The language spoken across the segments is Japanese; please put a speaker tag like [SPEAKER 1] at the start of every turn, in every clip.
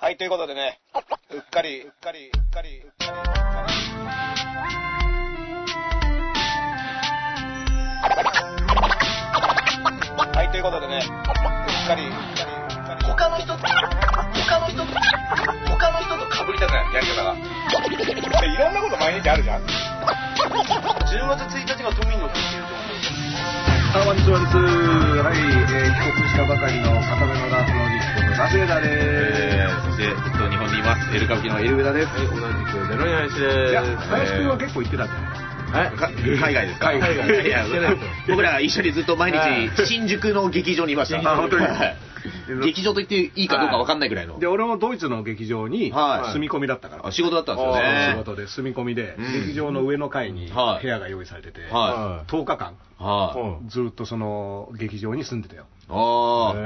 [SPEAKER 1] はい、ということでね、うっかり、うっかり、うっかり、うっかり。はい、ということでね、うっかり、うっかり、うっかり。
[SPEAKER 2] 他の人と、他の人と、他の人と被りたくない、やり方が。
[SPEAKER 1] いろんなこと毎日あるじゃん。
[SPEAKER 2] 10月1日が都民の日っていうと
[SPEAKER 3] あ、こんにちはです。はい、えー、帰国したばかりの片目のダンスのリスコのナシエダで
[SPEAKER 4] え
[SPEAKER 3] ー。
[SPEAKER 4] ー、そして、えっと、日本にいます。エルカブキのエルウェダです。はい、同じく、ゼロイアイスです
[SPEAKER 3] いや、林くんは結構行ってたんじゃない
[SPEAKER 4] 海外ですか
[SPEAKER 3] 海外
[SPEAKER 4] いや僕ら一緒にずっと毎日、新宿の劇場にいました。
[SPEAKER 3] あ本当に
[SPEAKER 4] はい劇場と言っていいかどうかわかんないぐらいの
[SPEAKER 3] で、。俺もドイツの劇場に
[SPEAKER 4] はい
[SPEAKER 3] 住み込みだったから、
[SPEAKER 4] あ仕事だったんですよ
[SPEAKER 3] そう仕
[SPEAKER 4] ね。
[SPEAKER 3] 事で住み込みで、
[SPEAKER 4] うん
[SPEAKER 3] 劇場の上の階に
[SPEAKER 4] はい
[SPEAKER 3] 部屋が用意されてて、
[SPEAKER 4] は
[SPEAKER 3] 10日間、
[SPEAKER 4] はい。
[SPEAKER 3] ずーっとその劇場に住んでたよ。
[SPEAKER 4] あ
[SPEAKER 5] へ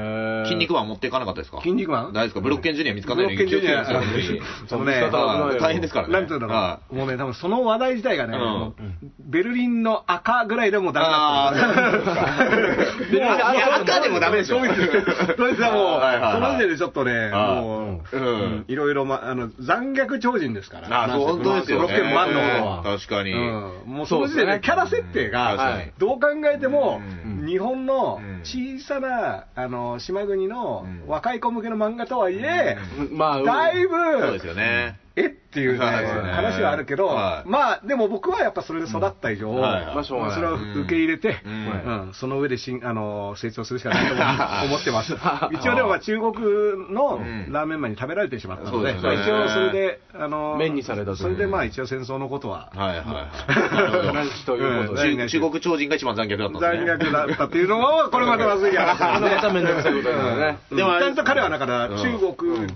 [SPEAKER 5] ー
[SPEAKER 4] あ。筋肉マン持っていかなかったですか
[SPEAKER 3] 筋肉マン
[SPEAKER 4] 大丈夫ですかブロッケンジュニア見つかんないように
[SPEAKER 3] ブロッケンジュニア
[SPEAKER 4] 気をつけてください
[SPEAKER 3] そのね
[SPEAKER 5] 見つかったら危ないよ
[SPEAKER 4] 大変ですからね。
[SPEAKER 3] なんていうんだろ
[SPEAKER 4] は
[SPEAKER 3] う、もうね、多分その話題自体がね、
[SPEAKER 4] うん
[SPEAKER 3] もうベルリンの赤ぐらいでもうダメ
[SPEAKER 4] あ
[SPEAKER 3] だった。
[SPEAKER 4] ーでもいや赤でもダメでしょ
[SPEAKER 3] ドイツドイツはもう、
[SPEAKER 4] はいはいはい
[SPEAKER 3] その時点でちょっとね、
[SPEAKER 4] はい
[SPEAKER 3] もう、
[SPEAKER 4] うん
[SPEAKER 3] うんいろいろ、ま、あの残虐超人ですから、
[SPEAKER 4] あ、そう本当ですよね。
[SPEAKER 3] ブロッケンマンの方は。
[SPEAKER 4] 確かに。
[SPEAKER 3] うんもうその時点でねキャラ設定
[SPEAKER 4] うん確か
[SPEAKER 3] が
[SPEAKER 4] に、
[SPEAKER 3] どう考えても
[SPEAKER 4] う、
[SPEAKER 3] 日本の
[SPEAKER 4] うん
[SPEAKER 3] 小さなあの島国の
[SPEAKER 4] うん
[SPEAKER 3] 若い子向けの漫画とはいえ、
[SPEAKER 5] まあ、
[SPEAKER 3] だい
[SPEAKER 4] そうです
[SPEAKER 3] ぶ、
[SPEAKER 4] よね。
[SPEAKER 3] えっていうね
[SPEAKER 4] そうですよね
[SPEAKER 3] 話はあるけど、
[SPEAKER 4] はい
[SPEAKER 3] まあ、でも僕はやっぱそれで育った以上、
[SPEAKER 4] うんはい
[SPEAKER 3] まあそれ
[SPEAKER 5] まあしょう
[SPEAKER 3] を
[SPEAKER 5] が
[SPEAKER 4] ない
[SPEAKER 3] 受け入れて、
[SPEAKER 4] う
[SPEAKER 3] うんんその上でしんあの成長するしかないと思思って ます。一応でもまあ中国の
[SPEAKER 4] うん
[SPEAKER 3] ラーメンマンに食べられてしまったので、
[SPEAKER 4] そう
[SPEAKER 3] まあ
[SPEAKER 4] です
[SPEAKER 3] 一
[SPEAKER 4] よね
[SPEAKER 3] 応それで、あの
[SPEAKER 5] 麺にされたという
[SPEAKER 3] それでまあ一応戦争のことは、
[SPEAKER 4] はいはいはい。
[SPEAKER 5] 何期ということで。
[SPEAKER 3] うん
[SPEAKER 4] 中中国超人が一番残虐だったんで
[SPEAKER 3] 残
[SPEAKER 4] すね。
[SPEAKER 3] 虐だったっていうのは、これまでまずいや
[SPEAKER 5] あ
[SPEAKER 3] ら。
[SPEAKER 5] のまた面倒くさいことになるね。
[SPEAKER 3] で
[SPEAKER 4] でも
[SPEAKER 3] も、
[SPEAKER 4] あれ
[SPEAKER 3] ちゃんと彼はだから、
[SPEAKER 4] うん
[SPEAKER 3] 中
[SPEAKER 4] う
[SPEAKER 3] 国
[SPEAKER 4] ん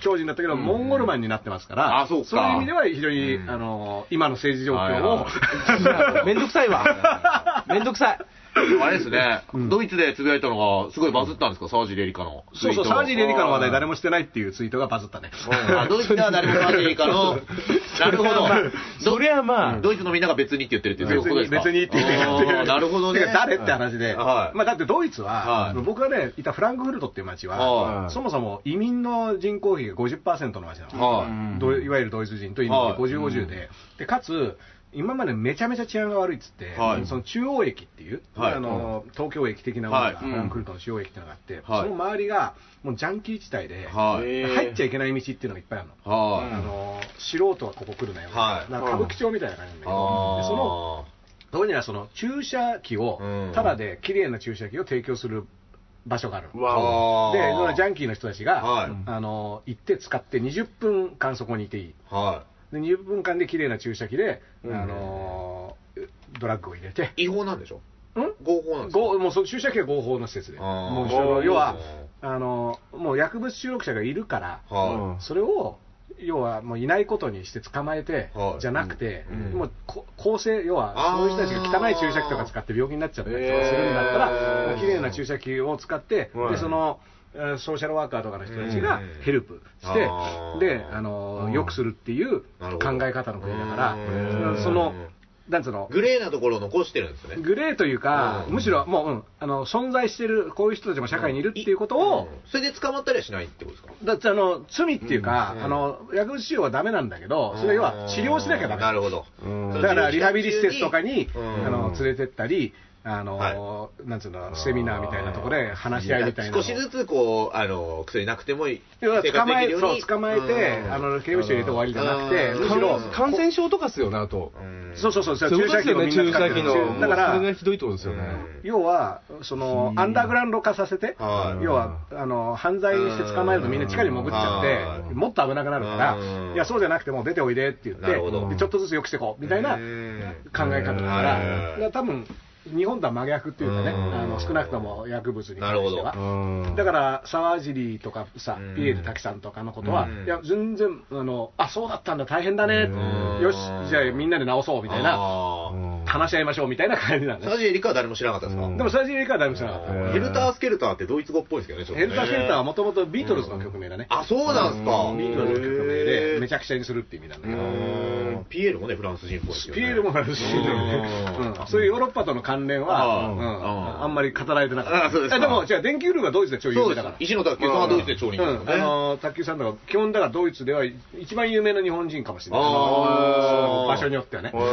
[SPEAKER 3] 超人だったけど、モンゴルマンになってますから、
[SPEAKER 4] あそうか
[SPEAKER 3] いう意味では非常に、
[SPEAKER 4] うん
[SPEAKER 3] あの、今の政治状況を、
[SPEAKER 5] めんどくさいわ。めんどくさい。
[SPEAKER 4] あれですね、ドイツでつぶやいたのが、すごいバズったんですか、サージ・レリカの。
[SPEAKER 3] そうそう、
[SPEAKER 4] ツイート
[SPEAKER 3] サージ・レリカの話題誰もしてないっていうツイートがバズったね。
[SPEAKER 4] あドイツでは誰もサージ・レリカの。なるほど。
[SPEAKER 5] そりゃまあ、
[SPEAKER 4] ドイツのみんなが別にって言ってるってそういうことですか
[SPEAKER 3] 別にって言って
[SPEAKER 4] あーなるほどね
[SPEAKER 3] てか。誰って話で、
[SPEAKER 4] はい
[SPEAKER 3] まあだってドイツ
[SPEAKER 4] は
[SPEAKER 3] は、
[SPEAKER 4] い
[SPEAKER 3] 僕がね、いたフランクフルトっていう街
[SPEAKER 4] は
[SPEAKER 3] は、
[SPEAKER 5] い
[SPEAKER 3] そもそも移民の人口比が50%の街なの。
[SPEAKER 4] はい
[SPEAKER 3] どいわゆるドイツ人と移民
[SPEAKER 4] はい
[SPEAKER 3] で50、50で,、で、かつ、今までめちゃめちゃ治安が悪いっつって、
[SPEAKER 4] はい
[SPEAKER 3] その中央駅っていう、
[SPEAKER 4] はい
[SPEAKER 3] あの東京駅的なものが、
[SPEAKER 4] はい
[SPEAKER 3] フランクフルトの中央駅っていうのがあって、
[SPEAKER 4] はい
[SPEAKER 3] その周りがもうジャンキー地帯で、
[SPEAKER 4] はい。
[SPEAKER 3] 入っちゃいけない道っていうのがいっぱいあるの。
[SPEAKER 4] はい。
[SPEAKER 3] あの素人はここ来るなよ、
[SPEAKER 4] はい
[SPEAKER 3] なんか歌舞伎町みたいな感じなんだけど、でその
[SPEAKER 4] あ
[SPEAKER 3] どうにやらその駐車機を
[SPEAKER 4] うん、
[SPEAKER 3] ただで綺麗な駐車機を提供する場所があるの
[SPEAKER 5] う
[SPEAKER 4] ー
[SPEAKER 5] わ
[SPEAKER 4] あー。
[SPEAKER 3] で、そのジャンキーの人たちが、
[SPEAKER 4] はい
[SPEAKER 3] あの行って使って20分間そこにいていい。
[SPEAKER 4] は
[SPEAKER 3] で20分間で綺麗な注射器で、
[SPEAKER 5] うん
[SPEAKER 3] あのードラッグを入れて、
[SPEAKER 4] い。違法なんでしょ
[SPEAKER 3] ん
[SPEAKER 4] 合法なんですか
[SPEAKER 3] ごもうそ注射器は合法の施設で、
[SPEAKER 4] あー
[SPEAKER 3] もうその要は
[SPEAKER 4] あ
[SPEAKER 3] あのーもう薬物中毒者がいるから、
[SPEAKER 4] は
[SPEAKER 3] それを要はもういないことにして捕まえて、
[SPEAKER 4] はい
[SPEAKER 3] じゃなくて、
[SPEAKER 4] うんうん
[SPEAKER 3] もうこ構成、要は
[SPEAKER 4] あー
[SPEAKER 3] そういう人たちが汚い注射器とか使って病気になっちゃったりとかするんだった
[SPEAKER 5] へー
[SPEAKER 3] ら、もう綺麗な注射器を使って、
[SPEAKER 5] はい
[SPEAKER 3] でそのえーソーシャルワーカーとかの人たちが
[SPEAKER 4] うん
[SPEAKER 3] ヘルプして、
[SPEAKER 4] あー
[SPEAKER 3] であのー良くするっていう
[SPEAKER 4] なるほ
[SPEAKER 3] 考
[SPEAKER 4] ど
[SPEAKER 3] え方の国だか
[SPEAKER 4] うん
[SPEAKER 3] ら、そのなんつうの
[SPEAKER 4] い。グレーなところを残してるんですね。
[SPEAKER 3] グレーというか、
[SPEAKER 4] うん
[SPEAKER 3] むしろもう、うん、あの存在してる、こういう人たちも社会にいるっていうことを、
[SPEAKER 4] うんそれで捕まったりはしないってことですか
[SPEAKER 3] だってあの罪っていうか、
[SPEAKER 4] うん
[SPEAKER 3] あの薬物使用はダメなんだけど、それは要は治療しなきゃダメ
[SPEAKER 4] なるほど。
[SPEAKER 3] だからリハビリ施設とかに、
[SPEAKER 4] うん
[SPEAKER 3] あの連れてったり、あのなんつうの、セミナーみたいなところで話し合いみたいなのを
[SPEAKER 4] 少しずつこう、あの、薬なくてもいい。
[SPEAKER 3] 要は捕まえ
[SPEAKER 4] 生活できるよう
[SPEAKER 3] そう
[SPEAKER 4] に
[SPEAKER 3] 捕まえて、あ、の刑務所入れて終わりじゃなくて、
[SPEAKER 4] うん
[SPEAKER 3] むしろ、
[SPEAKER 5] 感染症とかっすよね、あと。
[SPEAKER 4] うん
[SPEAKER 3] そうそうそう、
[SPEAKER 5] そ
[SPEAKER 3] そう
[SPEAKER 5] いう
[SPEAKER 3] う
[SPEAKER 5] こ
[SPEAKER 3] 注
[SPEAKER 5] とで
[SPEAKER 3] 射
[SPEAKER 5] す
[SPEAKER 3] 器を
[SPEAKER 5] よ
[SPEAKER 3] み
[SPEAKER 5] ね、
[SPEAKER 3] んな
[SPEAKER 5] 注
[SPEAKER 3] 使っ
[SPEAKER 5] 射
[SPEAKER 3] て
[SPEAKER 5] 器
[SPEAKER 3] る
[SPEAKER 5] の。
[SPEAKER 3] だか
[SPEAKER 5] それが
[SPEAKER 3] ら、
[SPEAKER 5] ひどいってことですよね。
[SPEAKER 3] 要はそのアンダーグラウンド化させて、
[SPEAKER 4] はい
[SPEAKER 3] 要はあの犯罪して捕まえるとみんな地下に潜っちゃっ
[SPEAKER 4] う
[SPEAKER 3] て、
[SPEAKER 4] ん
[SPEAKER 3] もっと危なくなるか
[SPEAKER 4] うん
[SPEAKER 3] ら、いや、そうじゃなくて、もう出ておいでって言って、
[SPEAKER 4] なるほど
[SPEAKER 3] でちょっとずつ良くしていこうみたいな
[SPEAKER 4] う
[SPEAKER 3] 考
[SPEAKER 4] ん
[SPEAKER 3] え方だから、
[SPEAKER 4] うん
[SPEAKER 3] だから多分日本とは真逆っていうかね、
[SPEAKER 4] うん
[SPEAKER 3] あの少なくとも薬物に関して
[SPEAKER 4] なるほ
[SPEAKER 3] は。
[SPEAKER 5] うん
[SPEAKER 3] だから沢尻とかさ
[SPEAKER 4] うん、
[SPEAKER 3] ピエール滝さんとかのことは、
[SPEAKER 4] うん
[SPEAKER 3] いや、全然あの、あそうだったんだ、大変だね、
[SPEAKER 5] うん
[SPEAKER 3] よし、じゃあみんなで直そうみたいな
[SPEAKER 4] あー
[SPEAKER 5] うん
[SPEAKER 3] 話し合いましょうみたいな感じなんです。
[SPEAKER 4] サージエリカは誰も知らなかったですか
[SPEAKER 3] でも、サージエリカは誰も知らなかった。
[SPEAKER 4] ヘルター・スケルターってドイツ語っぽいですけどね、ちょっと
[SPEAKER 3] ヘ
[SPEAKER 4] ね
[SPEAKER 3] ルター・シェルターはもともとビートルズの曲名だね。
[SPEAKER 4] あ、そうなんすか。
[SPEAKER 3] ビートルズの曲名で、めち
[SPEAKER 4] ゃ
[SPEAKER 3] ゃくちゃにするって意味なんだけど。
[SPEAKER 4] ピエールもね、フランス人っぽいですよね
[SPEAKER 3] ピエールもあるし、
[SPEAKER 4] うん
[SPEAKER 3] うんそういうヨーロッパとの関連は、
[SPEAKER 4] あー
[SPEAKER 3] うん
[SPEAKER 4] あー
[SPEAKER 3] あんまり語られてなかった。
[SPEAKER 4] あーそうですか
[SPEAKER 3] えも、違う、電球ルーがドイツで超有
[SPEAKER 4] そう
[SPEAKER 3] 名だ
[SPEAKER 4] です
[SPEAKER 3] から。。
[SPEAKER 4] 石野卓球さんはドイツで超人気ですよ
[SPEAKER 3] うんあ
[SPEAKER 4] ね。
[SPEAKER 3] の卓球さんとか、基本だからドイツでは一番有名な日本人かもしれない。
[SPEAKER 4] あー
[SPEAKER 3] 場所によってはね。
[SPEAKER 4] へ
[SPEAKER 3] そ
[SPEAKER 4] ー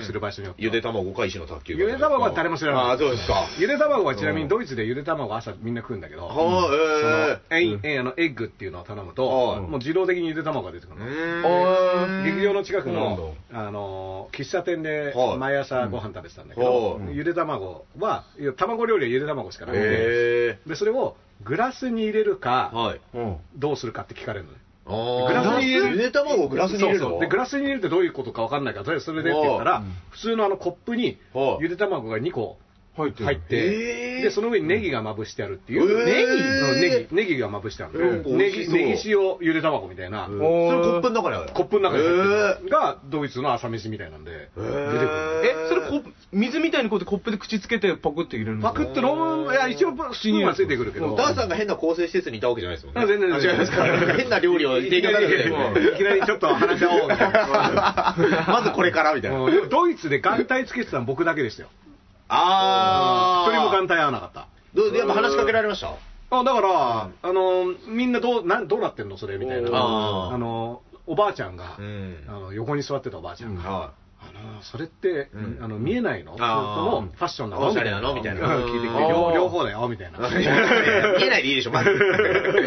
[SPEAKER 3] うする場所によって
[SPEAKER 4] ゆで卵か石野卓球
[SPEAKER 3] ゆで卵は誰も知らない
[SPEAKER 4] ああ、そうですか。
[SPEAKER 3] ゆで卵はちなみにドイツでゆで卵は朝みんな食うんだけど、
[SPEAKER 4] は
[SPEAKER 3] えいえいあのエッグっていうのを頼む
[SPEAKER 4] は
[SPEAKER 3] と
[SPEAKER 4] い、
[SPEAKER 3] もう自動的にゆで卵が出てくる
[SPEAKER 4] い、え
[SPEAKER 3] の。
[SPEAKER 4] ー。
[SPEAKER 3] 劇場の近くの
[SPEAKER 4] そ、
[SPEAKER 3] あのー、喫茶店で
[SPEAKER 4] はい
[SPEAKER 3] 毎朝ご飯食べてたんだけど、
[SPEAKER 4] うん
[SPEAKER 3] ゆで卵は、いや卵料理はゆで卵しかなくて、
[SPEAKER 4] へ
[SPEAKER 3] で、それをグラスに入れる
[SPEAKER 4] ー。
[SPEAKER 3] か、
[SPEAKER 4] はい。
[SPEAKER 1] うん。
[SPEAKER 3] どうするかって聞かれるのね。
[SPEAKER 4] あ
[SPEAKER 3] グラスに入れる
[SPEAKER 4] ゆで卵をグラスに入れる
[SPEAKER 3] そうそ
[SPEAKER 4] の
[SPEAKER 3] うでグラスに入れるってどういうことかわかんないからとりあえずそれでって言った
[SPEAKER 4] お
[SPEAKER 3] ら
[SPEAKER 4] う
[SPEAKER 3] 普通のあのコップに
[SPEAKER 4] おう
[SPEAKER 3] ゆで卵が2個
[SPEAKER 1] 入ってる
[SPEAKER 3] 入って
[SPEAKER 4] えー
[SPEAKER 3] でその上にネギがまぶしてあるってい
[SPEAKER 4] えー
[SPEAKER 3] うネギうんネギネギがまぶしてある
[SPEAKER 4] うん
[SPEAKER 3] ネ
[SPEAKER 4] 美味し
[SPEAKER 3] ギ
[SPEAKER 4] そう
[SPEAKER 3] ネギ塩ゆで卵みたいな
[SPEAKER 4] それコップの中にある
[SPEAKER 3] コップの中に入って
[SPEAKER 4] へ
[SPEAKER 3] るがドイツの朝飯みたいなんで出てくる
[SPEAKER 4] え
[SPEAKER 5] え、それコップ、水みたいにこうやってコップで口つけてパクって入れるんで
[SPEAKER 3] パ
[SPEAKER 5] すか
[SPEAKER 3] クって飲むいや一応スプーンはついてくるけ
[SPEAKER 4] も
[SPEAKER 3] ど
[SPEAKER 4] うダーさんが変な構成施設にいたわけじゃないですもんね。
[SPEAKER 3] あ全然全然
[SPEAKER 4] あ違いますから。変な料理を提供されて
[SPEAKER 3] い きなりちょっと話し合おうみたいな
[SPEAKER 4] まずこれからみたい
[SPEAKER 3] も
[SPEAKER 4] な。
[SPEAKER 3] うでもドイツで眼帯つけてたの僕だけでしたよ
[SPEAKER 4] あ
[SPEAKER 3] 一
[SPEAKER 4] ー。
[SPEAKER 3] 人も眼帯合わなかった
[SPEAKER 4] どうやっぱ話しかけられました
[SPEAKER 3] あだから、あのみんなどうなんどうなってんの、それみたいな、
[SPEAKER 4] あ
[SPEAKER 3] あ
[SPEAKER 4] ー
[SPEAKER 3] のおばあちゃんが、
[SPEAKER 4] うん
[SPEAKER 3] あの横に座ってたおばあちゃんが、
[SPEAKER 4] は
[SPEAKER 3] あのそれって、
[SPEAKER 4] うん
[SPEAKER 3] あの見えないの、それと
[SPEAKER 4] あー
[SPEAKER 3] もファッションなの
[SPEAKER 4] おしゃれなのみたいな
[SPEAKER 3] うん聞いてきて
[SPEAKER 4] あー
[SPEAKER 3] 両、両方だよみ たいな、
[SPEAKER 4] い。見えないでいいでしょ、まず。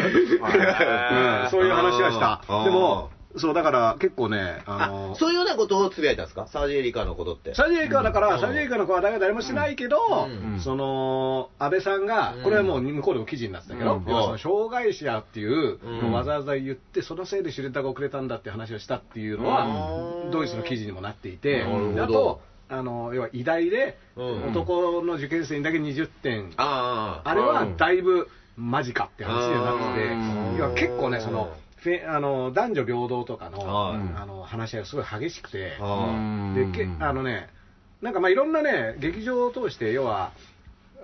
[SPEAKER 3] うんそういう話はした
[SPEAKER 4] あー、
[SPEAKER 3] でも、そうだから結構ね、 あの
[SPEAKER 4] あそういうようなことをつぶやいたんですかサージエリカのことって。
[SPEAKER 3] サージエリカだから、
[SPEAKER 4] うん
[SPEAKER 3] サージエリカの子は誰もしないけど、
[SPEAKER 4] うん
[SPEAKER 3] その安倍さんが
[SPEAKER 4] うん、
[SPEAKER 3] これはもう向こうでも記事になってたけど、
[SPEAKER 4] うん
[SPEAKER 3] 要はその障害者っていう
[SPEAKER 4] うん
[SPEAKER 3] のをわざわざ言って、そのせいでシュレッダーが遅れたんだって話をしたっていうのは、
[SPEAKER 4] うん
[SPEAKER 3] ドイツの記事にもなっていて、
[SPEAKER 4] なるほど
[SPEAKER 3] あと、あの要は偉大で、
[SPEAKER 4] うん
[SPEAKER 3] 男の受験生にだけ20点、
[SPEAKER 4] ああ。
[SPEAKER 3] あれはだいぶマジかって話になってて
[SPEAKER 4] うん、
[SPEAKER 3] 要は結構ね、そのフェあの男女平等とかの
[SPEAKER 4] はい
[SPEAKER 3] あの話し合いがすごい激しくて。
[SPEAKER 4] あ
[SPEAKER 3] でけあのね、なんかまあいろんなね、劇場を通して、要は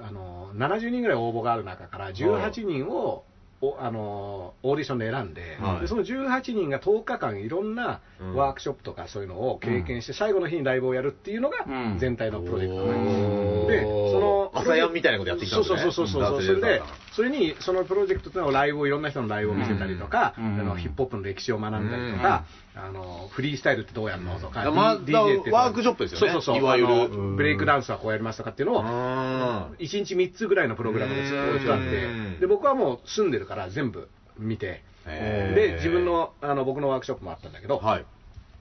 [SPEAKER 3] あの70人ぐらい応募がある中から、18人をおあのオーディションで選んで,、
[SPEAKER 4] はい
[SPEAKER 3] で、その18人が10日間、いろんな
[SPEAKER 4] うん
[SPEAKER 3] ワークショップとかそういうのを経験して、最後の日にライブをやるっていうのが
[SPEAKER 5] うん
[SPEAKER 3] 全体のプロジェクトなんです。
[SPEAKER 4] おー
[SPEAKER 3] で、その、
[SPEAKER 4] 朝やんみたいなことやってきたんですね
[SPEAKER 3] そうそうそうそうそう。それで、それに、そのプロジェクトっていうのはライブを、いろんな人のライブを見せたりとか、
[SPEAKER 5] うん
[SPEAKER 3] あのヒップホップの歴史を学んだりとか、あの、フリースタイルってどうやるのとか、
[SPEAKER 4] まあ
[SPEAKER 3] D- DJ ってどう
[SPEAKER 4] ワークショップですよね
[SPEAKER 3] そうそうそう。
[SPEAKER 4] いわゆる
[SPEAKER 3] あのブレイクダンスはこうやりますとかっていうのを、
[SPEAKER 4] あー。
[SPEAKER 3] 1日3つぐらいのプログラムでずっとあっ
[SPEAKER 4] うん
[SPEAKER 3] て、で、僕はもう住んでるから全部見て、
[SPEAKER 4] へー
[SPEAKER 3] で、自分の、あの、僕のワークショップもあったんだけど、
[SPEAKER 4] はい。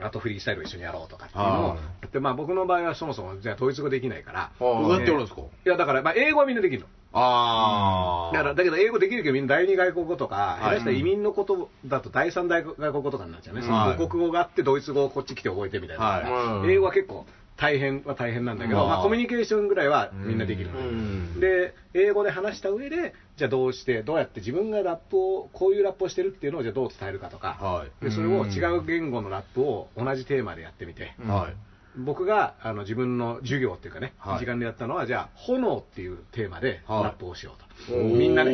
[SPEAKER 3] あとフリースタイルを一緒にやろうとかっていうのを
[SPEAKER 4] は、
[SPEAKER 3] で、まあ僕の場合はそもそも、じゃあ統一語できないから、
[SPEAKER 4] どうやってやるんですか
[SPEAKER 3] いや、だから、まあ、英語はみんなできるの。
[SPEAKER 4] ああ。
[SPEAKER 3] だから、だけど、英語できるけど、みんな第二外国語とか、下
[SPEAKER 4] はい
[SPEAKER 3] 手したら移民のことだと第三外国語とかになっちゃうね。そ
[SPEAKER 4] は
[SPEAKER 3] の
[SPEAKER 4] い
[SPEAKER 3] 母国語があって、ドイツ語をこっち来て覚えてみたいな。
[SPEAKER 4] はい
[SPEAKER 3] 英語は結構大変は大変なんだけど、
[SPEAKER 4] まあ
[SPEAKER 3] まあ、コミュニケーションぐらいはみんなできるのね、
[SPEAKER 5] うん
[SPEAKER 3] で、英語で話した上で、じゃあどうして、どうやって自分がラップを、こういうラップをしてるっていうのを、じゃあどう伝えるかとか、
[SPEAKER 4] はい。
[SPEAKER 3] でそれを違う言語のラップを同じテーマでやってみて、
[SPEAKER 4] はい。
[SPEAKER 3] 僕があの自分の授業っていうかね、
[SPEAKER 4] はい
[SPEAKER 3] 時間でやったのは、じゃあ、炎っていうテーマで
[SPEAKER 4] はい
[SPEAKER 3] ラップをしようと、みんなね。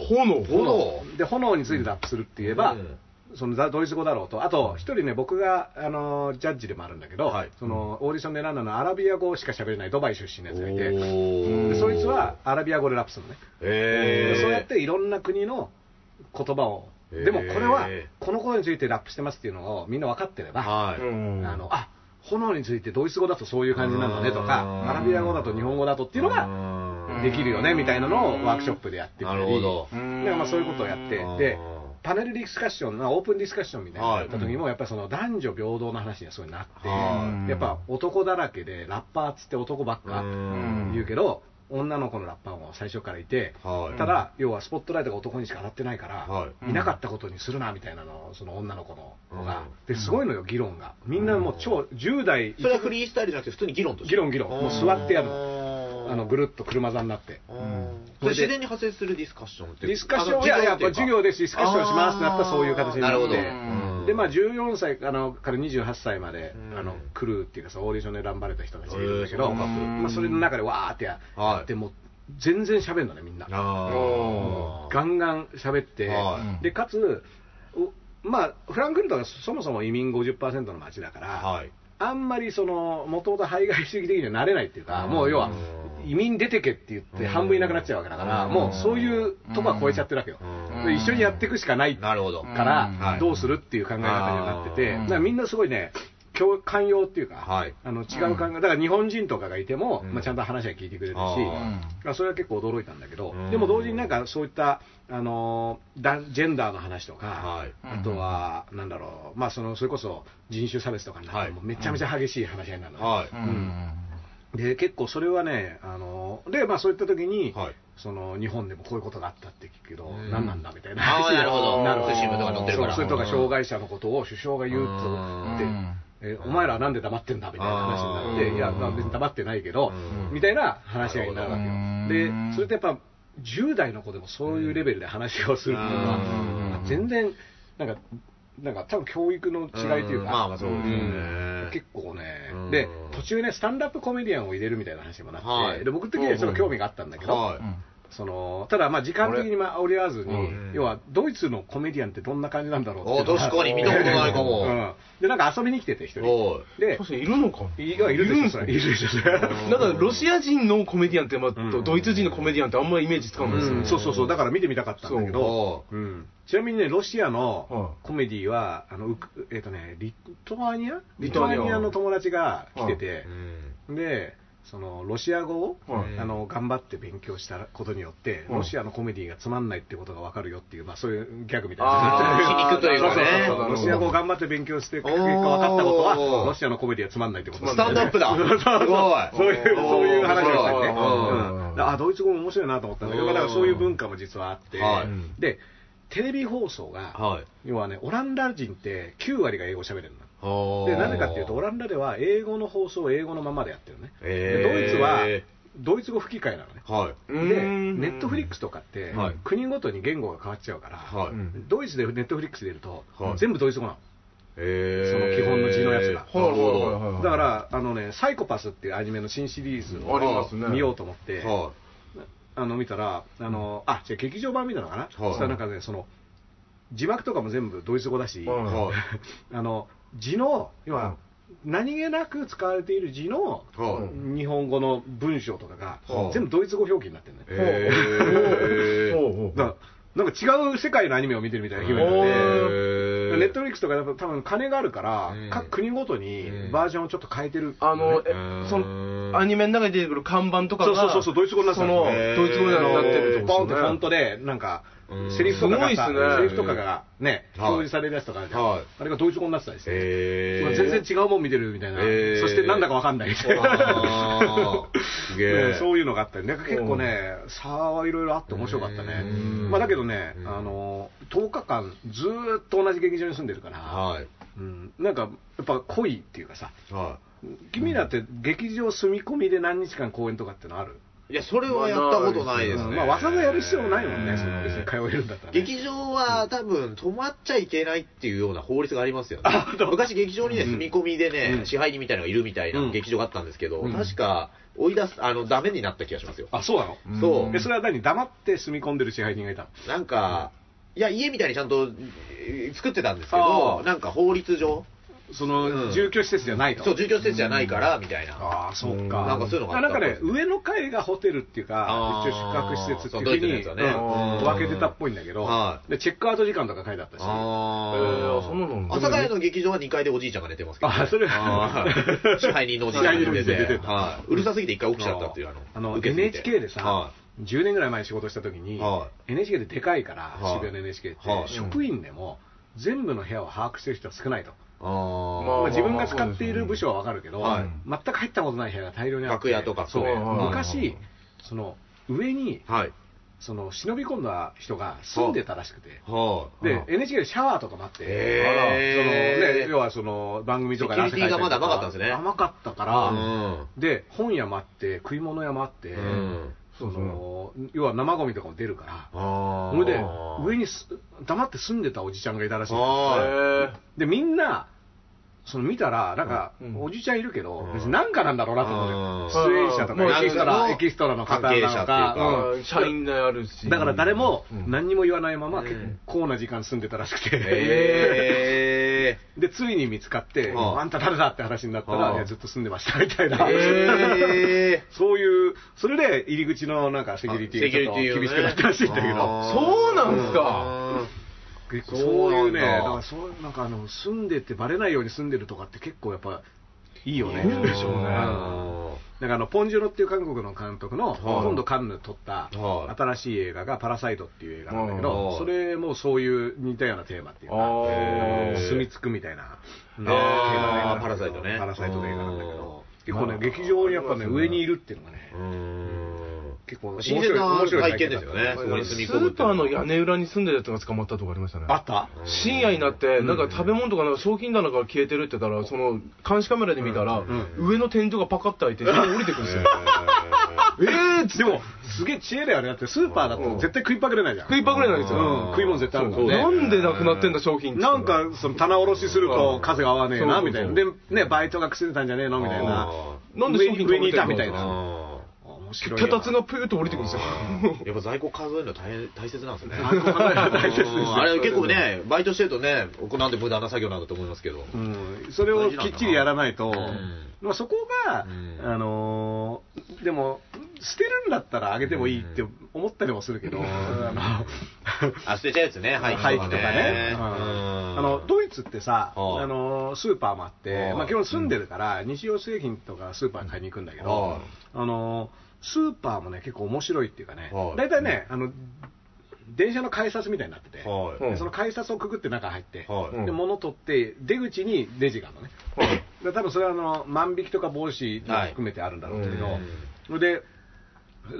[SPEAKER 4] ね
[SPEAKER 5] 炎
[SPEAKER 4] 炎
[SPEAKER 3] で、炎についてラップするって言えば、
[SPEAKER 4] うん
[SPEAKER 3] そのザドイツ語だろうと、あと一人ね、僕が、あのジャッジでもあるんだけど、
[SPEAKER 4] はい
[SPEAKER 3] そのオーディションで選んだのはアラビア語しか喋れないドバイ出身のやつがいて、
[SPEAKER 4] お
[SPEAKER 3] で
[SPEAKER 4] ー
[SPEAKER 3] そいつは、アラビア語でラップするのね、
[SPEAKER 4] え
[SPEAKER 3] で
[SPEAKER 4] ー、
[SPEAKER 3] そうやっていろんな国の言葉を、
[SPEAKER 4] へー
[SPEAKER 3] でもこれは、このことについてラップしてますっていうのをみんな分かってれば、
[SPEAKER 4] はい、
[SPEAKER 3] あのあ炎についてドイツ語だとそういう感じなんだねと
[SPEAKER 4] うん
[SPEAKER 3] か、アラビア語だと日本語だとっていうのが
[SPEAKER 4] が
[SPEAKER 3] できるよねみたいなのをワークショップでやってみた
[SPEAKER 4] な
[SPEAKER 3] り、
[SPEAKER 4] るほど。
[SPEAKER 3] だからまあそういうことをやって
[SPEAKER 4] うん、
[SPEAKER 3] でパネルディスカッション、まあオープンディスカッションみたいなのをやった時も、やっぱりその男女平等の話にはそういうのなって、
[SPEAKER 4] はい
[SPEAKER 3] やっぱ男だらけで、ラッパーっつって男ばっ
[SPEAKER 4] う
[SPEAKER 3] か
[SPEAKER 4] ん
[SPEAKER 3] 言うけど、女の子のラッパーも最初からいて、
[SPEAKER 4] はい
[SPEAKER 3] ただ、要はスポットライトが男にしか当たってないか
[SPEAKER 4] は
[SPEAKER 3] ら、
[SPEAKER 5] い
[SPEAKER 3] いなかったことにするなみたいなのを、その女の子の子が、
[SPEAKER 4] うん
[SPEAKER 3] ですごいのよ、議論が、みんなもう超、10代、
[SPEAKER 4] それはフリースタイルじゃなくて普通に議論として
[SPEAKER 3] 議論議論もう座ってやる
[SPEAKER 4] あー
[SPEAKER 3] あのぐるっと車座になって。
[SPEAKER 4] ん
[SPEAKER 1] それで
[SPEAKER 4] 自然に派生するディスカッションって
[SPEAKER 3] ディスカッションをいややっぱ授業でディスカッションしますってなったらそういう形にな
[SPEAKER 4] な
[SPEAKER 3] っ
[SPEAKER 4] るほ
[SPEAKER 3] て
[SPEAKER 4] ど
[SPEAKER 3] でまあ、14歳あのから28歳まで、
[SPEAKER 4] うん
[SPEAKER 3] あの来るっていうかさオーディションで選ばれた人たちがいるんだけ
[SPEAKER 4] へー
[SPEAKER 3] ど、
[SPEAKER 4] そうか
[SPEAKER 3] まあ、それの中でわーってや
[SPEAKER 4] はい
[SPEAKER 3] って、もう全然喋るのねみんな
[SPEAKER 4] あ
[SPEAKER 3] もうガンガン喋って、
[SPEAKER 4] はい
[SPEAKER 3] でかつおまあフランクフルトがそもそも移民50%の街だから、
[SPEAKER 4] あはい
[SPEAKER 3] あんまりそのもともと排外主義的にはなれないっていうか、
[SPEAKER 4] うん
[SPEAKER 3] もう要は移民出てけって言って半分いなくなっちゃうわけだから、もうそういうとこは超えちゃってるわけよ、
[SPEAKER 4] うん
[SPEAKER 3] で一緒にやっていくしかない
[SPEAKER 4] なるほど
[SPEAKER 3] から、
[SPEAKER 4] うんはい
[SPEAKER 3] どうするっていう考え方になってて、
[SPEAKER 4] うん
[SPEAKER 3] だからみんなすごいね、共寛容っていうか、
[SPEAKER 4] はい
[SPEAKER 3] あの違う考え、だから日本人とかがいても、
[SPEAKER 4] うん
[SPEAKER 3] まあ、ちゃんと話は聞いてくれるし、
[SPEAKER 4] あー
[SPEAKER 3] まあそれは結構驚いたんだけど、
[SPEAKER 4] うん
[SPEAKER 3] でも同時になんかそういった、あのーだジェンダーの話とか、
[SPEAKER 4] はい
[SPEAKER 3] あとは、なんだろう、まあ、そのそれこそ人種差別とかになって、
[SPEAKER 4] はい
[SPEAKER 3] もうめちゃめちゃ激しい話し合いになるのね、
[SPEAKER 4] はい
[SPEAKER 3] で結構それはね、あのーでまあ、そういった時に、
[SPEAKER 4] はい
[SPEAKER 3] その日本でもこういうことがあったって聞くけど、
[SPEAKER 4] うん
[SPEAKER 3] 何なんだみたいな
[SPEAKER 4] あーなるほど
[SPEAKER 3] なるほど
[SPEAKER 4] 新聞とか載ってるから
[SPEAKER 3] そうそれとか障害者のことを首相が言うと
[SPEAKER 4] う
[SPEAKER 3] でえお前らはなんで黙ってんだみたいな話になっ
[SPEAKER 4] う
[SPEAKER 3] て
[SPEAKER 4] ん
[SPEAKER 3] いやまあ別に黙ってないけど
[SPEAKER 4] うん
[SPEAKER 3] みたいな話し合いになるわけよ
[SPEAKER 2] う
[SPEAKER 3] で
[SPEAKER 2] ん
[SPEAKER 3] それってやっぱ10代の子でもそういうレベルで話をするっていうのは
[SPEAKER 4] うん
[SPEAKER 3] 全然なんかなんか多分教育の違いという
[SPEAKER 4] うん
[SPEAKER 3] か
[SPEAKER 4] まあまあそうですよね
[SPEAKER 3] うん結構ね
[SPEAKER 4] うん
[SPEAKER 3] で途中ねスタンダップコメディアンを入れるみたいな話もなって、
[SPEAKER 4] はい
[SPEAKER 3] で僕的にはちょっと興味があったんだけど、
[SPEAKER 4] はい
[SPEAKER 3] そのただ、まあ時間的にまあ煽り合わずに、
[SPEAKER 4] うん
[SPEAKER 3] 要はドイツのコメディアンってどんな感じなんだろうっていう
[SPEAKER 4] お
[SPEAKER 3] のが
[SPEAKER 4] 確かに見たことないかも
[SPEAKER 3] うんで、なんか遊びに来てて、一人。
[SPEAKER 4] おい
[SPEAKER 3] で、
[SPEAKER 5] そういるのか
[SPEAKER 3] いやいるでしょ、それ。いるでしょ、それ。
[SPEAKER 5] なんかロシア人のコメディアンって、まあとドイツ人のコメディアンってあんまりイメージつかんないですよ
[SPEAKER 3] う
[SPEAKER 5] ね
[SPEAKER 3] ん、そうそうそう、だから見てみたかったんだけど、
[SPEAKER 4] お
[SPEAKER 3] うんちなみにね、ロシアの
[SPEAKER 5] は
[SPEAKER 3] コメディは、あの、うくえっ、とね、リトアニア
[SPEAKER 5] リトアニア
[SPEAKER 3] の友達が来て
[SPEAKER 4] い
[SPEAKER 3] て
[SPEAKER 4] う、ん
[SPEAKER 3] で、そのロシア語を、
[SPEAKER 5] はい
[SPEAKER 3] あの頑張って勉強したことによって、
[SPEAKER 5] はい
[SPEAKER 3] ロシアのコメディがつまんないってことが分かるよっていう、まあ、そういうギャグみたい
[SPEAKER 5] あ
[SPEAKER 3] な。
[SPEAKER 5] ー皮肉という
[SPEAKER 4] かね
[SPEAKER 3] そうそうそうロシア語を頑張って勉強して、結果分かったことは、ロシアのコメディはつまんないってこと
[SPEAKER 4] スタンドアップだ
[SPEAKER 3] そうそう
[SPEAKER 4] すごい
[SPEAKER 3] そういう、そういう話をしたりね。
[SPEAKER 4] 面白い
[SPEAKER 3] うんあ、ドイツ語も面白いなと思ったんだけど、
[SPEAKER 4] う
[SPEAKER 3] ま
[SPEAKER 4] ん
[SPEAKER 3] あだからそういう文化も実はあって
[SPEAKER 4] はい、
[SPEAKER 3] で、テレビ放送が、
[SPEAKER 4] はい
[SPEAKER 3] 要はね、オランダ人って9割が英語喋れるの。
[SPEAKER 4] おー
[SPEAKER 3] でなぜかっていうとオランダでは英語の放送を英語のままでやってるね、
[SPEAKER 4] えー
[SPEAKER 3] でドイツはドイツ語吹き替えなのね
[SPEAKER 4] はい
[SPEAKER 5] で
[SPEAKER 3] でネットフリック
[SPEAKER 5] ス
[SPEAKER 3] スとかって、
[SPEAKER 4] はい
[SPEAKER 3] 国ごとに言語が変わっちゃうから、
[SPEAKER 4] はい
[SPEAKER 3] ドイツでネットフリックスでいると、
[SPEAKER 4] はい
[SPEAKER 3] 全部ドイツ語な
[SPEAKER 4] え
[SPEAKER 3] そ
[SPEAKER 4] ー
[SPEAKER 3] の基本の字のやつが
[SPEAKER 4] なるほど
[SPEAKER 5] はい
[SPEAKER 3] のだからあのね「サイコパス」っていうアニメの新シリーズ
[SPEAKER 5] ありま
[SPEAKER 3] を
[SPEAKER 5] すね
[SPEAKER 3] 見ようと思って、
[SPEAKER 4] は
[SPEAKER 3] あの見たらあのあ違う劇場版見たのかな、そしたらなんかねその字幕とかも全部ドイツ語だし、
[SPEAKER 4] い
[SPEAKER 5] はい
[SPEAKER 4] はい
[SPEAKER 3] あの字の要は何気なく使われている字の
[SPEAKER 4] は
[SPEAKER 3] 日本語の文章とかが
[SPEAKER 4] はあ
[SPEAKER 3] 全部ドイツ語表記になってるね、
[SPEAKER 4] いえー
[SPEAKER 5] ほうほう
[SPEAKER 3] だからなんか違う世界のアニメを見てるみたいな気分にな
[SPEAKER 5] お
[SPEAKER 3] って
[SPEAKER 4] えー
[SPEAKER 3] ネットフリックスとかだと多分金があるから、
[SPEAKER 4] うん
[SPEAKER 3] 各国ごとに
[SPEAKER 4] うん
[SPEAKER 3] バージョンをちょっと変えてる、
[SPEAKER 5] あの、え
[SPEAKER 4] うん
[SPEAKER 5] その、アニメの中に出てくる看板とか
[SPEAKER 3] そう
[SPEAKER 5] が、
[SPEAKER 3] そうそうそうドイツ語になって
[SPEAKER 5] そ
[SPEAKER 3] る
[SPEAKER 5] の、
[SPEAKER 4] へー
[SPEAKER 5] ドイツ語になってるって
[SPEAKER 3] ポ
[SPEAKER 5] こ
[SPEAKER 3] ンってフ
[SPEAKER 5] とです
[SPEAKER 3] ォ
[SPEAKER 5] ね
[SPEAKER 3] ントでなんか
[SPEAKER 4] うん
[SPEAKER 3] セリフとかが
[SPEAKER 5] す
[SPEAKER 3] さ、
[SPEAKER 5] ごいっすね
[SPEAKER 3] セリフとかがね
[SPEAKER 4] はい
[SPEAKER 3] 表示されるやつとかあるじゃん、
[SPEAKER 4] はい
[SPEAKER 3] あれがドイツ語になってたりして、
[SPEAKER 4] えー
[SPEAKER 3] まあ全然違うもん見てるみたいな、
[SPEAKER 4] えー
[SPEAKER 3] そしてなんだかわかんないみたい
[SPEAKER 4] あ
[SPEAKER 3] な
[SPEAKER 4] ーすげえ
[SPEAKER 3] ねそういうのがあったり、なんか結構ね、差はいろいろあって面白かったね、
[SPEAKER 4] うん
[SPEAKER 3] まあ、だけどね、
[SPEAKER 4] うん
[SPEAKER 3] あの10日間、ずーっと同じ劇場に住んでるから、
[SPEAKER 4] はい
[SPEAKER 3] うん、なんかやっぱ濃いっていうかさ、
[SPEAKER 4] は
[SPEAKER 3] 君らって劇場住み込みで何日間公演とかってのある、
[SPEAKER 4] いいやそれはやったことないです
[SPEAKER 3] うん
[SPEAKER 4] ね
[SPEAKER 3] まあ、わざわざやる必要もないもんね、その別
[SPEAKER 4] え
[SPEAKER 3] に通
[SPEAKER 4] ー
[SPEAKER 3] えるんだったら、ね。
[SPEAKER 4] 劇場は多分止まっちゃいけないっていうような法律がありますよね
[SPEAKER 3] あ本当
[SPEAKER 4] 昔劇場にね住み込みでね、
[SPEAKER 3] うん
[SPEAKER 4] 支配人みたいなのがいるみたい
[SPEAKER 3] うん
[SPEAKER 4] な劇場があったんですけど、
[SPEAKER 3] うん
[SPEAKER 4] 確か追い出すあのダメになった気がしますよ、
[SPEAKER 3] あそうなの、
[SPEAKER 4] そう
[SPEAKER 3] えそれは何、黙って住み込んでる支配人がいたの
[SPEAKER 4] なんか、いや家みたいにちゃんとえー作ってたんですけ
[SPEAKER 3] あ
[SPEAKER 4] ど
[SPEAKER 3] ー
[SPEAKER 4] なんか法律上
[SPEAKER 3] そうの
[SPEAKER 4] ん
[SPEAKER 3] 住居施設じゃないと、
[SPEAKER 4] そう住居施設じゃないからみたいな、
[SPEAKER 3] ああ、そうか。
[SPEAKER 4] なんかそういうのがあ
[SPEAKER 3] あ
[SPEAKER 4] っ
[SPEAKER 3] な
[SPEAKER 4] た
[SPEAKER 3] んかね、
[SPEAKER 4] そうです
[SPEAKER 3] 上の階がホテルっていうか、
[SPEAKER 4] あー
[SPEAKER 3] 一応宿泊施設っていうふうに
[SPEAKER 4] そうドイツのやつはね
[SPEAKER 3] うん分けてたっぽいんだけど
[SPEAKER 4] は、い
[SPEAKER 3] で、チェックアウト時間とか書いてあったし。
[SPEAKER 4] あ
[SPEAKER 5] えーそんなの
[SPEAKER 4] 朝佐ヶ谷の劇場は2階でおじいちゃんが寝てますけど、
[SPEAKER 3] あそれ
[SPEAKER 4] あ ー支配人のおじいちゃんが
[SPEAKER 3] 支配人
[SPEAKER 4] 寝
[SPEAKER 3] のおじいちゃん
[SPEAKER 4] て
[SPEAKER 3] 出
[SPEAKER 4] て
[SPEAKER 3] てた
[SPEAKER 4] はい、うるさすぎて一回起きちゃったっていう、あの、
[SPEAKER 3] あの
[SPEAKER 4] 受けすぎて
[SPEAKER 3] NHK で
[SPEAKER 4] は
[SPEAKER 3] さ、10年ぐらい前に仕事した時に
[SPEAKER 4] は、
[SPEAKER 3] NHK ででかいから、
[SPEAKER 4] はい
[SPEAKER 3] 渋谷の NHK って
[SPEAKER 4] は、い
[SPEAKER 3] 職員でも全部の部屋を把握してる人は少ないと。
[SPEAKER 4] い、あー
[SPEAKER 5] まあ
[SPEAKER 3] まあ自分が使っている部署はわかるけど、
[SPEAKER 4] はい
[SPEAKER 3] 全く入ったことない部屋が大量にあって。
[SPEAKER 4] 楽屋とか
[SPEAKER 3] そう
[SPEAKER 4] そう
[SPEAKER 5] はいはいはい
[SPEAKER 3] 昔、その、上に
[SPEAKER 4] はい。
[SPEAKER 3] その忍び込んだ人が住んでたらしくて、
[SPEAKER 4] はい。
[SPEAKER 3] で NHK でシャワーとかもあって、
[SPEAKER 4] へー
[SPEAKER 3] そのね、要はその番組とか汗かいたりと
[SPEAKER 4] セキュリティがまだ甘かったんですね
[SPEAKER 3] 甘かったか
[SPEAKER 4] う
[SPEAKER 3] ら、
[SPEAKER 4] ん。
[SPEAKER 3] で本屋もあって、食い物屋もあって、
[SPEAKER 4] うん
[SPEAKER 3] その要は生ゴミとかも出るから、
[SPEAKER 4] あ
[SPEAKER 3] それで上にす黙って住んでたおじちゃんがいたらしいんですよ
[SPEAKER 4] は
[SPEAKER 3] でみんなその見たら、なんか、
[SPEAKER 5] うん
[SPEAKER 3] おじちゃんいるけど、
[SPEAKER 4] うん
[SPEAKER 3] 別になんかなんだろうなと思って、
[SPEAKER 5] うん
[SPEAKER 3] 出演者と
[SPEAKER 5] うん
[SPEAKER 3] か、エキスト
[SPEAKER 4] なんか
[SPEAKER 3] ラ
[SPEAKER 4] の
[SPEAKER 3] エキストラの方
[SPEAKER 4] 関係
[SPEAKER 3] なの
[SPEAKER 4] 者っていうか
[SPEAKER 3] か、
[SPEAKER 5] あ
[SPEAKER 3] う
[SPEAKER 5] ー
[SPEAKER 3] ん
[SPEAKER 5] 社員であるし。
[SPEAKER 3] だから誰も
[SPEAKER 5] うん
[SPEAKER 3] 何にも言わないまま、
[SPEAKER 4] うん
[SPEAKER 3] 結構な時間住んでたらしくて、
[SPEAKER 4] え
[SPEAKER 3] でついに見つかって、
[SPEAKER 4] うん
[SPEAKER 3] あんた誰だって話になった
[SPEAKER 4] う
[SPEAKER 3] ら、
[SPEAKER 4] ん
[SPEAKER 3] いやずっと住んでましたみたい
[SPEAKER 4] ー
[SPEAKER 3] な、
[SPEAKER 4] え
[SPEAKER 3] そういう、それで入り口のなんかセキュリティがちょっと厳しくなったらしいんだけど、
[SPEAKER 5] そうなんすか
[SPEAKER 3] 結構
[SPEAKER 4] そう
[SPEAKER 3] そういうね、
[SPEAKER 4] そうなんだ
[SPEAKER 3] だからそうなんかあの住んでて、ばれないように住んでるとかって、結構やっぱいいよね。
[SPEAKER 5] いいでしょうね
[SPEAKER 3] んなんかあのポンジュロっていう韓国の監督の、今度カンヌ撮った
[SPEAKER 4] はい
[SPEAKER 3] 新しい映画が「パラサイト」っていう映画なんだけど、
[SPEAKER 4] はい
[SPEAKER 3] それもそういう似たようなテーマっていうか、
[SPEAKER 5] あー
[SPEAKER 3] えー住み着くみたいな、うん
[SPEAKER 4] あー
[SPEAKER 3] 映画なんだけど
[SPEAKER 4] パラサイトね
[SPEAKER 3] パラサイトの映画なんだけど
[SPEAKER 4] うん
[SPEAKER 3] 結構ね劇場にやっぱね上にいるっていうのがね
[SPEAKER 4] うん
[SPEAKER 3] 結構面白い
[SPEAKER 4] 新鮮な
[SPEAKER 3] 面白い
[SPEAKER 4] 体験ですよ
[SPEAKER 3] 面
[SPEAKER 4] ねそ
[SPEAKER 3] 白
[SPEAKER 4] こ
[SPEAKER 3] い
[SPEAKER 4] に
[SPEAKER 5] ス
[SPEAKER 4] 住み込むっ
[SPEAKER 5] ー
[SPEAKER 4] ていう
[SPEAKER 5] パー
[SPEAKER 4] の
[SPEAKER 5] の
[SPEAKER 4] は
[SPEAKER 5] 屋根裏に住んでるやつが捕まったとかありましたね。
[SPEAKER 3] あった
[SPEAKER 5] 深夜になって、なんか食べ物とかなんか商品棚から消えてるって言ったら、その監視カメラで見たら、上の天井がパカッと開いて、下に降りてくる んですよ。えーっつって
[SPEAKER 3] でもすげえ知恵だよねだってスーパーだと絶対食いっぱぐれないじゃん、
[SPEAKER 5] 食いっぱぐれないんです
[SPEAKER 3] う
[SPEAKER 5] よ。
[SPEAKER 3] ん食い物絶対あるもん
[SPEAKER 5] そう
[SPEAKER 3] ね
[SPEAKER 5] なんでなくなってんだ、商品っつって
[SPEAKER 3] なんか、その棚卸しすると数が合わねえな、
[SPEAKER 5] うん
[SPEAKER 3] みたいな。
[SPEAKER 5] そう
[SPEAKER 3] で
[SPEAKER 5] そ、
[SPEAKER 3] ね、バイトがくせてたんじゃねえのみたいな。
[SPEAKER 5] うんなんで商品
[SPEAKER 3] 上にいたみたい
[SPEAKER 5] 食べてるの
[SPEAKER 3] な。
[SPEAKER 4] あ
[SPEAKER 3] 面白いな。
[SPEAKER 5] 脚立がプーッと降りてくるんですよ。
[SPEAKER 4] ーやっぱ在庫数えるの大変大切なんですね
[SPEAKER 3] 在庫数えるの大切ですよ
[SPEAKER 4] うんあれ結構ねバイトしてるとねこなんで無駄な作業なんだと思いますけど
[SPEAKER 3] うん、それをきっちりやらないと、
[SPEAKER 4] ん
[SPEAKER 3] まあ、そこが、
[SPEAKER 4] うん
[SPEAKER 3] あのーでも、捨てるんだったらあげてもいいって思ったりもするけど、あの
[SPEAKER 4] あ捨てちゃうやつね廃
[SPEAKER 3] 廃
[SPEAKER 4] 棄
[SPEAKER 3] 棄
[SPEAKER 4] とか
[SPEAKER 3] とかねう
[SPEAKER 4] ね、うん
[SPEAKER 3] んあのドイツってさ、
[SPEAKER 4] はい
[SPEAKER 3] あのスーパーもあって
[SPEAKER 4] は、い
[SPEAKER 3] まあ、基本住んでるから、日用製品とかスーパーに買いに行くんだけ
[SPEAKER 4] は
[SPEAKER 3] ど
[SPEAKER 4] い、
[SPEAKER 3] あのスーパーもね、結構面白いっていうかね
[SPEAKER 4] は、い
[SPEAKER 3] 大体ね、あの電車の改札みたいになってて、
[SPEAKER 4] はい
[SPEAKER 3] でその改札をくぐって中入って、
[SPEAKER 4] はい
[SPEAKER 3] で物取って、出口にレジがあるのね、で多分それはあの万引きとか防止も含めてあるんだろうけど、
[SPEAKER 4] はい
[SPEAKER 3] それで、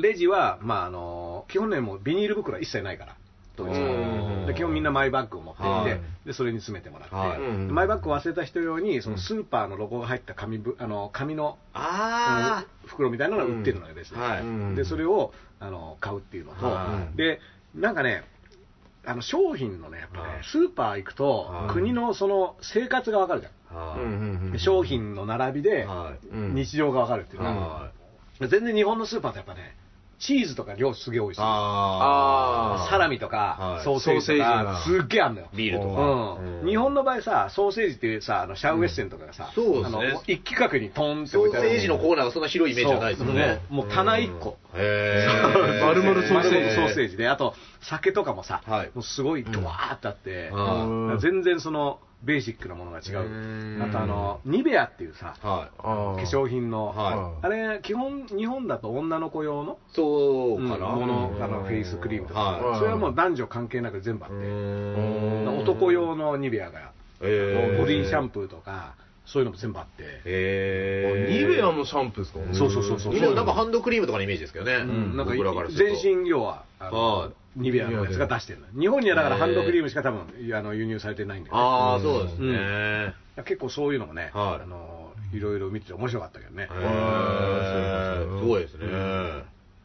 [SPEAKER 3] レジは、まあ、あの基本ね、もうビニール袋は一切ないから、当時は
[SPEAKER 4] うん
[SPEAKER 3] で基本みんなマイバッグを持っていて、
[SPEAKER 4] はい
[SPEAKER 3] でそれに詰めてもらって、
[SPEAKER 4] はい
[SPEAKER 3] でマイバッグを忘れた人用に、そのスーパーのロゴが入った紙ぶあの紙の
[SPEAKER 4] あ
[SPEAKER 3] うん袋みたいなのが売ってるのよ、別
[SPEAKER 4] あ
[SPEAKER 3] に。
[SPEAKER 4] はい、
[SPEAKER 3] でそれをあの買うっていうのと、
[SPEAKER 4] は
[SPEAKER 3] でなんかね、あの商品のね、やっぱね
[SPEAKER 4] はい
[SPEAKER 3] スーパー行くと、
[SPEAKER 4] はい
[SPEAKER 3] 国のその生活がわかるじゃん。
[SPEAKER 4] は
[SPEAKER 3] 商品の並びで
[SPEAKER 4] はい
[SPEAKER 3] 日常がわかるっていうか、
[SPEAKER 4] は
[SPEAKER 3] 全然日本のスーパーってやっぱね、チーズとか量すげえ多いし、サ
[SPEAKER 4] あー
[SPEAKER 3] ラミとか
[SPEAKER 4] は、い
[SPEAKER 3] ソーセージとか、
[SPEAKER 5] ソーセージ
[SPEAKER 3] すっげえあんのよ。
[SPEAKER 4] ビールとか、
[SPEAKER 3] うん、日本の場合さ、ソーセージっていうさ、あのシャウエッセンとかがさ、
[SPEAKER 4] うんそうで
[SPEAKER 3] あ
[SPEAKER 4] すね
[SPEAKER 3] の一企画にトンって
[SPEAKER 4] ソ
[SPEAKER 3] 置い
[SPEAKER 4] ー
[SPEAKER 3] て
[SPEAKER 4] セ
[SPEAKER 3] ある
[SPEAKER 4] ージのコーナーがそんな広いイメージじゃないですもんね
[SPEAKER 3] そうもう棚1個
[SPEAKER 4] うんへえ
[SPEAKER 5] 丸々ソーセージ
[SPEAKER 3] 丸々ソーセ
[SPEAKER 4] ージ
[SPEAKER 3] ージで、あと酒とかもさ、
[SPEAKER 4] はい
[SPEAKER 3] もうすごいドワーってあって、
[SPEAKER 4] は
[SPEAKER 5] うん
[SPEAKER 3] 全然そのベーシックなものが違う、
[SPEAKER 4] うん
[SPEAKER 3] あとあのニベアっていうさ、
[SPEAKER 4] いはい
[SPEAKER 5] 化
[SPEAKER 3] 化粧品の、
[SPEAKER 4] は
[SPEAKER 3] あれ、基本、日本だと女の子用の
[SPEAKER 4] そう
[SPEAKER 3] うん
[SPEAKER 4] かな、
[SPEAKER 3] も
[SPEAKER 4] う
[SPEAKER 3] の、
[SPEAKER 4] ん
[SPEAKER 3] あのフェイスクリームとか、
[SPEAKER 4] はい
[SPEAKER 3] それはもう男女関係なく全部あっ
[SPEAKER 4] う
[SPEAKER 3] て、
[SPEAKER 4] ん
[SPEAKER 3] 男用のニベアが、
[SPEAKER 4] へ
[SPEAKER 3] ボディシャン
[SPEAKER 4] プ
[SPEAKER 3] プーとか、そういうのも全部あって、
[SPEAKER 4] へえ
[SPEAKER 5] ニベアのシャンプーですか
[SPEAKER 3] そうそうそうそう
[SPEAKER 4] 今なんかハンドクリームとかのイメージですけどね、
[SPEAKER 3] うんなんか
[SPEAKER 4] 僕らからすると
[SPEAKER 3] 全身要は、あ
[SPEAKER 4] は
[SPEAKER 3] の
[SPEAKER 4] い
[SPEAKER 3] ニベアのやつが出してるの。日本にはだからハンドクリームしか多分、あの輸入されてないんだよね。
[SPEAKER 4] ああそうですね、
[SPEAKER 3] うん結構そういうのもね、
[SPEAKER 4] はい
[SPEAKER 3] あのいろいろ見てて面白かったけどね、
[SPEAKER 4] へーすごいですね、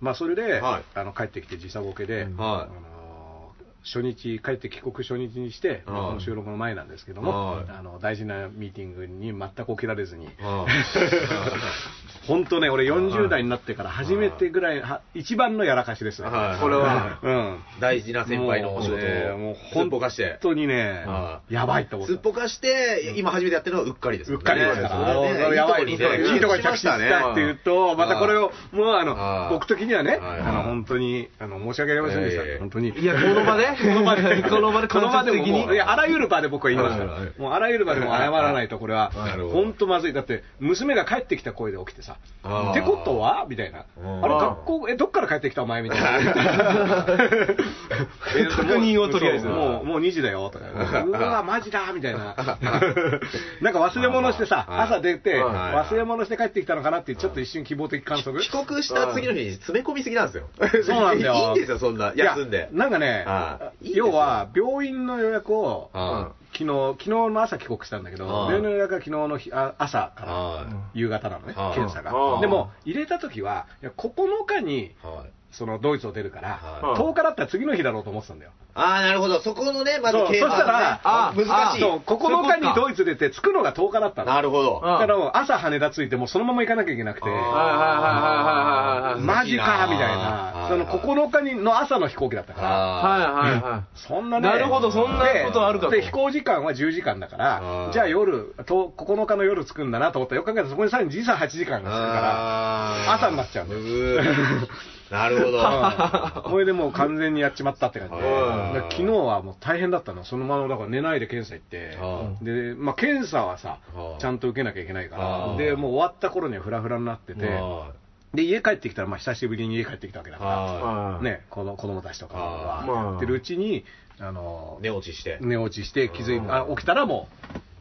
[SPEAKER 3] まあ、それで、
[SPEAKER 4] はい
[SPEAKER 3] あの帰ってきて時差ボケで、
[SPEAKER 4] は
[SPEAKER 3] あの初日、帰って帰国初日にして、
[SPEAKER 4] はい
[SPEAKER 3] この収録の前なんですけども、
[SPEAKER 4] はい
[SPEAKER 3] あの大事なミーティングに全く起きられずに、
[SPEAKER 4] いは
[SPEAKER 3] 本当ね、俺40代になってから初めてぐらい、は一番のやらかしですね、
[SPEAKER 4] はい
[SPEAKER 5] これは、
[SPEAKER 3] うん、
[SPEAKER 4] い大事な先輩のお仕事を
[SPEAKER 3] もうねもう
[SPEAKER 4] すっぽかして
[SPEAKER 3] 本当にね
[SPEAKER 4] は、い
[SPEAKER 3] やばいと思った
[SPEAKER 4] すっ。ぽかして今初めてやってるのはうっかりです
[SPEAKER 3] うっ
[SPEAKER 4] もんね
[SPEAKER 3] かりですから、
[SPEAKER 4] それね
[SPEAKER 3] あのやばい、
[SPEAKER 4] い
[SPEAKER 3] い
[SPEAKER 4] い
[SPEAKER 3] い
[SPEAKER 4] とこにね
[SPEAKER 3] とこに着地したっていうと、またこれを、もうあ
[SPEAKER 4] あ
[SPEAKER 3] の、
[SPEAKER 4] ー
[SPEAKER 3] 僕的にはね、
[SPEAKER 4] はい
[SPEAKER 3] あの、本当に、あの、申し訳ありませんでした
[SPEAKER 4] いやいやい。や
[SPEAKER 3] 本当に。
[SPEAKER 5] いや、この場で、この 場で、この場で、
[SPEAKER 3] この場でももう、いや、あらゆる場で僕は言いました
[SPEAKER 4] はいはい
[SPEAKER 3] か
[SPEAKER 4] は
[SPEAKER 3] ら、もうあらゆる場でも謝らないと、これは
[SPEAKER 4] なる、ほど
[SPEAKER 3] 本当まずい。だって、娘が帰ってきた声で起きてさ、
[SPEAKER 4] あー
[SPEAKER 3] ってことはみたいな、
[SPEAKER 4] うん
[SPEAKER 3] あれ、学校、え、どっから帰ってきた、お前みたいな、
[SPEAKER 5] 確認をとりあえず
[SPEAKER 3] そうもうもう2時だよとか、 うわ、マジだみたいな、なんか忘れ物してさ、
[SPEAKER 4] はい
[SPEAKER 3] 朝出て、
[SPEAKER 4] はいはい
[SPEAKER 3] 忘れ物して帰ってきたのかなって、ちょっと一瞬、希望的観測。
[SPEAKER 4] 帰国した次の日に詰め込みすぎなんですよ。
[SPEAKER 3] そうなんだよ
[SPEAKER 4] いいんですよ、そんな。休ん
[SPEAKER 3] いや
[SPEAKER 4] で。
[SPEAKER 3] なんかね
[SPEAKER 4] ああいいですよ
[SPEAKER 3] 要は病院の予約を
[SPEAKER 4] あ
[SPEAKER 3] 昨日昨日の朝帰国したんだけど
[SPEAKER 4] ああ
[SPEAKER 3] 病院の予約が昨日の日あ朝から
[SPEAKER 4] は
[SPEAKER 3] 夕方なのね
[SPEAKER 4] ああ
[SPEAKER 3] 検査
[SPEAKER 5] あ
[SPEAKER 3] が
[SPEAKER 5] あ
[SPEAKER 3] でも入れた時はいや9日に
[SPEAKER 4] い。はい。
[SPEAKER 3] そのドイツを出るから
[SPEAKER 4] はい
[SPEAKER 5] ああ
[SPEAKER 3] 10日だったら次の日だろうと思ってたんだよ
[SPEAKER 4] ああ、なるほど。そこのね、まず
[SPEAKER 3] そうそ
[SPEAKER 4] 計
[SPEAKER 3] した
[SPEAKER 4] 算ね
[SPEAKER 3] ら
[SPEAKER 4] あー難しい。
[SPEAKER 3] そう9日にドイツ出て着くのが10日だったの
[SPEAKER 4] なるほど。
[SPEAKER 3] だ
[SPEAKER 5] あ
[SPEAKER 3] からもう朝羽田着いてもうそのまま行かなきゃいけなくて
[SPEAKER 5] あーはいはいはいはいはいはい
[SPEAKER 3] マジかみたいなその
[SPEAKER 4] の、
[SPEAKER 3] 9日にの朝の飛行機だったから
[SPEAKER 5] はい
[SPEAKER 4] あ
[SPEAKER 5] はいは
[SPEAKER 3] そんなね。
[SPEAKER 5] なるほどそんなことあるかと
[SPEAKER 3] で、で飛行時間は10時間だか
[SPEAKER 4] あ
[SPEAKER 3] ら
[SPEAKER 4] ー、
[SPEAKER 3] じゃあ夜、と9日の夜着くんだなと思ったら、よく考えたらそこにさらに時差8時間
[SPEAKER 4] ー
[SPEAKER 3] がするか
[SPEAKER 4] あー
[SPEAKER 3] 朝になっちゃうんだよ
[SPEAKER 4] うーなる ほど。
[SPEAKER 3] ら、うんこれでもう完全にやっちまったって感じで、
[SPEAKER 4] あー
[SPEAKER 3] だから昨日はもう大変だったの、そのままだから寝ないで検査行って
[SPEAKER 4] あ、
[SPEAKER 3] で、まあ、検査はさ
[SPEAKER 4] あー、
[SPEAKER 3] ちゃんと受けなきゃいけないか
[SPEAKER 4] あー
[SPEAKER 3] ら、で、もう終わった頃にはフラフラになってて、
[SPEAKER 4] は
[SPEAKER 3] で、家帰ってきたら、まあ、久しぶりに家帰ってきたわけだ
[SPEAKER 4] い
[SPEAKER 3] か
[SPEAKER 4] は
[SPEAKER 5] は
[SPEAKER 3] ら、
[SPEAKER 5] い
[SPEAKER 3] ね、この子供たちとか
[SPEAKER 4] あ
[SPEAKER 5] ーまあ
[SPEAKER 3] が、やってるうちに、あの
[SPEAKER 4] い、寝落ちして。
[SPEAKER 3] 寝落ちして気づいあ起きたらも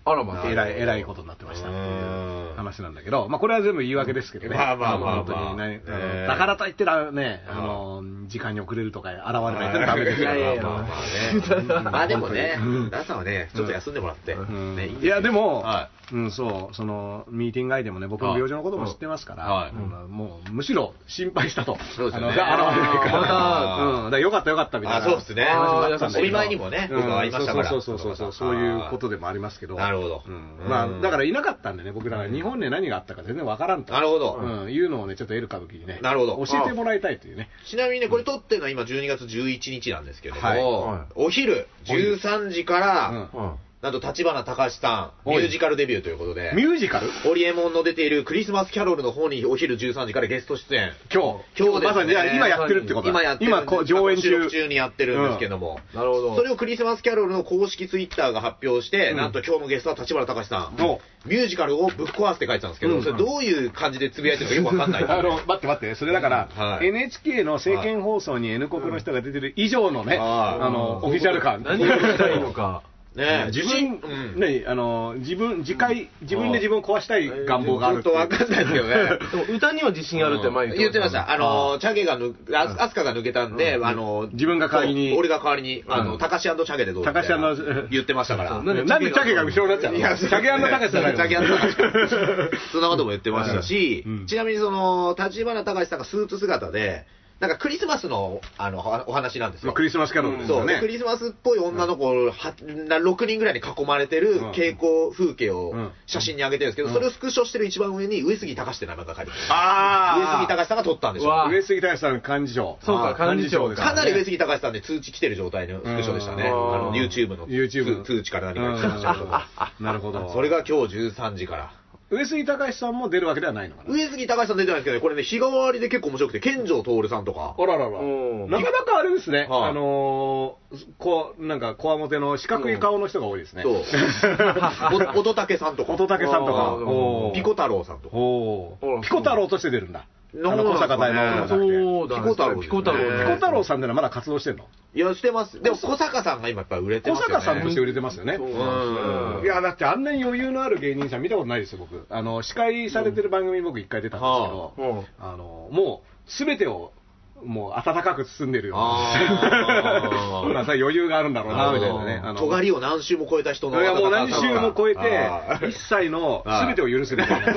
[SPEAKER 5] あら
[SPEAKER 3] う
[SPEAKER 5] ま
[SPEAKER 3] えらいえらいことになってましたっていううん話なんだけど、まあ、これは全部言い訳ですけどね、
[SPEAKER 4] まあまあまあまあ
[SPEAKER 3] 本当にねあの
[SPEAKER 4] ね
[SPEAKER 3] だからといってらねあの時間に遅れるとか現れないとダメです
[SPEAKER 4] い
[SPEAKER 3] よ
[SPEAKER 4] やいやいや
[SPEAKER 3] まあ
[SPEAKER 4] まあ
[SPEAKER 3] まあ
[SPEAKER 4] まあねまあでもね
[SPEAKER 3] うん、
[SPEAKER 4] 皆さんはね、ちょっと休んでもらって。
[SPEAKER 3] うん
[SPEAKER 4] ね
[SPEAKER 3] いやでも、
[SPEAKER 4] は
[SPEAKER 3] うん、そうそのミーティング外でもね僕の病状のことも知ってますから、
[SPEAKER 4] はい
[SPEAKER 3] うんもうむしろ心配したと、
[SPEAKER 4] そうですよね
[SPEAKER 3] あのが現れないから、
[SPEAKER 4] あー
[SPEAKER 3] うん、だからよかったよかったみたい
[SPEAKER 4] あ、
[SPEAKER 3] な
[SPEAKER 4] そうですね。
[SPEAKER 5] 話もあったんだけど
[SPEAKER 4] お見舞いにもね、僕は会いましたから。
[SPEAKER 3] そうそうそうそうそうそういうこと
[SPEAKER 4] で。
[SPEAKER 3] でもありますけど
[SPEAKER 4] なるほど
[SPEAKER 3] うん
[SPEAKER 4] うん
[SPEAKER 3] まあだからいなかったんでね僕らが日本で何があったか全然わからんと
[SPEAKER 4] なるほど。
[SPEAKER 3] うん、いうのをねちょっとエル歌舞伎にね
[SPEAKER 4] なるほど
[SPEAKER 3] 教えてもらいたいというね
[SPEAKER 4] ちなみにね、これ撮ってるのは今12月11日なんですけれども、
[SPEAKER 3] はい
[SPEAKER 5] はい
[SPEAKER 4] お昼13時から、
[SPEAKER 3] うん
[SPEAKER 5] うん
[SPEAKER 4] なんと立花隆さん、ミュージカルデビューということで、
[SPEAKER 3] ミュージカル
[SPEAKER 4] オリエモンの出ているクリスマスキャロルの方にお昼13時からゲスト出演。
[SPEAKER 3] 今日
[SPEAKER 4] 今日ですね
[SPEAKER 3] まさにじゃあ今やってるってことだ
[SPEAKER 4] 今やってる
[SPEAKER 3] 今こう上演
[SPEAKER 4] 収
[SPEAKER 3] 中
[SPEAKER 4] 録中にやってるんですけども、
[SPEAKER 5] なるほど
[SPEAKER 4] それをクリスマスキャロルの公式ツイッターが発表して、なんと今日のゲストは立花隆さん、
[SPEAKER 3] お
[SPEAKER 4] ミュージカルをぶっ壊すって書いてたんですけ ど、それどういう感じでつぶやいてるかよくわかんないです
[SPEAKER 3] あ
[SPEAKER 4] よね
[SPEAKER 3] の待って待って、それだから、
[SPEAKER 4] うんはい
[SPEAKER 3] NHK の政見放送に N 国の人が出てる以上のね、
[SPEAKER 4] はい
[SPEAKER 3] あのオフィシャル感、
[SPEAKER 5] 何をしたいのか
[SPEAKER 4] ね
[SPEAKER 3] 自
[SPEAKER 4] 信
[SPEAKER 3] 分、
[SPEAKER 4] うん
[SPEAKER 3] ね、あの自分自戒自分で自分を壊したい願望がある
[SPEAKER 4] 本当わかんないですけどね。
[SPEAKER 5] でも歌には自信あるって前
[SPEAKER 4] 言ってました。あのー、チャゲが抜、あアスカが抜けたんで、あのー、
[SPEAKER 3] 自分が代わりに
[SPEAKER 4] そう俺が代わりに、あ
[SPEAKER 3] う
[SPEAKER 4] の、
[SPEAKER 3] ん
[SPEAKER 4] タカシチャゲでどう
[SPEAKER 3] 高橋さんの
[SPEAKER 4] みたいな言ってまし たから。
[SPEAKER 5] なんで
[SPEAKER 3] なんでチャゲが後ろになっちゃうの
[SPEAKER 4] いや
[SPEAKER 3] チャゲ高橋さんだよ
[SPEAKER 4] チャゲ隆そんなことも言ってましたし
[SPEAKER 3] うん、
[SPEAKER 4] ちなみにその、立花隆さんがスーツ姿で、なんかクリスマスの、あの、おお話なんです
[SPEAKER 3] ま
[SPEAKER 4] よ
[SPEAKER 3] あ。クリスマスキャロルです
[SPEAKER 4] そ
[SPEAKER 3] よ
[SPEAKER 4] う
[SPEAKER 3] ね。
[SPEAKER 4] でクリスマスっぽい女の子をはな6人ぐらいに囲まれてる蛍光風景を
[SPEAKER 3] うん
[SPEAKER 4] 写真に上げてるんですけど、それをスクショしてる一番上に上杉隆って名前が書いてある。上
[SPEAKER 3] あ
[SPEAKER 4] 杉隆さんが撮ったんでしょ
[SPEAKER 5] う
[SPEAKER 4] う。
[SPEAKER 5] わ
[SPEAKER 3] あ上杉大さん幹事長。
[SPEAKER 5] そうか幹事長
[SPEAKER 3] 幹
[SPEAKER 5] が
[SPEAKER 4] かなり上杉隆さんで通知来てる状態のスクショでしたね。あ
[SPEAKER 5] うん
[SPEAKER 4] の YouTube の
[SPEAKER 3] YouTube
[SPEAKER 4] 通通知から何か来てましたけど
[SPEAKER 3] うんなるほど。
[SPEAKER 4] それが今日13時から。
[SPEAKER 3] 上杉隆さんも出るわけではないのかな。
[SPEAKER 4] 上杉隆さん出てないですけどね、これね、日替わりで結構面白くて、健城徹さんとか。
[SPEAKER 3] あららら
[SPEAKER 5] うん
[SPEAKER 3] なかなかあれですね、
[SPEAKER 4] はい
[SPEAKER 3] あのーこう、なんか、こわもての四角い顔の人が多いですね。
[SPEAKER 4] そう。お乙武さんとか。
[SPEAKER 3] 乙武さんとか、
[SPEAKER 5] うん
[SPEAKER 3] おー
[SPEAKER 4] ピコ太郎さんとか。
[SPEAKER 3] お
[SPEAKER 5] あ
[SPEAKER 3] ー
[SPEAKER 5] ら
[SPEAKER 3] ピコ太郎として出るんだ。あ
[SPEAKER 4] そう
[SPEAKER 3] の小坂大魔王じゃなくて
[SPEAKER 5] そうだね
[SPEAKER 4] ピコ太郎です
[SPEAKER 5] ピコ
[SPEAKER 4] ね
[SPEAKER 5] 太郎
[SPEAKER 3] ピコ太郎さんってのはまだ活動してんの
[SPEAKER 4] いや、してます。でも、小坂さんが今やっぱ売れて
[SPEAKER 3] 小
[SPEAKER 4] ますよね。
[SPEAKER 3] 坂さんとして売れてますよね。
[SPEAKER 5] そう
[SPEAKER 4] うん
[SPEAKER 3] いや、だってあんなに余裕のある芸人さん見たことないですよ、僕。あの、司会されてる番組に僕一回出たんですけ
[SPEAKER 5] うん
[SPEAKER 3] ど、あの、もう、すべてを、もう温かく包んでるような。
[SPEAKER 4] あー
[SPEAKER 3] ほらさ余裕があるんだろうな、みたいなね。あの
[SPEAKER 4] 尖りを何周も超えた人
[SPEAKER 3] い
[SPEAKER 4] の。
[SPEAKER 3] やもう何週も超え
[SPEAKER 4] あ
[SPEAKER 3] て、一切の
[SPEAKER 4] ああ
[SPEAKER 3] 全てを許すみたいな。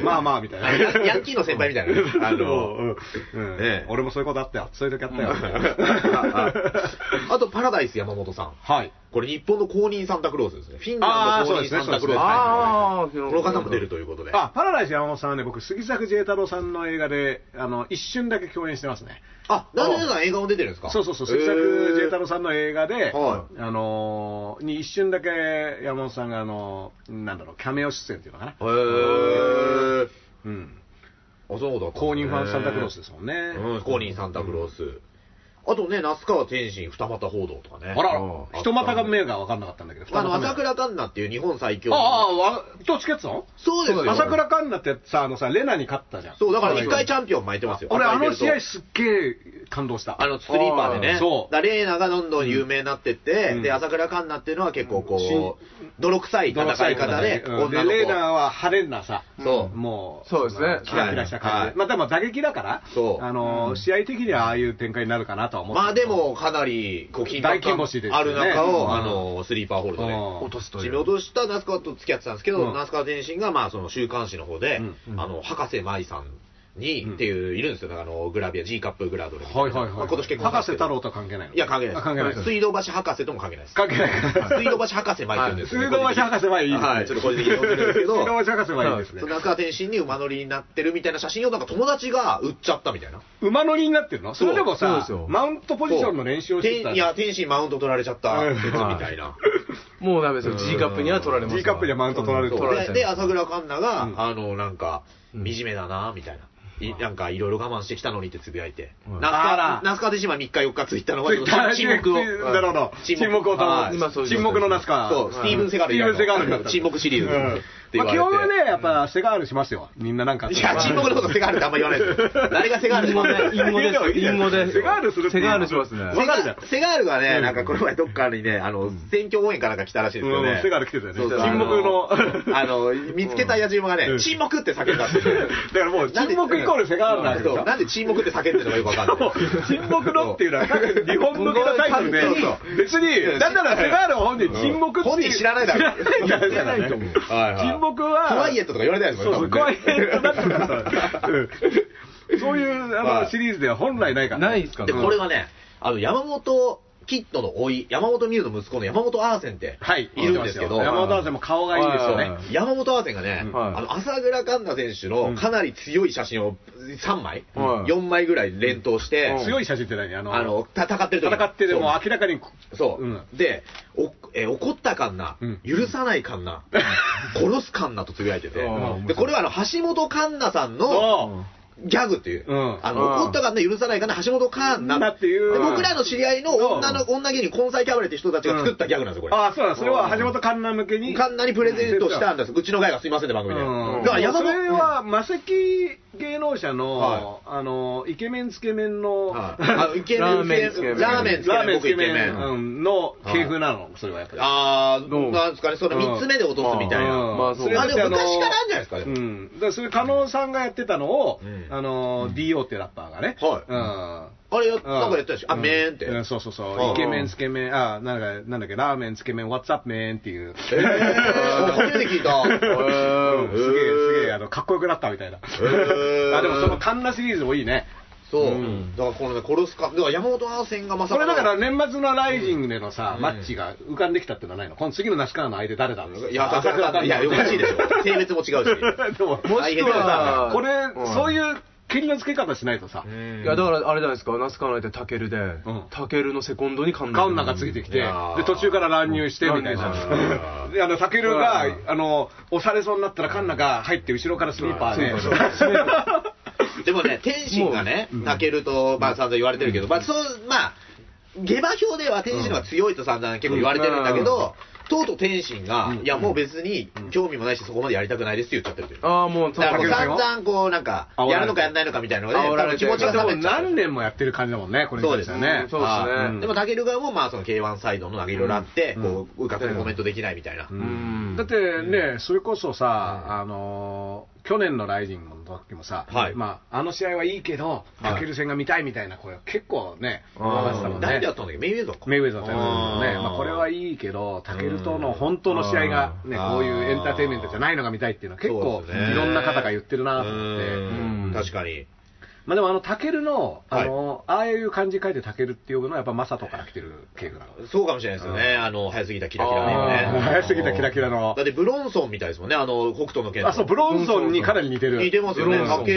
[SPEAKER 3] まあまあみたいな。
[SPEAKER 4] ーヤンキーの先輩みたいなね。あ
[SPEAKER 3] あ
[SPEAKER 4] の
[SPEAKER 3] の、うん
[SPEAKER 4] ねえ
[SPEAKER 3] 俺もそういうことあったよ。そういう時あったよ。
[SPEAKER 4] あと、パラダイス山本さん。
[SPEAKER 3] はい。
[SPEAKER 4] これ、日本の公認サンタクロースですね。フィンランド公認サンタクロース。
[SPEAKER 5] あーそうですねそうですね
[SPEAKER 4] はいこの方も出るということで。
[SPEAKER 3] あ、パラダイス山本さんはね、僕、杉作 J 太郎さんの映画で、あの、一瞬だけ共演してますね。
[SPEAKER 4] あ、なんで皆さん映画も出てるんですか
[SPEAKER 3] そうそうそう、杉作 J 太郎さんの映画で、
[SPEAKER 4] は
[SPEAKER 3] あのーに一瞬だけ山本さんが、あのーなんだろう、キャメオ出演っていうのかな。
[SPEAKER 4] へー。
[SPEAKER 3] うん。
[SPEAKER 4] あ、そうだったんですね
[SPEAKER 3] 公認ファンサンタクロースですもんね。
[SPEAKER 4] うん、公認サンタクロース。あとね、那須川天心二股報道とかね。
[SPEAKER 3] あらら
[SPEAKER 5] うん、
[SPEAKER 3] 一股が目が分かんなかったんだけど、
[SPEAKER 4] あの、
[SPEAKER 3] 二股目
[SPEAKER 4] 朝倉環奈っていう日本最強
[SPEAKER 3] あ
[SPEAKER 4] の。
[SPEAKER 3] あ、わ今日チケット
[SPEAKER 4] そうですよ。
[SPEAKER 3] 朝倉環奈ってさ、あのさ、レナに勝ったじゃん。
[SPEAKER 4] そう、だから一回チャンピオン巻いてますよ。
[SPEAKER 3] 俺、あの試合
[SPEAKER 4] 赤いベルト
[SPEAKER 3] すっげえ感動した。
[SPEAKER 4] あの、スリーパーで
[SPEAKER 3] あ
[SPEAKER 4] ね。
[SPEAKER 3] ーそう
[SPEAKER 4] だからレーナがどんどん有名になってって、
[SPEAKER 3] うん
[SPEAKER 4] で、朝倉環奈っていうのは結構
[SPEAKER 3] しん
[SPEAKER 4] こう、泥臭い戦い方で、
[SPEAKER 3] うんで
[SPEAKER 4] 女の
[SPEAKER 3] レー
[SPEAKER 4] 子。
[SPEAKER 3] ナは派手なさ、
[SPEAKER 4] そう
[SPEAKER 3] もう、
[SPEAKER 5] そうですね
[SPEAKER 3] キラキラした感じで、
[SPEAKER 4] はい
[SPEAKER 3] まあでも打撃だから、
[SPEAKER 4] そう
[SPEAKER 3] あの試合的にはああいう展開になるかなとは思って
[SPEAKER 4] まあで、も、かなり、こう、緊
[SPEAKER 3] 大
[SPEAKER 4] 迫
[SPEAKER 3] 金星です
[SPEAKER 4] 感
[SPEAKER 3] よね
[SPEAKER 4] ある中を、
[SPEAKER 3] うん
[SPEAKER 4] あの、スリーパーホールドで。
[SPEAKER 3] うん
[SPEAKER 5] 落とすとい
[SPEAKER 4] 締
[SPEAKER 5] う
[SPEAKER 4] め。落とした那須川と付き合ってたんですけど、
[SPEAKER 3] うん
[SPEAKER 4] 那須川天心が、まあ、その週刊誌の方で、
[SPEAKER 3] うん
[SPEAKER 5] うん
[SPEAKER 4] あの、博士舞さんに、
[SPEAKER 3] うん
[SPEAKER 4] っていう、いるんですよ。だから、あの、グラビア、G カップグラドルみたな
[SPEAKER 3] はいはいはい、
[SPEAKER 4] まあ今年結構。
[SPEAKER 3] 博士太郎とは関係ないの
[SPEAKER 4] いや、関係ないで
[SPEAKER 3] あ
[SPEAKER 4] す。
[SPEAKER 3] 関係ないです。
[SPEAKER 4] 水道橋博士とも関係ないです。
[SPEAKER 3] 関係ない。
[SPEAKER 4] 水道橋博士舞って言うんですよ、
[SPEAKER 3] 水道橋博士はいいですね
[SPEAKER 4] はい、ちょっと個人的に思ってるんですけど、
[SPEAKER 3] 水道橋博士はいいですね
[SPEAKER 4] そ。の那須川天心に馬乗りになってるみたいな写真を、なんか友達が売っちゃったみたいな。
[SPEAKER 3] 馬乗りになってるのそれでも
[SPEAKER 5] そう
[SPEAKER 3] さ
[SPEAKER 5] ですよ、
[SPEAKER 3] マウントポジションの練習をしてた
[SPEAKER 4] 天いや、天心マウント取られちゃった、説みたいな。
[SPEAKER 5] もうダメですよ。G カップには取られますわ。
[SPEAKER 3] G カップにはマウント取られる
[SPEAKER 4] そう
[SPEAKER 5] 取られちゃ
[SPEAKER 4] で
[SPEAKER 5] う
[SPEAKER 4] で朝倉環奈が、
[SPEAKER 3] うん
[SPEAKER 4] あのなんか
[SPEAKER 5] うん
[SPEAKER 4] 惨めだなみたいな。いなんかいろいろ我慢してきたのにってつぶやいて、
[SPEAKER 5] うん
[SPEAKER 4] 那須
[SPEAKER 3] あら
[SPEAKER 4] 川那須川で島3日4日ついたのが
[SPEAKER 3] ツイッ ター
[SPEAKER 4] 沈黙を、
[SPEAKER 3] なるほど。
[SPEAKER 4] 沈
[SPEAKER 3] 沈
[SPEAKER 4] 黙
[SPEAKER 3] 黙を
[SPEAKER 4] はい
[SPEAKER 5] 今そういう状態
[SPEAKER 3] 沈黙のナスカ。
[SPEAKER 4] そう、スティーブン・セガール以来の
[SPEAKER 3] スティーブンセガールになった
[SPEAKER 4] 沈黙シリーズ
[SPEAKER 3] うん
[SPEAKER 4] って
[SPEAKER 3] ま
[SPEAKER 4] 言
[SPEAKER 3] あ基
[SPEAKER 4] われて、
[SPEAKER 3] 本はね、やっぱセガールしますよ。みんななんか。
[SPEAKER 4] いや沈黙のことセガールってあんま言わな いですよ誰がセガール
[SPEAKER 5] 隠
[SPEAKER 4] しま
[SPEAKER 5] 語
[SPEAKER 4] す
[SPEAKER 5] で、隠語です。隠語です。
[SPEAKER 3] セガールするって
[SPEAKER 5] セガールしますね。
[SPEAKER 3] わ
[SPEAKER 4] セ
[SPEAKER 3] か
[SPEAKER 4] ガ
[SPEAKER 3] るじゃん
[SPEAKER 4] ーセガールがね、なんかこの前どっかにね、あの、選挙応援かなんか来たらしいんですよ
[SPEAKER 3] う
[SPEAKER 4] ね
[SPEAKER 3] ん。セガール来てたよね
[SPEAKER 4] そうそう
[SPEAKER 3] 沈黙の
[SPEAKER 4] あの、あの見つけた矢島が
[SPEAKER 3] う
[SPEAKER 4] ね、
[SPEAKER 3] ん
[SPEAKER 4] 沈黙って叫んだ って。
[SPEAKER 3] だからもう沈黙イコールセガールなんです
[SPEAKER 4] そう
[SPEAKER 3] よ。
[SPEAKER 4] なんで沈黙って叫んでるのかよくわかんない。
[SPEAKER 3] 沈黙のっていうのは、日本向けのタイトルで
[SPEAKER 4] そうそう、
[SPEAKER 3] 別に、だったらセガールは本人沈黙っていう。
[SPEAKER 4] 本人知らないだろ
[SPEAKER 3] 知らないからね
[SPEAKER 5] 知らないと思う
[SPEAKER 4] はいはい
[SPEAKER 3] 沈黙は、
[SPEAKER 4] クワイエットとか言われないです
[SPEAKER 3] そ
[SPEAKER 4] も
[SPEAKER 3] うんそ
[SPEAKER 4] ね
[SPEAKER 3] う、
[SPEAKER 4] 多
[SPEAKER 3] 怖
[SPEAKER 4] 分
[SPEAKER 3] い
[SPEAKER 4] ね
[SPEAKER 3] となってるからさうんそういう
[SPEAKER 4] ま
[SPEAKER 3] あ
[SPEAKER 4] あ
[SPEAKER 3] のシリーズでは本来ないから。
[SPEAKER 5] ないっすか
[SPEAKER 4] で、
[SPEAKER 5] ね。
[SPEAKER 4] これはね、あの、山本キッドの甥い、山本美優の息子の山本アーセンって、
[SPEAKER 3] はい、
[SPEAKER 4] いるんですけど、
[SPEAKER 3] 山本アーセンも顔がいいんですよ
[SPEAKER 5] はい
[SPEAKER 3] ね。
[SPEAKER 4] 山本アーセンがね、
[SPEAKER 5] はい
[SPEAKER 4] あの朝倉環奈選手のかなり強い写真を3枚、
[SPEAKER 5] はい
[SPEAKER 4] 4枚ぐらい連投して、
[SPEAKER 5] うん
[SPEAKER 3] 強い写真って何あの、
[SPEAKER 4] あの戦ってる時に
[SPEAKER 3] 戦ってでも
[SPEAKER 4] そう
[SPEAKER 3] 明らかに、
[SPEAKER 4] そう、
[SPEAKER 3] うん
[SPEAKER 4] でお、えー怒ったかんな、
[SPEAKER 3] うん
[SPEAKER 4] 許さないかんな、殺すかんなとつぶやいてて、
[SPEAKER 5] うん
[SPEAKER 4] でこれはあの橋本環奈さんの
[SPEAKER 3] そう
[SPEAKER 4] ギャグっていう、
[SPEAKER 3] うん
[SPEAKER 4] あ
[SPEAKER 5] うん
[SPEAKER 4] の怒ったかんな、許さないかんな、橋本環奈
[SPEAKER 3] なっていう
[SPEAKER 4] で僕らの知り合いの女の
[SPEAKER 3] う
[SPEAKER 4] 女芸人、根菜キャバレーって人たちが作ったギャグなんですよ、これ。
[SPEAKER 3] ああ、そうだ、それは橋本環奈向けに。
[SPEAKER 4] 環奈にプレゼントしたんです、うちのガイがすいませんね、番組で。
[SPEAKER 3] うん
[SPEAKER 4] だから山
[SPEAKER 3] そ
[SPEAKER 4] 本
[SPEAKER 3] れは、魔石芸能者の、
[SPEAKER 4] は
[SPEAKER 3] あの、イケメンつけ麺の、
[SPEAKER 4] あイケメン
[SPEAKER 5] ラーメンつけ麺
[SPEAKER 4] ラーメンつけ
[SPEAKER 3] ラー
[SPEAKER 4] 麺
[SPEAKER 3] メンつ
[SPEAKER 4] 僕
[SPEAKER 3] け
[SPEAKER 4] イケメ
[SPEAKER 3] 麺
[SPEAKER 4] ン。
[SPEAKER 3] うんの系譜なの、それはやっぱり。
[SPEAKER 4] あー、
[SPEAKER 5] どう
[SPEAKER 4] なんですかね、その3つ目で落とすみたいな。
[SPEAKER 5] うんまあそう
[SPEAKER 3] れだ
[SPEAKER 4] あ、
[SPEAKER 3] っ
[SPEAKER 4] で
[SPEAKER 3] て
[SPEAKER 4] も
[SPEAKER 3] あの
[SPEAKER 4] 昔からあるんじゃないですか、で
[SPEAKER 3] う
[SPEAKER 4] も
[SPEAKER 3] ん、だからそれ、加納さんがやってたのを、
[SPEAKER 4] うん
[SPEAKER 3] あの、DO ってラッパーがね、
[SPEAKER 4] はい
[SPEAKER 3] うん
[SPEAKER 4] あれ
[SPEAKER 3] う
[SPEAKER 4] や、なんかやったでしょ。あ、
[SPEAKER 3] うん
[SPEAKER 4] めーんって。
[SPEAKER 3] うんそうそうそうう。
[SPEAKER 4] ん
[SPEAKER 3] イケメン、つけ麺、あ、なんか、なんだっけ、ラーメン、つけ麺、ワッツアップメンっていう。
[SPEAKER 4] えー、初め て聞いた。
[SPEAKER 3] うんすげえ、すげえ、あの、かっこよくなったみたいな。
[SPEAKER 4] ー
[SPEAKER 3] あ、でもそのカンナシリーズもいいね。
[SPEAKER 4] そう
[SPEAKER 5] うん。
[SPEAKER 4] だからこのね、殺すか。だから山本アーセンがまさ
[SPEAKER 3] こ
[SPEAKER 4] か
[SPEAKER 3] れ
[SPEAKER 4] の
[SPEAKER 3] だから年末のライジングでのさ
[SPEAKER 4] う、ん
[SPEAKER 3] マッチが浮かんできたってのはないのこの次のナスカナの相手誰だ
[SPEAKER 4] いや、だから、いや、おかしいでしょ。性別も違うし。
[SPEAKER 3] でも、
[SPEAKER 5] もしくは、
[SPEAKER 3] これ、
[SPEAKER 5] ん
[SPEAKER 3] そういう、蹴りの付け方しないとさ、
[SPEAKER 5] いや、だからあれじゃないですか、那須川の相手、タケルで
[SPEAKER 3] ん、
[SPEAKER 5] タケルのセコンドに神
[SPEAKER 3] カウンナーがついてき
[SPEAKER 4] い
[SPEAKER 3] て、で
[SPEAKER 4] やー、
[SPEAKER 3] 途中から乱入して、みたいな
[SPEAKER 4] う。ん
[SPEAKER 3] で、あの、タケルが
[SPEAKER 5] うん、
[SPEAKER 3] あの、押されそうになったらカンナが入って、後ろからスリーパーで
[SPEAKER 5] そうそう そう。
[SPEAKER 4] でもね、天心がね、泣けると、まあ、散々言われてるけど、まあ、そう、まあ、下馬評では天心の方が強いと散々結構言われてるんだけど、とうとう天心が、いや、もう別に興味もないし、そこまでやりたくないですって言っちゃってるという。だ
[SPEAKER 5] ああ、もう、
[SPEAKER 4] からもう
[SPEAKER 3] 竹内よ
[SPEAKER 4] 散々こう、なんか、
[SPEAKER 3] 煽られて
[SPEAKER 4] やるのかやらないのかみたいなので、
[SPEAKER 5] 煽
[SPEAKER 4] 多
[SPEAKER 5] られ
[SPEAKER 4] 分
[SPEAKER 5] て
[SPEAKER 4] 気持ちが冷
[SPEAKER 3] もう
[SPEAKER 4] めちゃう
[SPEAKER 3] 何。年もやってる感じだもんね、これに
[SPEAKER 4] そう
[SPEAKER 3] 関
[SPEAKER 4] で
[SPEAKER 3] して
[SPEAKER 4] す
[SPEAKER 3] は
[SPEAKER 4] ね
[SPEAKER 3] ね。。
[SPEAKER 5] そうですね
[SPEAKER 4] はい
[SPEAKER 5] うん
[SPEAKER 4] でも、タケル側も、まあ、その K1 サイドのなんかいろいろあって、
[SPEAKER 3] うん
[SPEAKER 4] こう、うかつにコメントできないみたいな。
[SPEAKER 5] ん
[SPEAKER 3] だってね、それこそさ、あのー去年のライジングの時もさ、
[SPEAKER 4] はい
[SPEAKER 3] まあ、あの試合はいいけど、
[SPEAKER 4] はい
[SPEAKER 3] タケル戦が見たいみたいな声が結構ね、流
[SPEAKER 5] あー
[SPEAKER 3] してたもん
[SPEAKER 4] 誰とや
[SPEAKER 3] ね
[SPEAKER 4] っ。たんだっけメイウェザーか。
[SPEAKER 3] メイウェザーとやったんだけどね、
[SPEAKER 4] あー
[SPEAKER 3] まあ、これはいいけど、タケルとの本当の試合が、ね、
[SPEAKER 4] うん
[SPEAKER 3] こういうエンターテインメントじゃないのが見たいっていうのは、結構
[SPEAKER 4] そうですね
[SPEAKER 3] いろんな方が言ってる
[SPEAKER 4] う
[SPEAKER 3] なと思って。
[SPEAKER 5] う
[SPEAKER 4] ー
[SPEAKER 5] ん
[SPEAKER 4] ん。確かに。
[SPEAKER 3] まあでもあの、タケルの、あの、ああいう漢字書いてタケルって呼ぶのはやっぱマサトから来てる系譜なの。
[SPEAKER 4] そうかもしれないですよね。あの、早すぎたキラキラ
[SPEAKER 5] あ
[SPEAKER 4] ね
[SPEAKER 5] ー
[SPEAKER 4] 今ね。
[SPEAKER 3] 早すぎたキラキラの
[SPEAKER 4] だ。ってブロンソンみたいですもんね、あの、北斗の剣の。
[SPEAKER 3] あ、そう、ブロンソンにかなり似てる。
[SPEAKER 4] 似てますよ
[SPEAKER 5] ブ
[SPEAKER 4] ね。
[SPEAKER 5] ロンソン
[SPEAKER 4] だけ、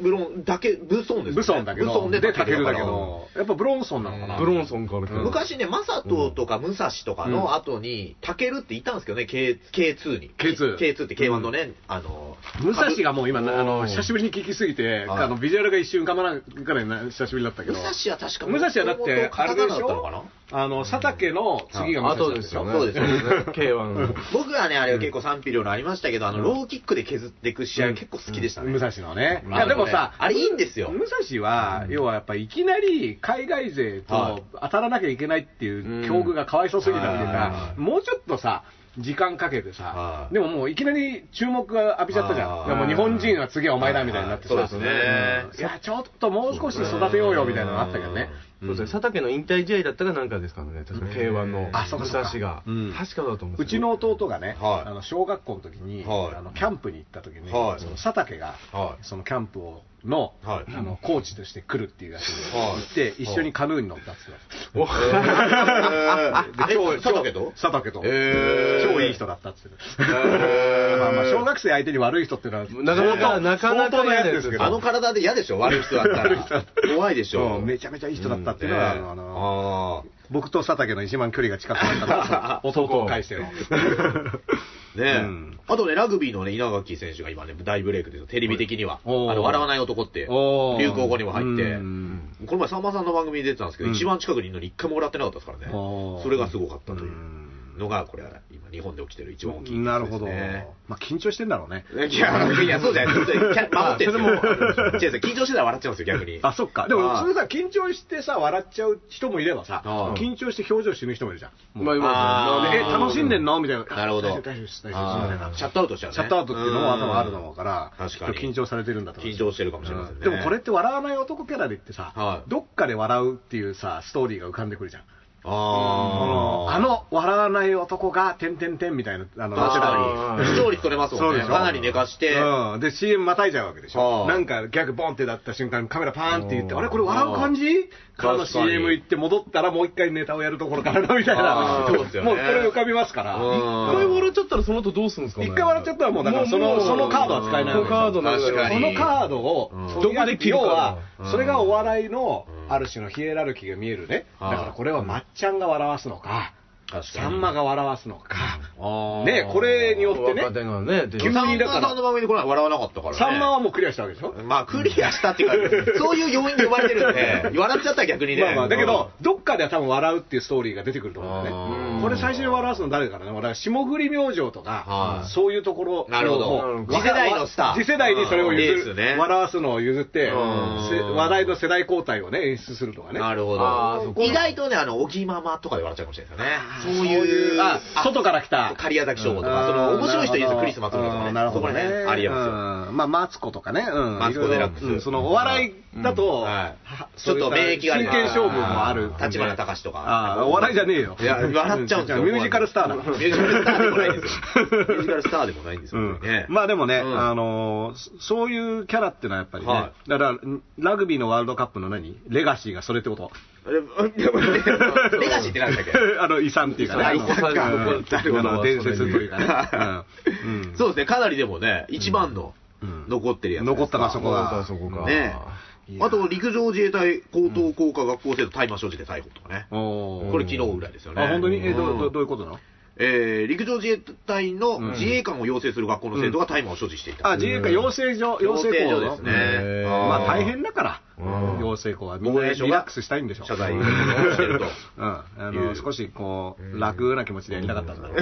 [SPEAKER 4] ブロン、だけ、ブソンです、ね。
[SPEAKER 3] ブソンだけ
[SPEAKER 4] ブ
[SPEAKER 3] ど、
[SPEAKER 4] ソンで
[SPEAKER 3] で、タケルだけ
[SPEAKER 4] から。
[SPEAKER 3] ど、やっぱブロンソンなのかな。
[SPEAKER 5] ブロンソンから来
[SPEAKER 3] う
[SPEAKER 5] る
[SPEAKER 3] ん
[SPEAKER 4] 昔ね、マサトとかムサシとかの後に、タケルっていたんですけどね、K- K2 に。
[SPEAKER 3] K2
[SPEAKER 4] K2 って K1 のね、あの、
[SPEAKER 3] 武蔵がもう今、あ
[SPEAKER 5] うん
[SPEAKER 3] の、久しぶりに聞きすぎて、
[SPEAKER 4] はい
[SPEAKER 3] あの、ビジュアルが一瞬浮かばないぐらいな久しぶりだったけ
[SPEAKER 4] 武
[SPEAKER 3] ど
[SPEAKER 4] 蔵は確か
[SPEAKER 3] 武蔵はだって
[SPEAKER 4] カタカナだったのかな
[SPEAKER 3] あの佐竹の次が武
[SPEAKER 5] あ
[SPEAKER 3] 蔵
[SPEAKER 5] と
[SPEAKER 3] だったで
[SPEAKER 5] で
[SPEAKER 3] し
[SPEAKER 5] す
[SPEAKER 3] ょ
[SPEAKER 5] よね。
[SPEAKER 4] そうですよね
[SPEAKER 5] K1。
[SPEAKER 4] 僕はね、あれは結構賛否両論ありましたけど、あの、ローキックで削っていく試合結構好きでしたね。
[SPEAKER 3] 武蔵のね。
[SPEAKER 4] うん
[SPEAKER 3] いやでもさ、
[SPEAKER 4] あれいいんですよ
[SPEAKER 3] 武蔵は、要はやっぱいきなり海外勢
[SPEAKER 4] はい
[SPEAKER 3] と当たらなきゃいけないっていう境遇がかわいそうすぎたっていうか、もうちょっとさ、時間かけて
[SPEAKER 4] は
[SPEAKER 3] さ、
[SPEAKER 4] い
[SPEAKER 3] でももういきなり注目が浴びちゃったじゃん。
[SPEAKER 4] あー
[SPEAKER 3] いやもう日本人は次はお前だみたいになってさ、
[SPEAKER 4] はいはいそうですね
[SPEAKER 3] うんいや、ちょっともう少し育てようよみたいなのあったけどね。
[SPEAKER 5] そうですね。佐竹の引退試合だったかなんかですからね。確か K1 の
[SPEAKER 3] あそうか
[SPEAKER 5] 武
[SPEAKER 3] そうか
[SPEAKER 5] 蔵が
[SPEAKER 4] うん。
[SPEAKER 5] 確かだと思うん
[SPEAKER 3] う
[SPEAKER 5] です
[SPEAKER 3] ち
[SPEAKER 5] よ
[SPEAKER 3] の弟がね、
[SPEAKER 4] はい
[SPEAKER 3] あの小学校の時に、
[SPEAKER 4] はい
[SPEAKER 3] あのキャンプに行った時に、
[SPEAKER 4] はい
[SPEAKER 3] その佐竹が、
[SPEAKER 4] はい
[SPEAKER 3] そのキャンプをの,、
[SPEAKER 4] はい
[SPEAKER 3] あのコーチとして来るっていうやつに
[SPEAKER 4] はい
[SPEAKER 3] 行って、一緒にカヌーに乗ったんですよ。
[SPEAKER 5] お
[SPEAKER 4] ああ、
[SPEAKER 3] で超
[SPEAKER 4] 佐竹と
[SPEAKER 3] 佐竹と、
[SPEAKER 4] へー
[SPEAKER 3] 超いい人だったっつって、まあまあ小学生相手に悪い人っていうのは
[SPEAKER 5] なかなか、なか
[SPEAKER 3] 相
[SPEAKER 5] なか嫌
[SPEAKER 3] 当なやつですけど
[SPEAKER 4] あの体で嫌でしょ悪い人だったら。怖いでしょ。
[SPEAKER 3] うんめちゃめちゃいい人だったっていうのは、あのあの
[SPEAKER 4] あ
[SPEAKER 3] 僕と佐竹の一番距離が近くな ったんですよ弟を返しての。
[SPEAKER 4] あー。ねえ、
[SPEAKER 3] うん
[SPEAKER 4] あとね、ラグビーのね、稲垣選手が今ね、大ブレイクですよ。テレビ的には。あ
[SPEAKER 3] おー
[SPEAKER 4] の、笑わない男って、流
[SPEAKER 3] おー
[SPEAKER 4] 行語にも入って
[SPEAKER 3] う。ん
[SPEAKER 4] この前、さんまさんの番組に出てたんですけど、
[SPEAKER 3] うん
[SPEAKER 4] 一番近くにいるのに一回も笑ってなかったですからね。
[SPEAKER 3] おー
[SPEAKER 4] それがすごかったという
[SPEAKER 3] うん
[SPEAKER 4] のが、これは今、日本で起きてる一番大きい、
[SPEAKER 3] なるほど。まあ緊張してんだろうね。
[SPEAKER 4] いや、いや、そうじゃないです。守ってるんです
[SPEAKER 5] ま
[SPEAKER 4] よ。
[SPEAKER 5] あ
[SPEAKER 4] 違う違う緊張してたら笑っちゃうんですよ、逆に。
[SPEAKER 3] あ、そっか。でも、
[SPEAKER 4] あー
[SPEAKER 3] それさ、緊張してさ、笑っちゃう人もいればさ
[SPEAKER 4] あ、ー
[SPEAKER 3] 緊張して表情死ぬ人もいるじゃん。
[SPEAKER 5] まあ今
[SPEAKER 4] あー
[SPEAKER 3] でえ、楽しんでんのみたいな。
[SPEAKER 4] なるほど。
[SPEAKER 3] 大丈夫です大丈夫ですみたい
[SPEAKER 4] あ
[SPEAKER 3] な
[SPEAKER 4] ーシャットアウトしちゃうね。
[SPEAKER 3] シャットアウトっていうのも頭あると思うから、
[SPEAKER 4] うん確かに
[SPEAKER 3] きっと緊張されてるんだと思う。
[SPEAKER 4] 緊張してるかもしれませんね
[SPEAKER 3] うでもこれって笑わない男キャラで言ってさ、
[SPEAKER 4] はい
[SPEAKER 3] どっかで笑うっていうさ、ストーリーが浮かんでくるじゃん。
[SPEAKER 4] あー
[SPEAKER 3] あの、笑わない男が、てんてんてんみたいな、あの、
[SPEAKER 4] 確
[SPEAKER 5] あ
[SPEAKER 4] かに。
[SPEAKER 5] ー
[SPEAKER 4] 視聴率取れますも
[SPEAKER 3] そ
[SPEAKER 4] んね。
[SPEAKER 3] うでしょ
[SPEAKER 4] かなり寝かして。
[SPEAKER 3] うん、で CM またいじゃうわけでし
[SPEAKER 4] は
[SPEAKER 3] ょ
[SPEAKER 4] あ
[SPEAKER 3] なんかギャグボンってなった瞬間カメラパーンって言って
[SPEAKER 5] うん
[SPEAKER 3] あれこれ笑う感じからの
[SPEAKER 4] 確かに
[SPEAKER 3] CM 行って戻ったらもう一回ネタをやるところからなみたいな
[SPEAKER 4] あーそうですよね
[SPEAKER 3] もうこれ浮かびますから
[SPEAKER 4] うん
[SPEAKER 5] 一回笑っちゃったらその後どうするんですかね
[SPEAKER 3] 一回笑っちゃったらもうだからそのそのカードは使えないわけですよ
[SPEAKER 5] カードなんだよ
[SPEAKER 4] 確か
[SPEAKER 3] そ
[SPEAKER 4] に
[SPEAKER 3] のカードを
[SPEAKER 4] う
[SPEAKER 3] ど
[SPEAKER 4] ん
[SPEAKER 3] こで切るか
[SPEAKER 5] 要
[SPEAKER 3] 要
[SPEAKER 5] は
[SPEAKER 3] は
[SPEAKER 4] うん
[SPEAKER 3] それがお笑いの
[SPEAKER 4] うん
[SPEAKER 3] ある種のヒエラルキーが見えるねだ
[SPEAKER 4] はい
[SPEAKER 3] からこれはまっちゃんが笑わすのか
[SPEAKER 4] 確かに。
[SPEAKER 3] さんまが笑わすのか
[SPEAKER 4] あー。
[SPEAKER 3] ねこれによってね
[SPEAKER 5] 若手がね、出て
[SPEAKER 3] 急に
[SPEAKER 4] さん
[SPEAKER 3] だ
[SPEAKER 4] ま
[SPEAKER 3] から
[SPEAKER 4] さんの番組でこれは笑わなかったからね。
[SPEAKER 3] さんまはもうクリアしたわけでしょ
[SPEAKER 4] まあ、クリアしたってい うか、そういう要因で呼ばれてるんで、笑っちゃったら逆にね。
[SPEAKER 3] まあまあ、だけど、どっかでは多分笑うっていうストーリーが出てくると思うんだよ
[SPEAKER 4] あー
[SPEAKER 3] ね。これ最初に笑わすの誰だからね、俺は霜降り明星と
[SPEAKER 4] は
[SPEAKER 3] か
[SPEAKER 4] い、
[SPEAKER 3] そういうところを
[SPEAKER 4] なるほど
[SPEAKER 3] もう
[SPEAKER 4] 次世代のスター
[SPEAKER 3] 次世代にそれを譲
[SPEAKER 4] うんいい
[SPEAKER 3] る、
[SPEAKER 4] ですね
[SPEAKER 3] 笑わすのを譲って、せ
[SPEAKER 4] ん
[SPEAKER 3] 話題の世代交代をね、演出するとかね。
[SPEAKER 4] なるほ
[SPEAKER 5] あーそ
[SPEAKER 4] ど。
[SPEAKER 5] こ
[SPEAKER 4] 意外とね、あの、おぎままとかで笑っちゃうかもしれないですよね。そう
[SPEAKER 3] そう
[SPEAKER 4] い、
[SPEAKER 3] いうう、あ、外から来た。
[SPEAKER 4] 狩矢崎翔吾と
[SPEAKER 3] う
[SPEAKER 4] か、
[SPEAKER 3] ん
[SPEAKER 4] その、面白い人いるんです
[SPEAKER 3] あ
[SPEAKER 4] よ、
[SPEAKER 3] ー
[SPEAKER 4] クリス・マスとか
[SPEAKER 3] う
[SPEAKER 4] ね。
[SPEAKER 3] んなるほどね。
[SPEAKER 4] そこら辺ありえますよ。
[SPEAKER 3] うんまあ、マツコとかね。うん
[SPEAKER 4] マツコデラックス
[SPEAKER 3] いろいろうんその、お笑いだ
[SPEAKER 4] うん
[SPEAKER 3] と
[SPEAKER 4] はい、
[SPEAKER 3] そうい
[SPEAKER 4] ちょっと免疫がある
[SPEAKER 3] 真剣勝負もある。
[SPEAKER 4] 立花隆とか
[SPEAKER 3] あーお笑いじゃねえよ。
[SPEAKER 4] いや、笑っちゃうんですよ。
[SPEAKER 3] ミュージカルスターだ。
[SPEAKER 4] ミュージカルスターでもないんですよ。ミュージカルスターでもないんです
[SPEAKER 3] う
[SPEAKER 4] よ。
[SPEAKER 3] ん
[SPEAKER 4] これね
[SPEAKER 3] まあでもね、
[SPEAKER 4] うん
[SPEAKER 3] あのーそそういうキャラってのはやっぱりね、
[SPEAKER 4] は
[SPEAKER 3] だからラグビーのワールドカップの何レガシーがそれってこと
[SPEAKER 4] あれでもねレガシーってなんだっけ
[SPEAKER 3] あの遺産っていうかね、
[SPEAKER 5] あ
[SPEAKER 3] あ
[SPEAKER 5] 遺
[SPEAKER 3] の
[SPEAKER 5] 産か
[SPEAKER 3] うん
[SPEAKER 5] なるほど
[SPEAKER 3] あの伝説というかね、うんうん
[SPEAKER 4] そうですね、かなりでもね、一番の
[SPEAKER 3] うん
[SPEAKER 4] 残ってるやつ。
[SPEAKER 3] 残ったな、そこが。
[SPEAKER 5] そこが
[SPEAKER 4] ね
[SPEAKER 3] いや
[SPEAKER 4] あと、陸上自衛隊高等工科学校生徒大麻所持で逮捕とかね。
[SPEAKER 3] おー
[SPEAKER 4] これ昨日ぐらいですよね
[SPEAKER 3] あ、本当にえ、ど
[SPEAKER 4] うん
[SPEAKER 3] うどうどういうことなの
[SPEAKER 4] えー陸上自衛隊の
[SPEAKER 3] うん
[SPEAKER 4] 自衛官を養成する学校の生徒が大麻を所持していた。
[SPEAKER 3] あ、自衛官養成所、養
[SPEAKER 4] 養
[SPEAKER 3] 成
[SPEAKER 4] 成
[SPEAKER 3] 校
[SPEAKER 4] 所
[SPEAKER 3] の
[SPEAKER 4] ですね。
[SPEAKER 5] へー
[SPEAKER 4] あー
[SPEAKER 3] まあ大変だか
[SPEAKER 5] うん
[SPEAKER 3] ら、養成校は。みんな
[SPEAKER 4] 防衛省が
[SPEAKER 3] リラックスしたいんでしょ。
[SPEAKER 4] 謝罪
[SPEAKER 3] うん
[SPEAKER 4] をしてると。
[SPEAKER 3] うん、あ
[SPEAKER 4] い
[SPEAKER 3] の
[SPEAKER 4] う
[SPEAKER 3] 少しこう、楽な気持ちでやりたかったんだろう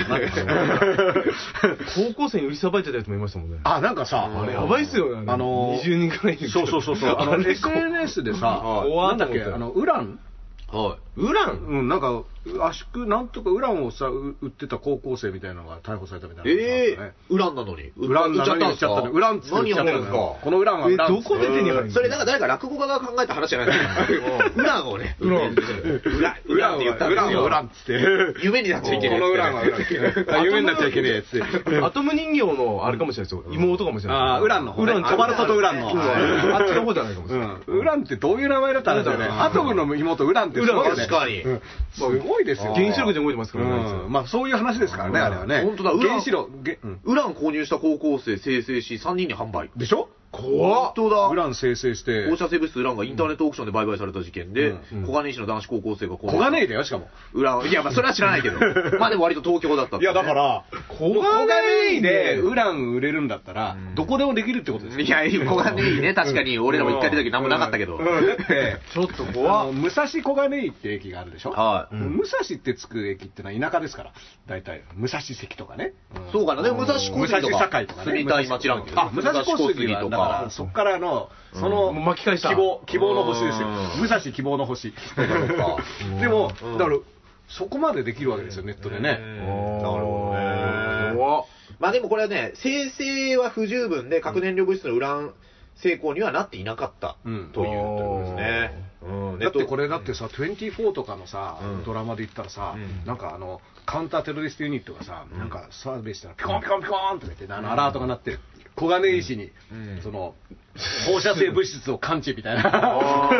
[SPEAKER 5] 高校生に売りさばいてたやつもいましたもんね。
[SPEAKER 3] あ、なんかさ、
[SPEAKER 5] あれやばいっすよね。
[SPEAKER 3] あのー
[SPEAKER 5] 20人くらいいる
[SPEAKER 3] そうそうそうそう、あ
[SPEAKER 5] あ
[SPEAKER 3] の
[SPEAKER 5] れ、
[SPEAKER 3] SNS でさ、
[SPEAKER 5] はい
[SPEAKER 3] なんだっけ、あの、ウラン
[SPEAKER 4] はい。
[SPEAKER 5] ウラン
[SPEAKER 3] うん、なんか、圧縮、なんとかウランをさ、う売ってた高校生みたいなのが逮捕されたみたいな。
[SPEAKER 4] ええー、ウランなのに。
[SPEAKER 3] ウラン
[SPEAKER 4] 売
[SPEAKER 3] な
[SPEAKER 4] っち
[SPEAKER 3] の
[SPEAKER 4] ゃっ
[SPEAKER 3] に
[SPEAKER 4] た
[SPEAKER 3] 売
[SPEAKER 4] んで
[SPEAKER 3] っ
[SPEAKER 4] す
[SPEAKER 3] ちゃった
[SPEAKER 4] か
[SPEAKER 3] の。ウランっつって売っちゃったの
[SPEAKER 4] 何をやってんですか
[SPEAKER 3] このウランは
[SPEAKER 5] え、
[SPEAKER 3] ウランっつ
[SPEAKER 5] ど
[SPEAKER 3] って。
[SPEAKER 5] こで手に入る
[SPEAKER 4] それなんか誰か落語家が考えた話じゃないですか。ウランをね、ウランウランって言ったん
[SPEAKER 3] ウ
[SPEAKER 4] で
[SPEAKER 3] ランは
[SPEAKER 4] すよ。
[SPEAKER 3] ウランっつって。
[SPEAKER 4] 夢になっちゃいけない。
[SPEAKER 3] このウランはウランっつって。あ夢になっちゃいけねえっつって。
[SPEAKER 5] アトム人形のあれかもしれないですよ。妹かもしれない。
[SPEAKER 3] ああ、ウランの方、ね。
[SPEAKER 5] ウラン
[SPEAKER 3] コバルトとウランの。
[SPEAKER 5] そうあっちの方じゃないかもし
[SPEAKER 3] う
[SPEAKER 5] れない。
[SPEAKER 3] ん、ウランってどういう名前だったんだよね。
[SPEAKER 5] うん
[SPEAKER 3] アトムの妹、ウランってすごいよね。
[SPEAKER 4] 確かに
[SPEAKER 3] うんすごいですよ。
[SPEAKER 5] 原子力で動いてますからねあいつ
[SPEAKER 3] うんまあそういう話ですからね、あれはね。
[SPEAKER 4] 本当だウラン
[SPEAKER 3] 原子力、げうん
[SPEAKER 4] ウラン購入した高校生、生成し、3人に販売。
[SPEAKER 3] でしょ
[SPEAKER 5] 怖っ
[SPEAKER 4] 本当
[SPEAKER 3] ウ
[SPEAKER 4] だ。
[SPEAKER 3] ラン生成して
[SPEAKER 4] 放射性物質ウランがインターネットオークションで売買された事件で、
[SPEAKER 3] う
[SPEAKER 4] 小金井市の男子高校生が小
[SPEAKER 3] 小金井だよしかも
[SPEAKER 4] ウラン、いや、まあ、それは知らない けど。まあでも割と東京だったん。
[SPEAKER 3] いやだからら
[SPEAKER 5] 小
[SPEAKER 3] 小金
[SPEAKER 5] 金
[SPEAKER 3] 井
[SPEAKER 5] 井
[SPEAKER 3] で
[SPEAKER 5] で、
[SPEAKER 3] ウラン売れるんだったらどこでもできるってことですよ
[SPEAKER 4] いや、小金井ね、確かに俺らも一回出た時何もなかったけど
[SPEAKER 3] うん。うんだって
[SPEAKER 5] ちょっと
[SPEAKER 3] あ
[SPEAKER 5] 怖
[SPEAKER 3] の
[SPEAKER 5] っ。
[SPEAKER 3] 武蔵小金井って駅があるでしょ
[SPEAKER 4] はい
[SPEAKER 3] うん武蔵ってつく駅ってのは田舎ですから大体武蔵関とかね、ん
[SPEAKER 4] そうかなでも武蔵小
[SPEAKER 3] 武
[SPEAKER 4] 杉
[SPEAKER 3] 蔵
[SPEAKER 4] とか
[SPEAKER 3] 堺とかね
[SPEAKER 4] 住みたい街ランキング
[SPEAKER 3] あ武蔵小杉はだからそっからのその、
[SPEAKER 5] うんもう巻き返した
[SPEAKER 3] 希望希望の星ですよ
[SPEAKER 4] うん
[SPEAKER 3] 武蔵希望の星
[SPEAKER 4] ん
[SPEAKER 3] でも
[SPEAKER 4] うん
[SPEAKER 3] だからそこまでできるわけですよネットでね
[SPEAKER 4] なるほどね
[SPEAKER 5] 怖っ。
[SPEAKER 4] まあでもこれはね、生成は不十分で、核燃料物質のウラン成功にはなっていなかったと
[SPEAKER 3] う
[SPEAKER 4] いうんところですね。うん
[SPEAKER 3] だってこれだってさ、24とかのさ、
[SPEAKER 4] うん
[SPEAKER 3] ドラマで言ったらさ、
[SPEAKER 4] うん
[SPEAKER 3] なんかあの、カウンターテロリストユニットがさ、なんかサーベイしたら、ピコンピコンピコンって言って、あのアラートが鳴って、小金井市に、
[SPEAKER 4] うん
[SPEAKER 3] その、放射性物質を感知みたいな、
[SPEAKER 4] あ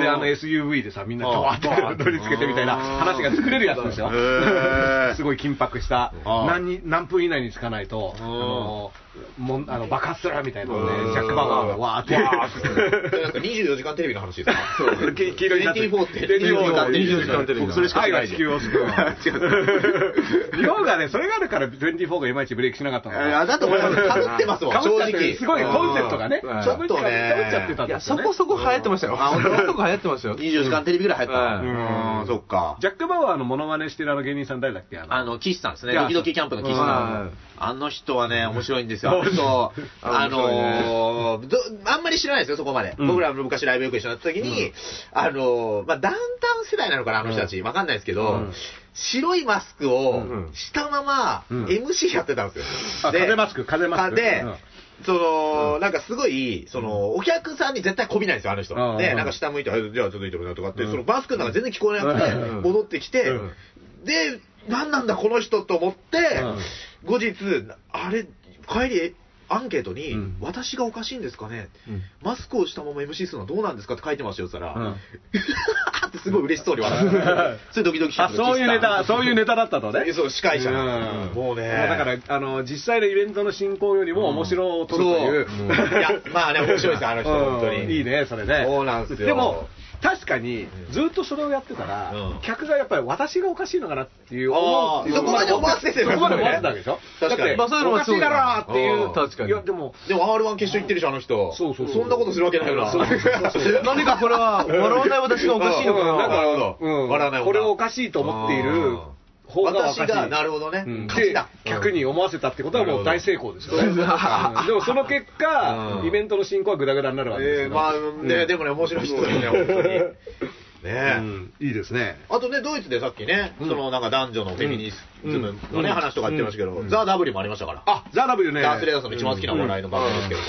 [SPEAKER 3] で、あの SUV でさ、みんなドワー
[SPEAKER 4] あー
[SPEAKER 3] ッと取り付けてみたいな話が作れるやつですよ
[SPEAKER 4] へ ー。
[SPEAKER 3] すごい緊迫した、
[SPEAKER 4] あー
[SPEAKER 3] 何に何分以内につかないと、あ
[SPEAKER 4] ん
[SPEAKER 3] のもんあの爆発するみたいなの
[SPEAKER 4] うん
[SPEAKER 3] ね、ジャック・バウアーがわーって。
[SPEAKER 4] なんか24時間テレビの話ですか
[SPEAKER 3] そう黄黄色になってる
[SPEAKER 4] 24って。
[SPEAKER 5] 24時間テレビ
[SPEAKER 4] 僕それしか知らない
[SPEAKER 3] 愛が地球を救う日本がね、それがあるから24がいまいちブレイクしなかったのか
[SPEAKER 4] いや
[SPEAKER 3] な。
[SPEAKER 4] だと思います。被ってますもん、
[SPEAKER 3] かぶっ
[SPEAKER 4] 正
[SPEAKER 3] ちゃって
[SPEAKER 4] 直。
[SPEAKER 3] すごいコンセプトがね、
[SPEAKER 5] うん
[SPEAKER 4] ちょっとね
[SPEAKER 3] かぶっちゃってたん
[SPEAKER 5] いや、
[SPEAKER 3] ですよ
[SPEAKER 5] そ
[SPEAKER 3] ね。
[SPEAKER 5] こそこ流行ってましたよ。
[SPEAKER 4] あ本当
[SPEAKER 5] そこそこ流行ってましたよ。
[SPEAKER 4] 24時間テレビぐらい流行った。
[SPEAKER 3] う
[SPEAKER 4] うんん、そっか。
[SPEAKER 3] ジャック・バウアーのモノマネしてるあの芸人さん誰だっけあの
[SPEAKER 4] あの、岸さんですね。
[SPEAKER 3] いや
[SPEAKER 4] ドキドキキャンプの岸さ
[SPEAKER 5] うん
[SPEAKER 4] ん。あの人はね、面白いんですよ。あの人、あ
[SPEAKER 5] 面白いね
[SPEAKER 4] のー、どあんまり知らないですよ、そこまで。
[SPEAKER 3] うん
[SPEAKER 4] 僕らも昔ライブよく一緒になった時に、あのー、まあ、ダウンタウン世代なのかな、あの人たち。わかんないですけど
[SPEAKER 3] ん、
[SPEAKER 4] 白いマスクを
[SPEAKER 5] ん
[SPEAKER 4] したまま
[SPEAKER 3] うん
[SPEAKER 4] MC やってたんですよ。
[SPEAKER 3] あ
[SPEAKER 4] で
[SPEAKER 3] 風マスク、風マスク。
[SPEAKER 4] で
[SPEAKER 3] うん、
[SPEAKER 4] その、なんかすごい、その、お客さんに絶対こびないんですよ、あの人
[SPEAKER 3] うん。
[SPEAKER 4] で、
[SPEAKER 3] うん
[SPEAKER 4] なんか下向いて、あじゃあちょっといてもらうとかって、
[SPEAKER 3] うん
[SPEAKER 4] そのマスクの中全然聞こえなくて
[SPEAKER 3] うん、
[SPEAKER 4] 戻ってきて
[SPEAKER 3] うん、
[SPEAKER 4] で、何なんだこの人と思って、後日、あれ、帰り、アンケートに、
[SPEAKER 3] うん
[SPEAKER 4] 私がおかしいんですかね、
[SPEAKER 5] うん
[SPEAKER 4] マスクをしたまま MC するのはどうなんですかって書いてましたよ、そしたら、
[SPEAKER 3] う
[SPEAKER 4] うん わーってすごい嬉しそうに笑ってた それドキドキした
[SPEAKER 3] あ、そういうネタ、そういうネタだったとね。
[SPEAKER 4] そう、司会者。
[SPEAKER 3] うん
[SPEAKER 4] もうね。
[SPEAKER 3] だから、あの、実際のイベントの進行よりも面白を
[SPEAKER 4] そ
[SPEAKER 3] 取るという。
[SPEAKER 4] いや、ま あね、面白いです、あの人、本当
[SPEAKER 3] うん
[SPEAKER 4] に。
[SPEAKER 3] いいね、それね。
[SPEAKER 4] そうなんですよ。
[SPEAKER 3] でも、確かに、ずっとそれをやってたら、
[SPEAKER 4] うん
[SPEAKER 3] 客がやっぱり私がおかしいのかなっていう
[SPEAKER 4] あー
[SPEAKER 3] 思う
[SPEAKER 4] そこまで思わせてる
[SPEAKER 3] そこまで思わせたわけでしょ
[SPEAKER 4] 確か
[SPEAKER 3] だ
[SPEAKER 4] に
[SPEAKER 5] ま
[SPEAKER 3] っ
[SPEAKER 5] あ
[SPEAKER 3] て
[SPEAKER 5] そういうの
[SPEAKER 3] お
[SPEAKER 5] は
[SPEAKER 3] かし
[SPEAKER 5] そう
[SPEAKER 3] い
[SPEAKER 5] だ
[SPEAKER 3] だ
[SPEAKER 5] よ
[SPEAKER 3] ろってい
[SPEAKER 5] うん
[SPEAKER 3] う。
[SPEAKER 5] 確かに
[SPEAKER 3] いや、でも、
[SPEAKER 4] でも R1 決勝行ってるし、あの人。
[SPEAKER 3] そうそうそう
[SPEAKER 4] そんなことするわけないよな。
[SPEAKER 3] そうそうそう
[SPEAKER 5] 何かこれは、笑わない私がおかしいのか
[SPEAKER 4] うん
[SPEAKER 5] な。
[SPEAKER 4] なんかなるほど。
[SPEAKER 3] うん
[SPEAKER 4] 笑わない女
[SPEAKER 3] これをおかしいと思っている方がおかしい
[SPEAKER 4] 私が、なるほどね。
[SPEAKER 3] うん
[SPEAKER 4] 勝ち
[SPEAKER 3] で
[SPEAKER 4] だ。
[SPEAKER 3] 客に思わせたってことはもう大成功ですよね。
[SPEAKER 4] うん
[SPEAKER 3] うんでもその結果、
[SPEAKER 4] うん
[SPEAKER 3] イベントの進行はグダグダになるわけです
[SPEAKER 4] え
[SPEAKER 3] け
[SPEAKER 4] ー
[SPEAKER 3] ど
[SPEAKER 4] まあ、
[SPEAKER 3] う
[SPEAKER 4] ね、
[SPEAKER 3] ん
[SPEAKER 4] でもね、面白い人だよね、本当に。ねえ
[SPEAKER 3] うんいいですね。
[SPEAKER 4] あとね、ドイツでさっきね、そのなんか男女のフェミニズムのね、
[SPEAKER 3] うん
[SPEAKER 4] 話とか言ってましたけど、ザ・ダブリもありましたから。
[SPEAKER 3] あ、ザ・ラブよね。
[SPEAKER 4] ダース・レイダーさんの一番好きなお笑いの番組ですけども。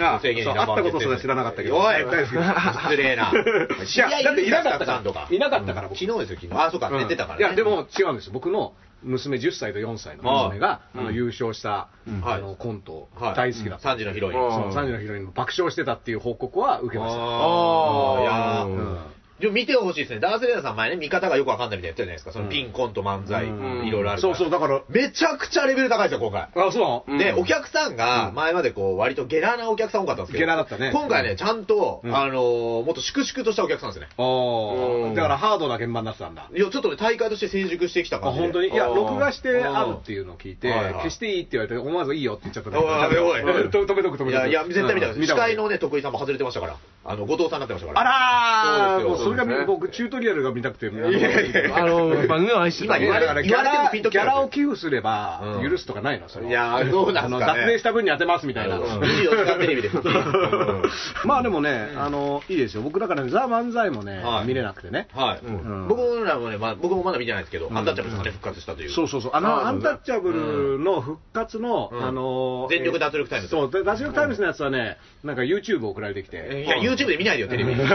[SPEAKER 3] あ
[SPEAKER 4] 制限
[SPEAKER 3] そう
[SPEAKER 4] ナンバ
[SPEAKER 3] 会
[SPEAKER 4] ー
[SPEAKER 3] ったことすら知らなかったけど
[SPEAKER 4] おい
[SPEAKER 3] 大好きです
[SPEAKER 4] 失礼な。
[SPEAKER 3] いや、だっていなかった
[SPEAKER 4] さ
[SPEAKER 3] か。。
[SPEAKER 4] んとから
[SPEAKER 3] いなかったから、僕。
[SPEAKER 4] 昨日ですよ、昨日。あ、そうか、寝てたからね。
[SPEAKER 3] いや、でも違うんです。僕の娘、10歳と4歳の娘が、あの優勝した、
[SPEAKER 4] ん
[SPEAKER 3] あの、コント、
[SPEAKER 4] はい、
[SPEAKER 3] 大好きだった。
[SPEAKER 4] 3時のヒロイン。
[SPEAKER 5] うん
[SPEAKER 3] そう3時のヒロインの爆笑してたっていう報告は受けました。
[SPEAKER 4] あーいやー
[SPEAKER 3] うん
[SPEAKER 4] でも見てほしいですね。ダース・レイダーさん前ね、見方がよくわかんないみたいなやってたじゃないですか。そのピンコント漫才、
[SPEAKER 3] うん
[SPEAKER 4] いろいろあるか
[SPEAKER 3] そ
[SPEAKER 4] ら。
[SPEAKER 3] うそう、だから、
[SPEAKER 4] めちゃくちゃレベル高いですよ、今回。
[SPEAKER 3] あ、そうなの
[SPEAKER 5] うん
[SPEAKER 4] で、お客さんが前までこう割とゲラなお客さん多かったんですけど、
[SPEAKER 3] ゲラだったね
[SPEAKER 4] 今回
[SPEAKER 3] う
[SPEAKER 4] ね、ちゃんと、
[SPEAKER 3] うん
[SPEAKER 4] あのーもっと粛々としたお客さんですね。
[SPEAKER 3] あ
[SPEAKER 5] う
[SPEAKER 3] あ、
[SPEAKER 5] ん
[SPEAKER 3] だからハードな現場になってたんだ。
[SPEAKER 4] いや、ちょっとね、大会として成熟してきた
[SPEAKER 3] あ、
[SPEAKER 4] 感じで。
[SPEAKER 3] 本当にいや、
[SPEAKER 5] あー
[SPEAKER 3] 録画してあるっていうのを聞いて
[SPEAKER 4] はいは、い
[SPEAKER 3] 消していいって言われて、思わずいいよって言っちゃったんだけど
[SPEAKER 4] おいおいおい
[SPEAKER 3] 止め止めとく、止めとく。
[SPEAKER 4] いや、いや、絶対見た
[SPEAKER 3] う
[SPEAKER 4] い
[SPEAKER 3] ん
[SPEAKER 4] 司会のね、徳井さんも外れてましたから。あの、後藤さんになってましたから。
[SPEAKER 3] あらー
[SPEAKER 4] そう
[SPEAKER 3] もう
[SPEAKER 4] ですよ
[SPEAKER 3] それが
[SPEAKER 5] そうですね
[SPEAKER 3] 僕、チュートリアルが見たくて、あの
[SPEAKER 5] あの、番組を愛してた
[SPEAKER 4] 今言われ
[SPEAKER 3] だから
[SPEAKER 4] 言われてもピンとき
[SPEAKER 3] ギ
[SPEAKER 4] た
[SPEAKER 3] ャラを寄付すれば
[SPEAKER 4] うん
[SPEAKER 3] 許すとかないの、それは。
[SPEAKER 4] いやーどうなんすかね
[SPEAKER 3] あの脱税した分に当てますみたいな。
[SPEAKER 4] 24時間テレビで復帰。うん
[SPEAKER 3] まあでもね、あのいいですよ、僕だからね、ザ・漫才もね、
[SPEAKER 4] はい
[SPEAKER 3] 見れなくてね、
[SPEAKER 4] はい、
[SPEAKER 3] ん
[SPEAKER 4] 僕らもね、まあ、僕もまだ見てないですけど、アンタッチャブルさんね、復活したという。
[SPEAKER 3] そうそうそう、あの
[SPEAKER 5] あ
[SPEAKER 3] アンタッチャブルの復活の、
[SPEAKER 4] うん
[SPEAKER 3] あの
[SPEAKER 4] 全力脱力タイムズ
[SPEAKER 3] そう、脱力タイムズのやつはね、なんか YouTube を送られてきて、
[SPEAKER 4] いや、 YouTube で見ないでよ、テレビ。フジ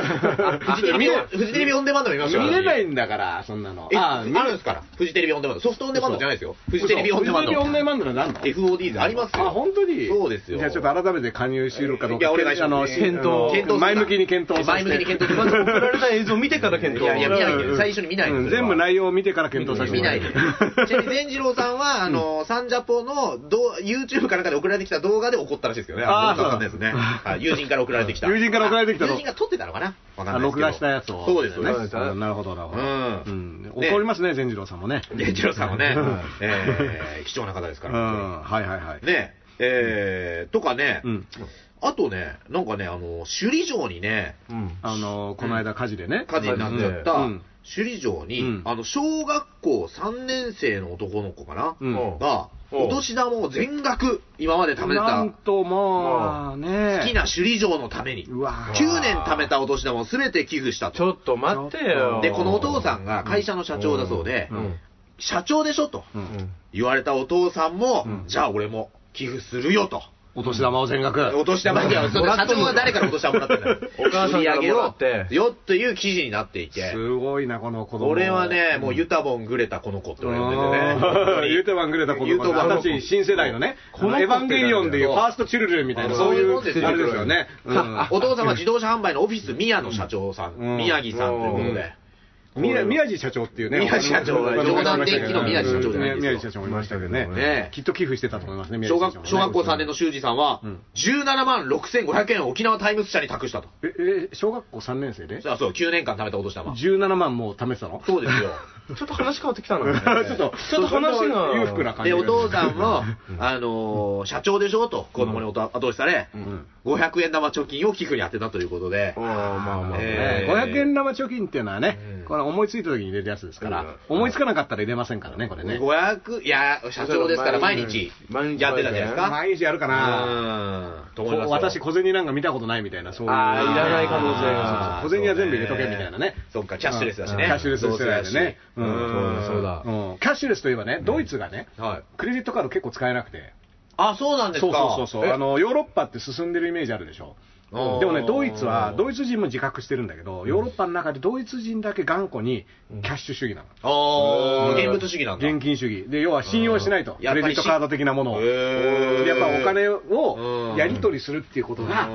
[SPEAKER 4] テレビ
[SPEAKER 3] 見ない、
[SPEAKER 4] フジテレビオンデマンド見ますよ。
[SPEAKER 3] 見れないんだから、そんなの。
[SPEAKER 4] え、あるんですから。フジテレビオンデマンド。ソフトオンデマンドじゃないですよ。フ
[SPEAKER 3] フ
[SPEAKER 4] ジテレビオンデマンド
[SPEAKER 3] フジテレ。ビオンデマンドなんだ
[SPEAKER 4] FOD でありますよ。
[SPEAKER 3] あ、本当に
[SPEAKER 4] そうですよ。
[SPEAKER 3] じゃあちょっと改めて加入しようかどう
[SPEAKER 4] い
[SPEAKER 3] か。
[SPEAKER 4] やお願いしま
[SPEAKER 3] あ
[SPEAKER 4] す
[SPEAKER 3] の、
[SPEAKER 4] 検
[SPEAKER 5] 討
[SPEAKER 3] 検
[SPEAKER 4] 検討する
[SPEAKER 3] 討前向きに検討さ
[SPEAKER 4] 前
[SPEAKER 3] せて
[SPEAKER 4] 向きに検討しま
[SPEAKER 5] まず送られ
[SPEAKER 4] す。
[SPEAKER 5] た映像を見てから検討
[SPEAKER 4] いやいや、見ないで。最初に見ないで
[SPEAKER 3] う
[SPEAKER 4] す
[SPEAKER 3] ん。全部内容を見てから検討させて
[SPEAKER 4] 見
[SPEAKER 3] もら
[SPEAKER 4] な
[SPEAKER 3] う
[SPEAKER 4] いで。ちなみに 善次郎さんは、あの、サンジャポのどう YouTube かなんかで送られてきた動画で怒ったらしいですけどね。
[SPEAKER 3] あー
[SPEAKER 4] のわかんないですね。はい友人から送られてき た。
[SPEAKER 3] 友人から送られてきたの
[SPEAKER 4] 友人が撮ってたのかなわかん
[SPEAKER 3] あ
[SPEAKER 4] ないです
[SPEAKER 3] 録
[SPEAKER 4] けど。
[SPEAKER 3] 画したやつを。
[SPEAKER 4] そうです
[SPEAKER 3] ね
[SPEAKER 4] よ
[SPEAKER 5] そう
[SPEAKER 4] ね
[SPEAKER 5] で。すよ
[SPEAKER 3] うんなるほど、なるほど。
[SPEAKER 4] う
[SPEAKER 3] うん怒りますね、善次郎さんもね。
[SPEAKER 4] 善次郎さんはね
[SPEAKER 3] うん、
[SPEAKER 4] えー貴重な方です
[SPEAKER 3] う
[SPEAKER 4] か
[SPEAKER 3] ん、
[SPEAKER 4] ら。
[SPEAKER 3] はいはいはい。
[SPEAKER 4] ね、えー、とかね、
[SPEAKER 3] うん。
[SPEAKER 4] あとね、なんかね、あの、首里城にね、
[SPEAKER 5] うん。
[SPEAKER 3] あの、この間火事でね。
[SPEAKER 4] 火事になっちゃった
[SPEAKER 3] うん
[SPEAKER 4] 首里城に、
[SPEAKER 3] うん
[SPEAKER 4] あの、小学校3年生の男の子かな、
[SPEAKER 3] うん
[SPEAKER 4] が、
[SPEAKER 5] うん
[SPEAKER 4] お年玉を全額、今まで貯めて
[SPEAKER 3] なん
[SPEAKER 4] た、
[SPEAKER 3] ともう、ね
[SPEAKER 4] 好きな首里城のために、
[SPEAKER 3] うわー
[SPEAKER 4] 9年貯めたお年玉を全て寄付した
[SPEAKER 5] ちょ
[SPEAKER 4] と。
[SPEAKER 5] っと待ってよ。
[SPEAKER 4] で、このお父さんが会社の社長だそうで、
[SPEAKER 5] うん。
[SPEAKER 4] 社長でしょと
[SPEAKER 3] う
[SPEAKER 5] うんん。
[SPEAKER 4] 言われたお父さんも、
[SPEAKER 3] うん
[SPEAKER 4] じゃあ俺も寄付するよと。
[SPEAKER 3] お年玉を全額。
[SPEAKER 4] お年玉に は、それ社長が誰からお年玉もらったんだよ
[SPEAKER 5] お母さんからもらって
[SPEAKER 4] よっていう記事になっていて。
[SPEAKER 3] すごいな、この子供。
[SPEAKER 4] 俺はね、もうユタボングレタこの子って俺呼んでてね本当
[SPEAKER 3] ユ
[SPEAKER 4] に
[SPEAKER 3] ー。テバンくれた子
[SPEAKER 4] ユーテ
[SPEAKER 3] 供
[SPEAKER 4] バン
[SPEAKER 3] たち新世代のね、
[SPEAKER 5] この子
[SPEAKER 3] エヴァンゲリオンでいうファーストチルドレンみたいな、
[SPEAKER 4] そ
[SPEAKER 3] そうう
[SPEAKER 4] いう
[SPEAKER 3] い
[SPEAKER 4] もんです
[SPEAKER 3] う、
[SPEAKER 4] よ
[SPEAKER 3] あれですよね。
[SPEAKER 4] あお父様自動車販売のオフィス宮の社長さん、
[SPEAKER 3] うん
[SPEAKER 4] 宮城さんということで。
[SPEAKER 3] うん宮宮地社長っていうね、
[SPEAKER 4] 宮地社長は
[SPEAKER 3] お名前
[SPEAKER 4] 冗談
[SPEAKER 3] も出てきましたけど
[SPEAKER 4] 電機の宮地社長じゃないです
[SPEAKER 3] ね
[SPEAKER 4] よ
[SPEAKER 3] 宮地社長もいましたけどね
[SPEAKER 4] ねえ
[SPEAKER 3] きっと寄付してたと思いますね、宮
[SPEAKER 4] 小
[SPEAKER 3] 地社長も
[SPEAKER 4] 学
[SPEAKER 3] ね
[SPEAKER 4] 小学校3年の修二さんは
[SPEAKER 3] うん、
[SPEAKER 4] 17万6500円を沖縄タイムズ社に託したと。
[SPEAKER 3] え、え小学校3年生で
[SPEAKER 4] あそう、9年間貯めたお年玉。
[SPEAKER 3] ?17 万もう貯めてたの
[SPEAKER 4] そうですよ。
[SPEAKER 5] ちょっと話変わってきたな。
[SPEAKER 3] ちょっと、
[SPEAKER 5] ちょっと話が。
[SPEAKER 3] 裕福な感じ
[SPEAKER 4] で、
[SPEAKER 3] が
[SPEAKER 4] お父さんも、あのー社長でしょと子供におと後押しされ、
[SPEAKER 3] ん
[SPEAKER 4] 500円玉貯金を寄付に当てたということで
[SPEAKER 5] うん。、まあまあ。
[SPEAKER 4] えー
[SPEAKER 3] 500円玉貯金っていうのはね
[SPEAKER 4] うん、
[SPEAKER 3] これ思いついた時に入れるやつですから、思いつかなかったら入れませんからね、これね。
[SPEAKER 4] 500、いや、社長ですから毎日
[SPEAKER 5] 毎日
[SPEAKER 4] やってたじゃないですか。
[SPEAKER 3] 毎日やるかな、
[SPEAKER 4] うんと
[SPEAKER 3] こ
[SPEAKER 4] 思います
[SPEAKER 3] う
[SPEAKER 4] よ
[SPEAKER 3] 私、小銭なんか見たことないみたいな、そういう、
[SPEAKER 5] あーいらない可能性
[SPEAKER 4] が
[SPEAKER 3] あー小銭は全部入れとけみたいなね、
[SPEAKER 4] そっか、キャッシュレスだしね。
[SPEAKER 3] キャッシュレス世代でね、
[SPEAKER 4] どうせだし
[SPEAKER 5] うんそうだ
[SPEAKER 3] うんキャッシュレスといえばね、ドイツがね、
[SPEAKER 4] はい。
[SPEAKER 3] クレジットカード結構使えなくて、
[SPEAKER 4] あ、そうなんです
[SPEAKER 3] そ
[SPEAKER 4] か
[SPEAKER 3] う。そうそうそう
[SPEAKER 4] え
[SPEAKER 3] あの、ヨーロッパって進んでるイメージあるでしょ。
[SPEAKER 4] うん
[SPEAKER 3] でもね、ドイツは、ドイツ人も自覚してるんだけど、ヨーロッパの中でドイツ人だけ頑固にキャッシュ主義なの。
[SPEAKER 4] あ
[SPEAKER 5] う
[SPEAKER 4] ー、
[SPEAKER 5] ん
[SPEAKER 4] 現物主義なんだ。
[SPEAKER 3] 現金主義で要は信用しないと、
[SPEAKER 4] うん
[SPEAKER 3] クレジットカード的なものを、
[SPEAKER 4] やっぱりしへー
[SPEAKER 3] でやっぱお金をやり取りするっていうこと
[SPEAKER 4] うん
[SPEAKER 3] が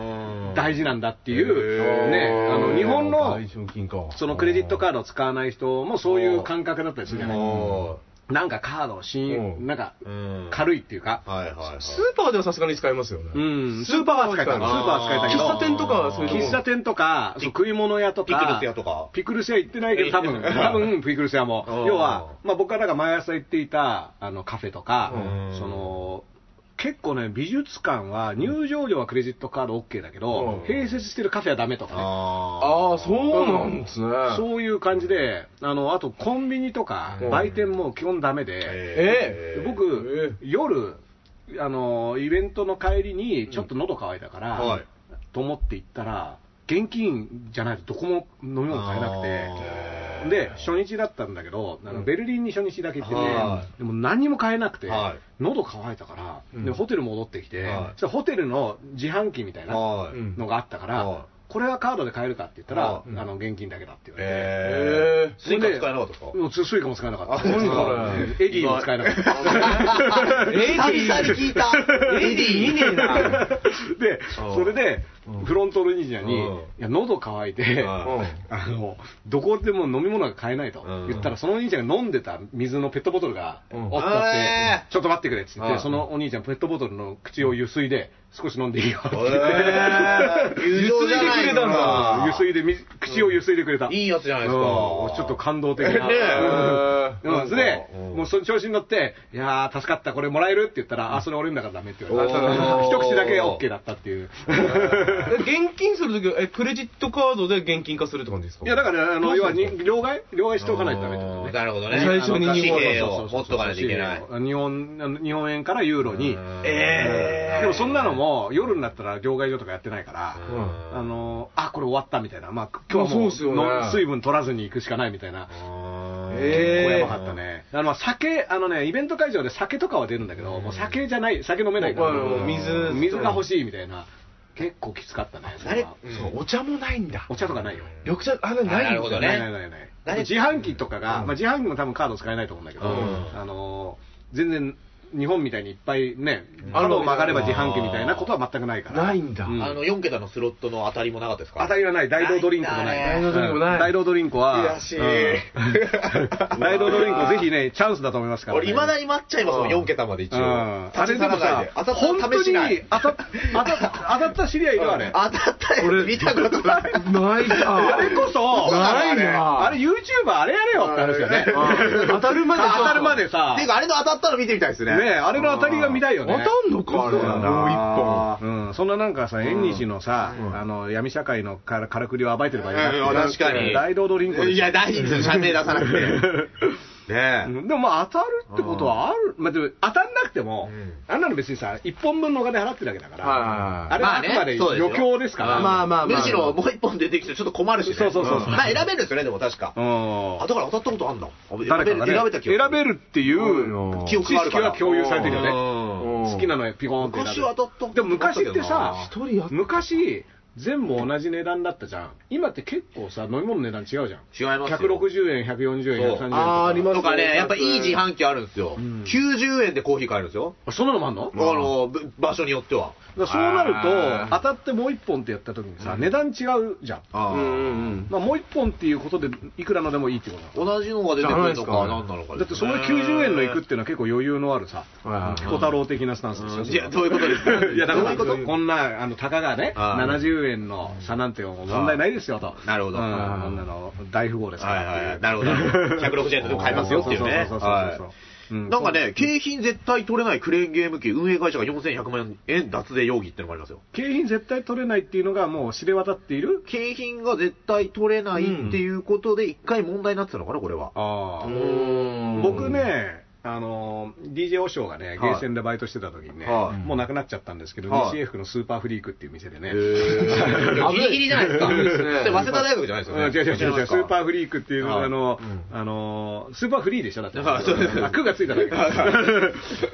[SPEAKER 3] 大事なんだってい
[SPEAKER 4] へー
[SPEAKER 3] う、ね、あの日本の
[SPEAKER 5] 賠償金か
[SPEAKER 3] そのクレジットカードを使わない人もそういう感覚だったりするじゃない
[SPEAKER 4] あ
[SPEAKER 3] なんかカードを信用、
[SPEAKER 5] うん
[SPEAKER 3] なんか
[SPEAKER 4] ーうん
[SPEAKER 3] 軽いっていうか、
[SPEAKER 4] はいはいはい。
[SPEAKER 5] スーパーではさすがに使えますよね。
[SPEAKER 3] うん、
[SPEAKER 5] スーパーは使えた
[SPEAKER 3] スー
[SPEAKER 5] の
[SPEAKER 3] パーは使えたけど
[SPEAKER 5] 喫茶店とかはそういうとこ
[SPEAKER 3] 喫茶店とか、そう食い物屋と
[SPEAKER 4] ピ
[SPEAKER 3] か、
[SPEAKER 4] クルス屋とか。
[SPEAKER 3] ピクルス屋行ってないけど、多分、多分ピクルス屋も
[SPEAKER 4] うん。
[SPEAKER 3] 要は、まあ僕はなんか毎朝行っていたあのカフェとか
[SPEAKER 4] うん、
[SPEAKER 3] その、結構ね、美術館は入場料はクレジットカード OK だけど
[SPEAKER 5] うん、
[SPEAKER 3] 併設してるカフェはダメとかね。
[SPEAKER 5] あ
[SPEAKER 4] あ
[SPEAKER 5] あ、そうなんですね。
[SPEAKER 3] そういう感じで、あの、あとコンビニとか
[SPEAKER 5] うん、
[SPEAKER 3] 売店も基本ダメで、で
[SPEAKER 5] ええ
[SPEAKER 3] 僕、夜、あの、イベントの帰りに、ちょっと喉乾いたか
[SPEAKER 4] は
[SPEAKER 3] ら
[SPEAKER 4] い、
[SPEAKER 3] と思って行ったら、現金じゃないとどこも飲み物買えなくて、
[SPEAKER 4] て
[SPEAKER 3] で、初日だったんだけど、あのベルリンに初日だけ行ってね
[SPEAKER 4] は、い
[SPEAKER 3] でも何にも買えなくて
[SPEAKER 4] は、
[SPEAKER 3] 喉乾いたから、
[SPEAKER 5] うん
[SPEAKER 3] でホテル戻ってきて
[SPEAKER 4] はい、
[SPEAKER 3] そしたらホテルの自販機みたいな
[SPEAKER 4] はい。
[SPEAKER 5] うん
[SPEAKER 3] のがあったか
[SPEAKER 4] はい
[SPEAKER 3] ら、これはカードで買えるかって言った
[SPEAKER 4] は
[SPEAKER 3] ら、
[SPEAKER 5] い
[SPEAKER 3] あの現金だけだって言われ
[SPEAKER 4] えー。
[SPEAKER 5] えー
[SPEAKER 4] スイカ使えなかったですか
[SPEAKER 3] て、もうスイカも使えなかった。
[SPEAKER 4] あそうですか
[SPEAKER 3] うんエディも使えなかった。
[SPEAKER 5] エディ
[SPEAKER 4] 久々に聞いた。エディいねえな。
[SPEAKER 3] で、それで
[SPEAKER 5] うん、
[SPEAKER 3] フロントルニジアに、い
[SPEAKER 4] うん
[SPEAKER 3] や、喉乾いて、
[SPEAKER 4] うん
[SPEAKER 3] あの、どこでも飲み物が買えないと
[SPEAKER 4] うん
[SPEAKER 3] 言ったら、そのお兄ちゃんが飲んでた水のペットボトルが、
[SPEAKER 5] うん
[SPEAKER 3] おったって、
[SPEAKER 4] えー
[SPEAKER 3] ちょっと待ってくれって言っ
[SPEAKER 4] うん
[SPEAKER 3] て、そのお兄ちゃん、ペットボトルの 口をゆすいで、少し飲んでいいよって言って
[SPEAKER 4] えー友情じゃない
[SPEAKER 5] ゆすいでくれたんだ
[SPEAKER 3] ゆすいでみ、口をゆすいでくれた。
[SPEAKER 4] いいやつじゃないですか。
[SPEAKER 3] うんちょっと感動的な。
[SPEAKER 4] ね
[SPEAKER 5] え
[SPEAKER 3] うんうんそれで、
[SPEAKER 4] うん
[SPEAKER 3] もうその調子に乗って、いやー、助かった、これもらえるって言ったら、あ、それ俺のだからダメって言われた。
[SPEAKER 4] おー
[SPEAKER 3] 一口だけ OK だったっていう。
[SPEAKER 5] で現金するときは、え、クレジットカードで現金化するって感じですか
[SPEAKER 3] いや、だから、あの、要は
[SPEAKER 5] どう
[SPEAKER 3] に、両替両替しておかないとダメってことね
[SPEAKER 4] あー。なるほどね。
[SPEAKER 5] 最初に
[SPEAKER 4] 日
[SPEAKER 5] 日本
[SPEAKER 4] 本
[SPEAKER 3] そう
[SPEAKER 4] を持っとかないといけない。
[SPEAKER 3] 日本あの日本円からユーロに、
[SPEAKER 4] え
[SPEAKER 3] でもそんなのも夜になったら両替所とかやってないから、
[SPEAKER 4] ん
[SPEAKER 3] あのあこれ終わったみたいな、まあ、今日
[SPEAKER 5] ま
[SPEAKER 3] も
[SPEAKER 5] あそうっすよね
[SPEAKER 3] の水分取らずに行くしかないみたいな、
[SPEAKER 5] えー
[SPEAKER 3] 結構やばかったね、あのまあ酒あのね、イベント会場で酒とかは出るんだけど、もう酒じゃない、酒飲めないから、
[SPEAKER 5] うん水
[SPEAKER 3] 水が欲しいみたいな。結構きつかったねそ
[SPEAKER 4] あ
[SPEAKER 3] れ
[SPEAKER 4] れ
[SPEAKER 3] は
[SPEAKER 5] そうお茶もないんだ
[SPEAKER 3] お茶とかないよ
[SPEAKER 5] 緑茶あれないんだ
[SPEAKER 4] なるほどね
[SPEAKER 3] ないないないない
[SPEAKER 4] ない
[SPEAKER 3] 自販機とかが、
[SPEAKER 4] うん
[SPEAKER 3] まあ、自販機も多分カード使えないと思うんだけど、
[SPEAKER 4] うん
[SPEAKER 3] あのー全然日本みたいにいっぱいね
[SPEAKER 5] ん
[SPEAKER 3] 角を曲がれば自販機みたいなことは全くないから
[SPEAKER 5] ないんだ
[SPEAKER 3] うん
[SPEAKER 4] あの、4桁のスロットの当たりもなかったですか
[SPEAKER 3] 当たりがない大道ドリンクもない
[SPEAKER 4] ないん
[SPEAKER 5] だね大道ドリンクもない
[SPEAKER 3] うん大道ドリンクは
[SPEAKER 4] 悔しい
[SPEAKER 3] うん大道ドリンクぜひねチャンスだと思いますから、ね、
[SPEAKER 4] 俺、いまだに待っちゃいますもん、4桁まで一応。
[SPEAKER 3] あれ
[SPEAKER 4] 立
[SPEAKER 3] で
[SPEAKER 4] ち下
[SPEAKER 3] も
[SPEAKER 4] がらな
[SPEAKER 3] さ
[SPEAKER 4] いで。当た、
[SPEAKER 3] 本
[SPEAKER 4] った
[SPEAKER 3] 当
[SPEAKER 4] ら試しな
[SPEAKER 3] に
[SPEAKER 4] い。
[SPEAKER 3] 当たっ当たっ当たった知り合いがあれ。
[SPEAKER 4] 当たったやつ見たことない。
[SPEAKER 5] ない
[SPEAKER 3] あ
[SPEAKER 5] だ
[SPEAKER 3] れこそ、
[SPEAKER 5] ないな
[SPEAKER 3] あれ YouTuber あれやれよって話よね。
[SPEAKER 5] うん当たるまでちょっと
[SPEAKER 3] 当たるまでさ
[SPEAKER 4] っ、ていう
[SPEAKER 3] ね
[SPEAKER 4] か、あれの当たったの見てみたいですね。
[SPEAKER 3] あれの当たりが見たいよね。
[SPEAKER 5] 当たんのかあ
[SPEAKER 3] そ
[SPEAKER 5] れ
[SPEAKER 3] うだな
[SPEAKER 5] もう一
[SPEAKER 3] うん、そんななんかさ、縁日のさ、
[SPEAKER 5] うん
[SPEAKER 3] あの闇社会のからからくりを暴いてる場合じゃなくて
[SPEAKER 4] うん確かに
[SPEAKER 3] 大道ドリンク
[SPEAKER 4] いや、大丈夫です社名出さ なくて。ね
[SPEAKER 3] うんでもまあ当たるってことはある、まあ、でも当たんなくても、
[SPEAKER 4] うん
[SPEAKER 3] あんなの別にさ、1本分のお金払ってるだけだから、
[SPEAKER 5] はい
[SPEAKER 3] あれはあくまで
[SPEAKER 4] まあねそうですよ
[SPEAKER 3] 余興ですから、
[SPEAKER 5] まあまあ
[SPEAKER 4] むしろもう一本出てきてちょっと困るしね。
[SPEAKER 3] そうそうそうそうん
[SPEAKER 4] まあ選べるんですよね、でも確か。
[SPEAKER 3] うん
[SPEAKER 4] あ、だから当たったことあんだ。選べ
[SPEAKER 3] 誰かがね、
[SPEAKER 4] 選べた記憶。
[SPEAKER 3] 選べるってい
[SPEAKER 5] うん
[SPEAKER 3] う
[SPEAKER 4] 記
[SPEAKER 3] 知
[SPEAKER 4] 憶がある
[SPEAKER 3] 識
[SPEAKER 4] から
[SPEAKER 3] は共有されてるよ
[SPEAKER 4] う
[SPEAKER 3] ね。
[SPEAKER 4] ん
[SPEAKER 5] うん
[SPEAKER 3] 好きなのピコーンって選べる
[SPEAKER 4] 昔は当たった
[SPEAKER 3] でも昔ってさ
[SPEAKER 5] 一、人やっ
[SPEAKER 3] 昔、全部同じ値段だったじゃん。今って結構さ、飲み物の値段違うじゃん。
[SPEAKER 4] 違いますよ
[SPEAKER 3] 160円、140円、130円と
[SPEAKER 4] そう
[SPEAKER 3] か。
[SPEAKER 5] あーあります
[SPEAKER 4] とかね、やっぱいい自販機あるんですよ。
[SPEAKER 3] うん
[SPEAKER 4] 90円でコーヒー買えるんですよ。
[SPEAKER 3] あそんなのもあんの
[SPEAKER 4] あの、ぶ場所によっては。
[SPEAKER 3] だからそうな
[SPEAKER 5] あ
[SPEAKER 3] る
[SPEAKER 5] ー
[SPEAKER 3] と、当たってもう一本ってやった時にさ、
[SPEAKER 4] うん
[SPEAKER 3] 値段違うじゃん。
[SPEAKER 4] あ
[SPEAKER 5] うん
[SPEAKER 4] ー
[SPEAKER 5] うん
[SPEAKER 3] まあ、もう一本っていうことで、いくらのでもいいってことだ。
[SPEAKER 4] 同じのが出てくるのか、なんなのか
[SPEAKER 3] だってその90円のいくっていうのは結構余裕のあるさ
[SPEAKER 5] はいはいはい、
[SPEAKER 3] ピコ太郎的なスタンスですよ。
[SPEAKER 4] いや、どういうことですか
[SPEAKER 3] いやだから
[SPEAKER 4] どういうこ
[SPEAKER 3] こんなあのたかがね
[SPEAKER 4] ああ
[SPEAKER 3] 70円の差なんて問題ないですよと
[SPEAKER 4] なるほど
[SPEAKER 3] うん
[SPEAKER 4] ああ
[SPEAKER 3] こんなの大富豪です
[SPEAKER 4] と
[SPEAKER 3] か
[SPEAKER 4] はい
[SPEAKER 3] ら
[SPEAKER 4] はいはい。なるほど。160円で買えますよっていうね。
[SPEAKER 3] そうそうそうそうそう
[SPEAKER 4] はい
[SPEAKER 3] うん
[SPEAKER 4] なんかね、景品絶対取れないクレーンゲーム機運営会社が4100万円脱税容疑ってのがありますよ。
[SPEAKER 3] 景品絶対取れないっていうのがもう知れ渡っている
[SPEAKER 4] 景品が絶対取れないっていうことで、一回問題になってたのかな、これは。
[SPEAKER 3] あ
[SPEAKER 5] うーん
[SPEAKER 3] 僕ねあの DJ 和尚がね
[SPEAKER 4] い
[SPEAKER 3] ゲーセンでバイトしてた時にね、
[SPEAKER 4] はい
[SPEAKER 3] もうなくなっちゃったんですけど、
[SPEAKER 4] はい
[SPEAKER 3] 西英福のスーパーフリークっていう店でね、
[SPEAKER 4] ギリギリじゃないですか。そ
[SPEAKER 5] 危ないですね
[SPEAKER 4] れ早稲田大学じゃないです
[SPEAKER 3] うん
[SPEAKER 4] よね。
[SPEAKER 3] 違う違う違う違う、スーパーフリークっていう、
[SPEAKER 4] はい
[SPEAKER 3] あの
[SPEAKER 4] うん、
[SPEAKER 3] あの、スーパーフリーでしょ、だって。
[SPEAKER 4] あそうです
[SPEAKER 3] あ空がついただけ。だ か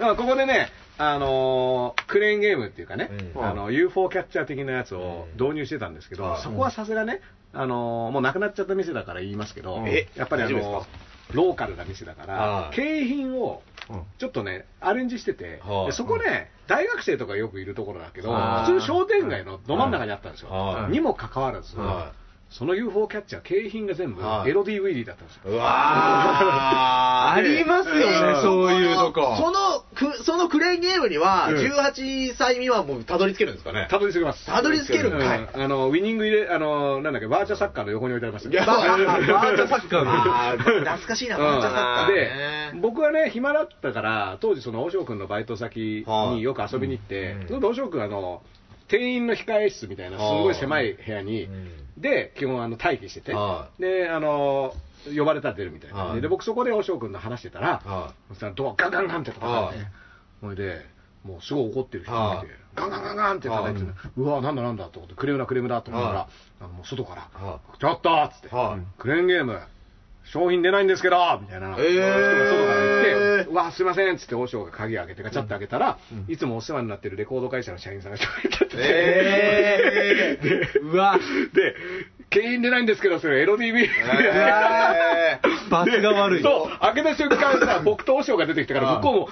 [SPEAKER 3] らここでね、あの、クレーンゲームっていうかね、
[SPEAKER 4] うん
[SPEAKER 3] あの、UFO キャッチャー的なやつを
[SPEAKER 4] うん
[SPEAKER 3] 導入してたんですけど、
[SPEAKER 4] はい
[SPEAKER 3] そこはさすがね、あの、もうなくなっちゃった店だから言いますけど、
[SPEAKER 4] え
[SPEAKER 3] やっぱりあ
[SPEAKER 4] 大丈夫で
[SPEAKER 3] の
[SPEAKER 4] す、
[SPEAKER 3] ローカルな店だから
[SPEAKER 4] はい、
[SPEAKER 3] 景品を、ちょっとね、アレンジしてて、
[SPEAKER 4] はい
[SPEAKER 3] でそこね、大学生とかよくいるところだけど、
[SPEAKER 5] はい
[SPEAKER 3] 普通商店街のど真ん中にあったんですよ。
[SPEAKER 4] はい
[SPEAKER 3] にもかかわらず、
[SPEAKER 4] は
[SPEAKER 3] その UFO キャッチャー、景品が全部
[SPEAKER 4] はい
[SPEAKER 3] エロ DVD だったんですよ。
[SPEAKER 4] うわー
[SPEAKER 5] ありますよね
[SPEAKER 4] えー
[SPEAKER 5] そういうとこ
[SPEAKER 4] その、くそのクレーンゲームには、
[SPEAKER 3] うん
[SPEAKER 4] 18歳未満もたどり着けるんですかね。
[SPEAKER 3] たどり着けます。
[SPEAKER 4] たどり着けるんかい
[SPEAKER 3] うんあの、ウィニング入れ、あの、なんだっけ、バーチャサッカーの横に置いてありましたけど。
[SPEAKER 4] バーチ
[SPEAKER 5] ャサ ッカー
[SPEAKER 4] あー懐かしいな、バーチャサッカーね。
[SPEAKER 3] で、僕はね、暇だったから、当時、その、大塩君のバイト先
[SPEAKER 4] はい
[SPEAKER 3] によく遊びに行って
[SPEAKER 4] うん、
[SPEAKER 3] その大塩君、あの、店員の控え室みたいな、すごい狭い部屋に、で、基本、あの、待機してて
[SPEAKER 4] は、
[SPEAKER 3] で、あの、呼ばれたら出るみたいな
[SPEAKER 4] は。い
[SPEAKER 3] で、僕、そこで大塩君と話してたら、そしたらドアガンガンガンって叩かれ
[SPEAKER 4] は
[SPEAKER 3] て
[SPEAKER 4] い、
[SPEAKER 3] ほいで、もうすごい怒ってる人がいて
[SPEAKER 4] はい、
[SPEAKER 3] ガンガンガンガンって叩いて
[SPEAKER 4] は
[SPEAKER 3] て、うわ、なんだなんだと思って、クレームだクレームだと思ったら
[SPEAKER 4] は、
[SPEAKER 3] あのもう外から、
[SPEAKER 4] は
[SPEAKER 3] ちょっとっつって、
[SPEAKER 4] はい
[SPEAKER 3] クレーンゲーム、商品出ないんですけどみたいな、
[SPEAKER 4] えー
[SPEAKER 3] 人が外から言って、うわ、すいませんっつって、王将が鍵開けて、ガチャって開けたら、いつもお世話になってるレコード会社の社員さんが一人いたってて、
[SPEAKER 4] え
[SPEAKER 5] うわ
[SPEAKER 3] で、景品出ないんですけど、それ、エロ DV。
[SPEAKER 4] え
[SPEAKER 5] 罰が悪い
[SPEAKER 3] そう、開けた瞬間さ、僕と和尚が出てきたから、
[SPEAKER 4] ああ
[SPEAKER 3] 向こうも、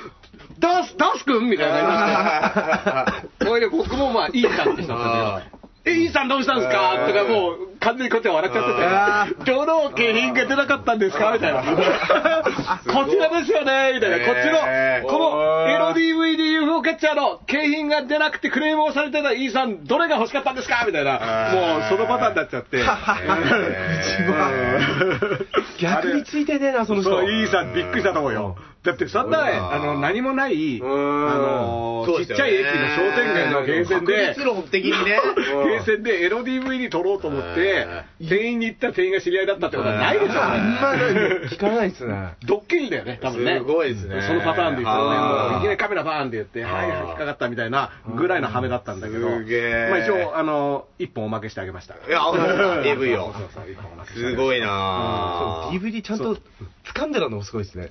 [SPEAKER 3] ダース、ダースくんみたいになりました。それで僕もまあ、いいさんって人だ
[SPEAKER 4] あ
[SPEAKER 3] ったんで。え、いいさんどうしたんですか
[SPEAKER 4] ああ
[SPEAKER 3] とか、もう、完全にこっちは笑っちゃってて、ちょうど景品が出なかったんですかみたいな。こちらですよねみたいな。こ
[SPEAKER 4] ええ
[SPEAKER 3] っちの、この、エロ DVDUFO キャッチャーの景品が出なくてクレームをされてたイーさん、どれが欲しかったんですかみたいな。もう、そのパターンになっちゃ って。
[SPEAKER 5] 逆についてねえなその人
[SPEAKER 3] そう、いいさん、びっくりしたと思うよ。だって、そんなね、
[SPEAKER 4] うん
[SPEAKER 3] あの、何もない、あ
[SPEAKER 5] ん
[SPEAKER 3] の
[SPEAKER 4] そう、
[SPEAKER 3] ち
[SPEAKER 4] で
[SPEAKER 3] っ
[SPEAKER 4] す
[SPEAKER 3] ちゃ
[SPEAKER 4] よね
[SPEAKER 3] い駅の商店街のゲーセンで
[SPEAKER 4] 確、率論的にね。
[SPEAKER 3] ゲーセンでエロ DVD 撮ろうと思って、店員に行ったら店員が知り合いだったってことはないでしょ
[SPEAKER 4] うん
[SPEAKER 5] あんま
[SPEAKER 3] これ。
[SPEAKER 5] り聞かないっすね
[SPEAKER 3] ドッキリだよね、 多分ね。
[SPEAKER 4] すごいですね
[SPEAKER 3] そのパターンで言ったら
[SPEAKER 4] あ
[SPEAKER 3] ね、
[SPEAKER 4] ー
[SPEAKER 3] もういきなりカメラバーンって言って、はい、
[SPEAKER 4] あー
[SPEAKER 3] 引っかかったみたいなぐらいのハメだったんだけど、
[SPEAKER 4] うんすげえ
[SPEAKER 3] まあ一応、あの、一本おまけしてあげました。
[SPEAKER 4] いや、AV
[SPEAKER 3] そ
[SPEAKER 4] よ
[SPEAKER 3] う。そうそう一本おまけしてあげました
[SPEAKER 4] すごいなぁ。
[SPEAKER 5] DVD ちゃんと掴んでたのもすごいですね
[SPEAKER 4] よ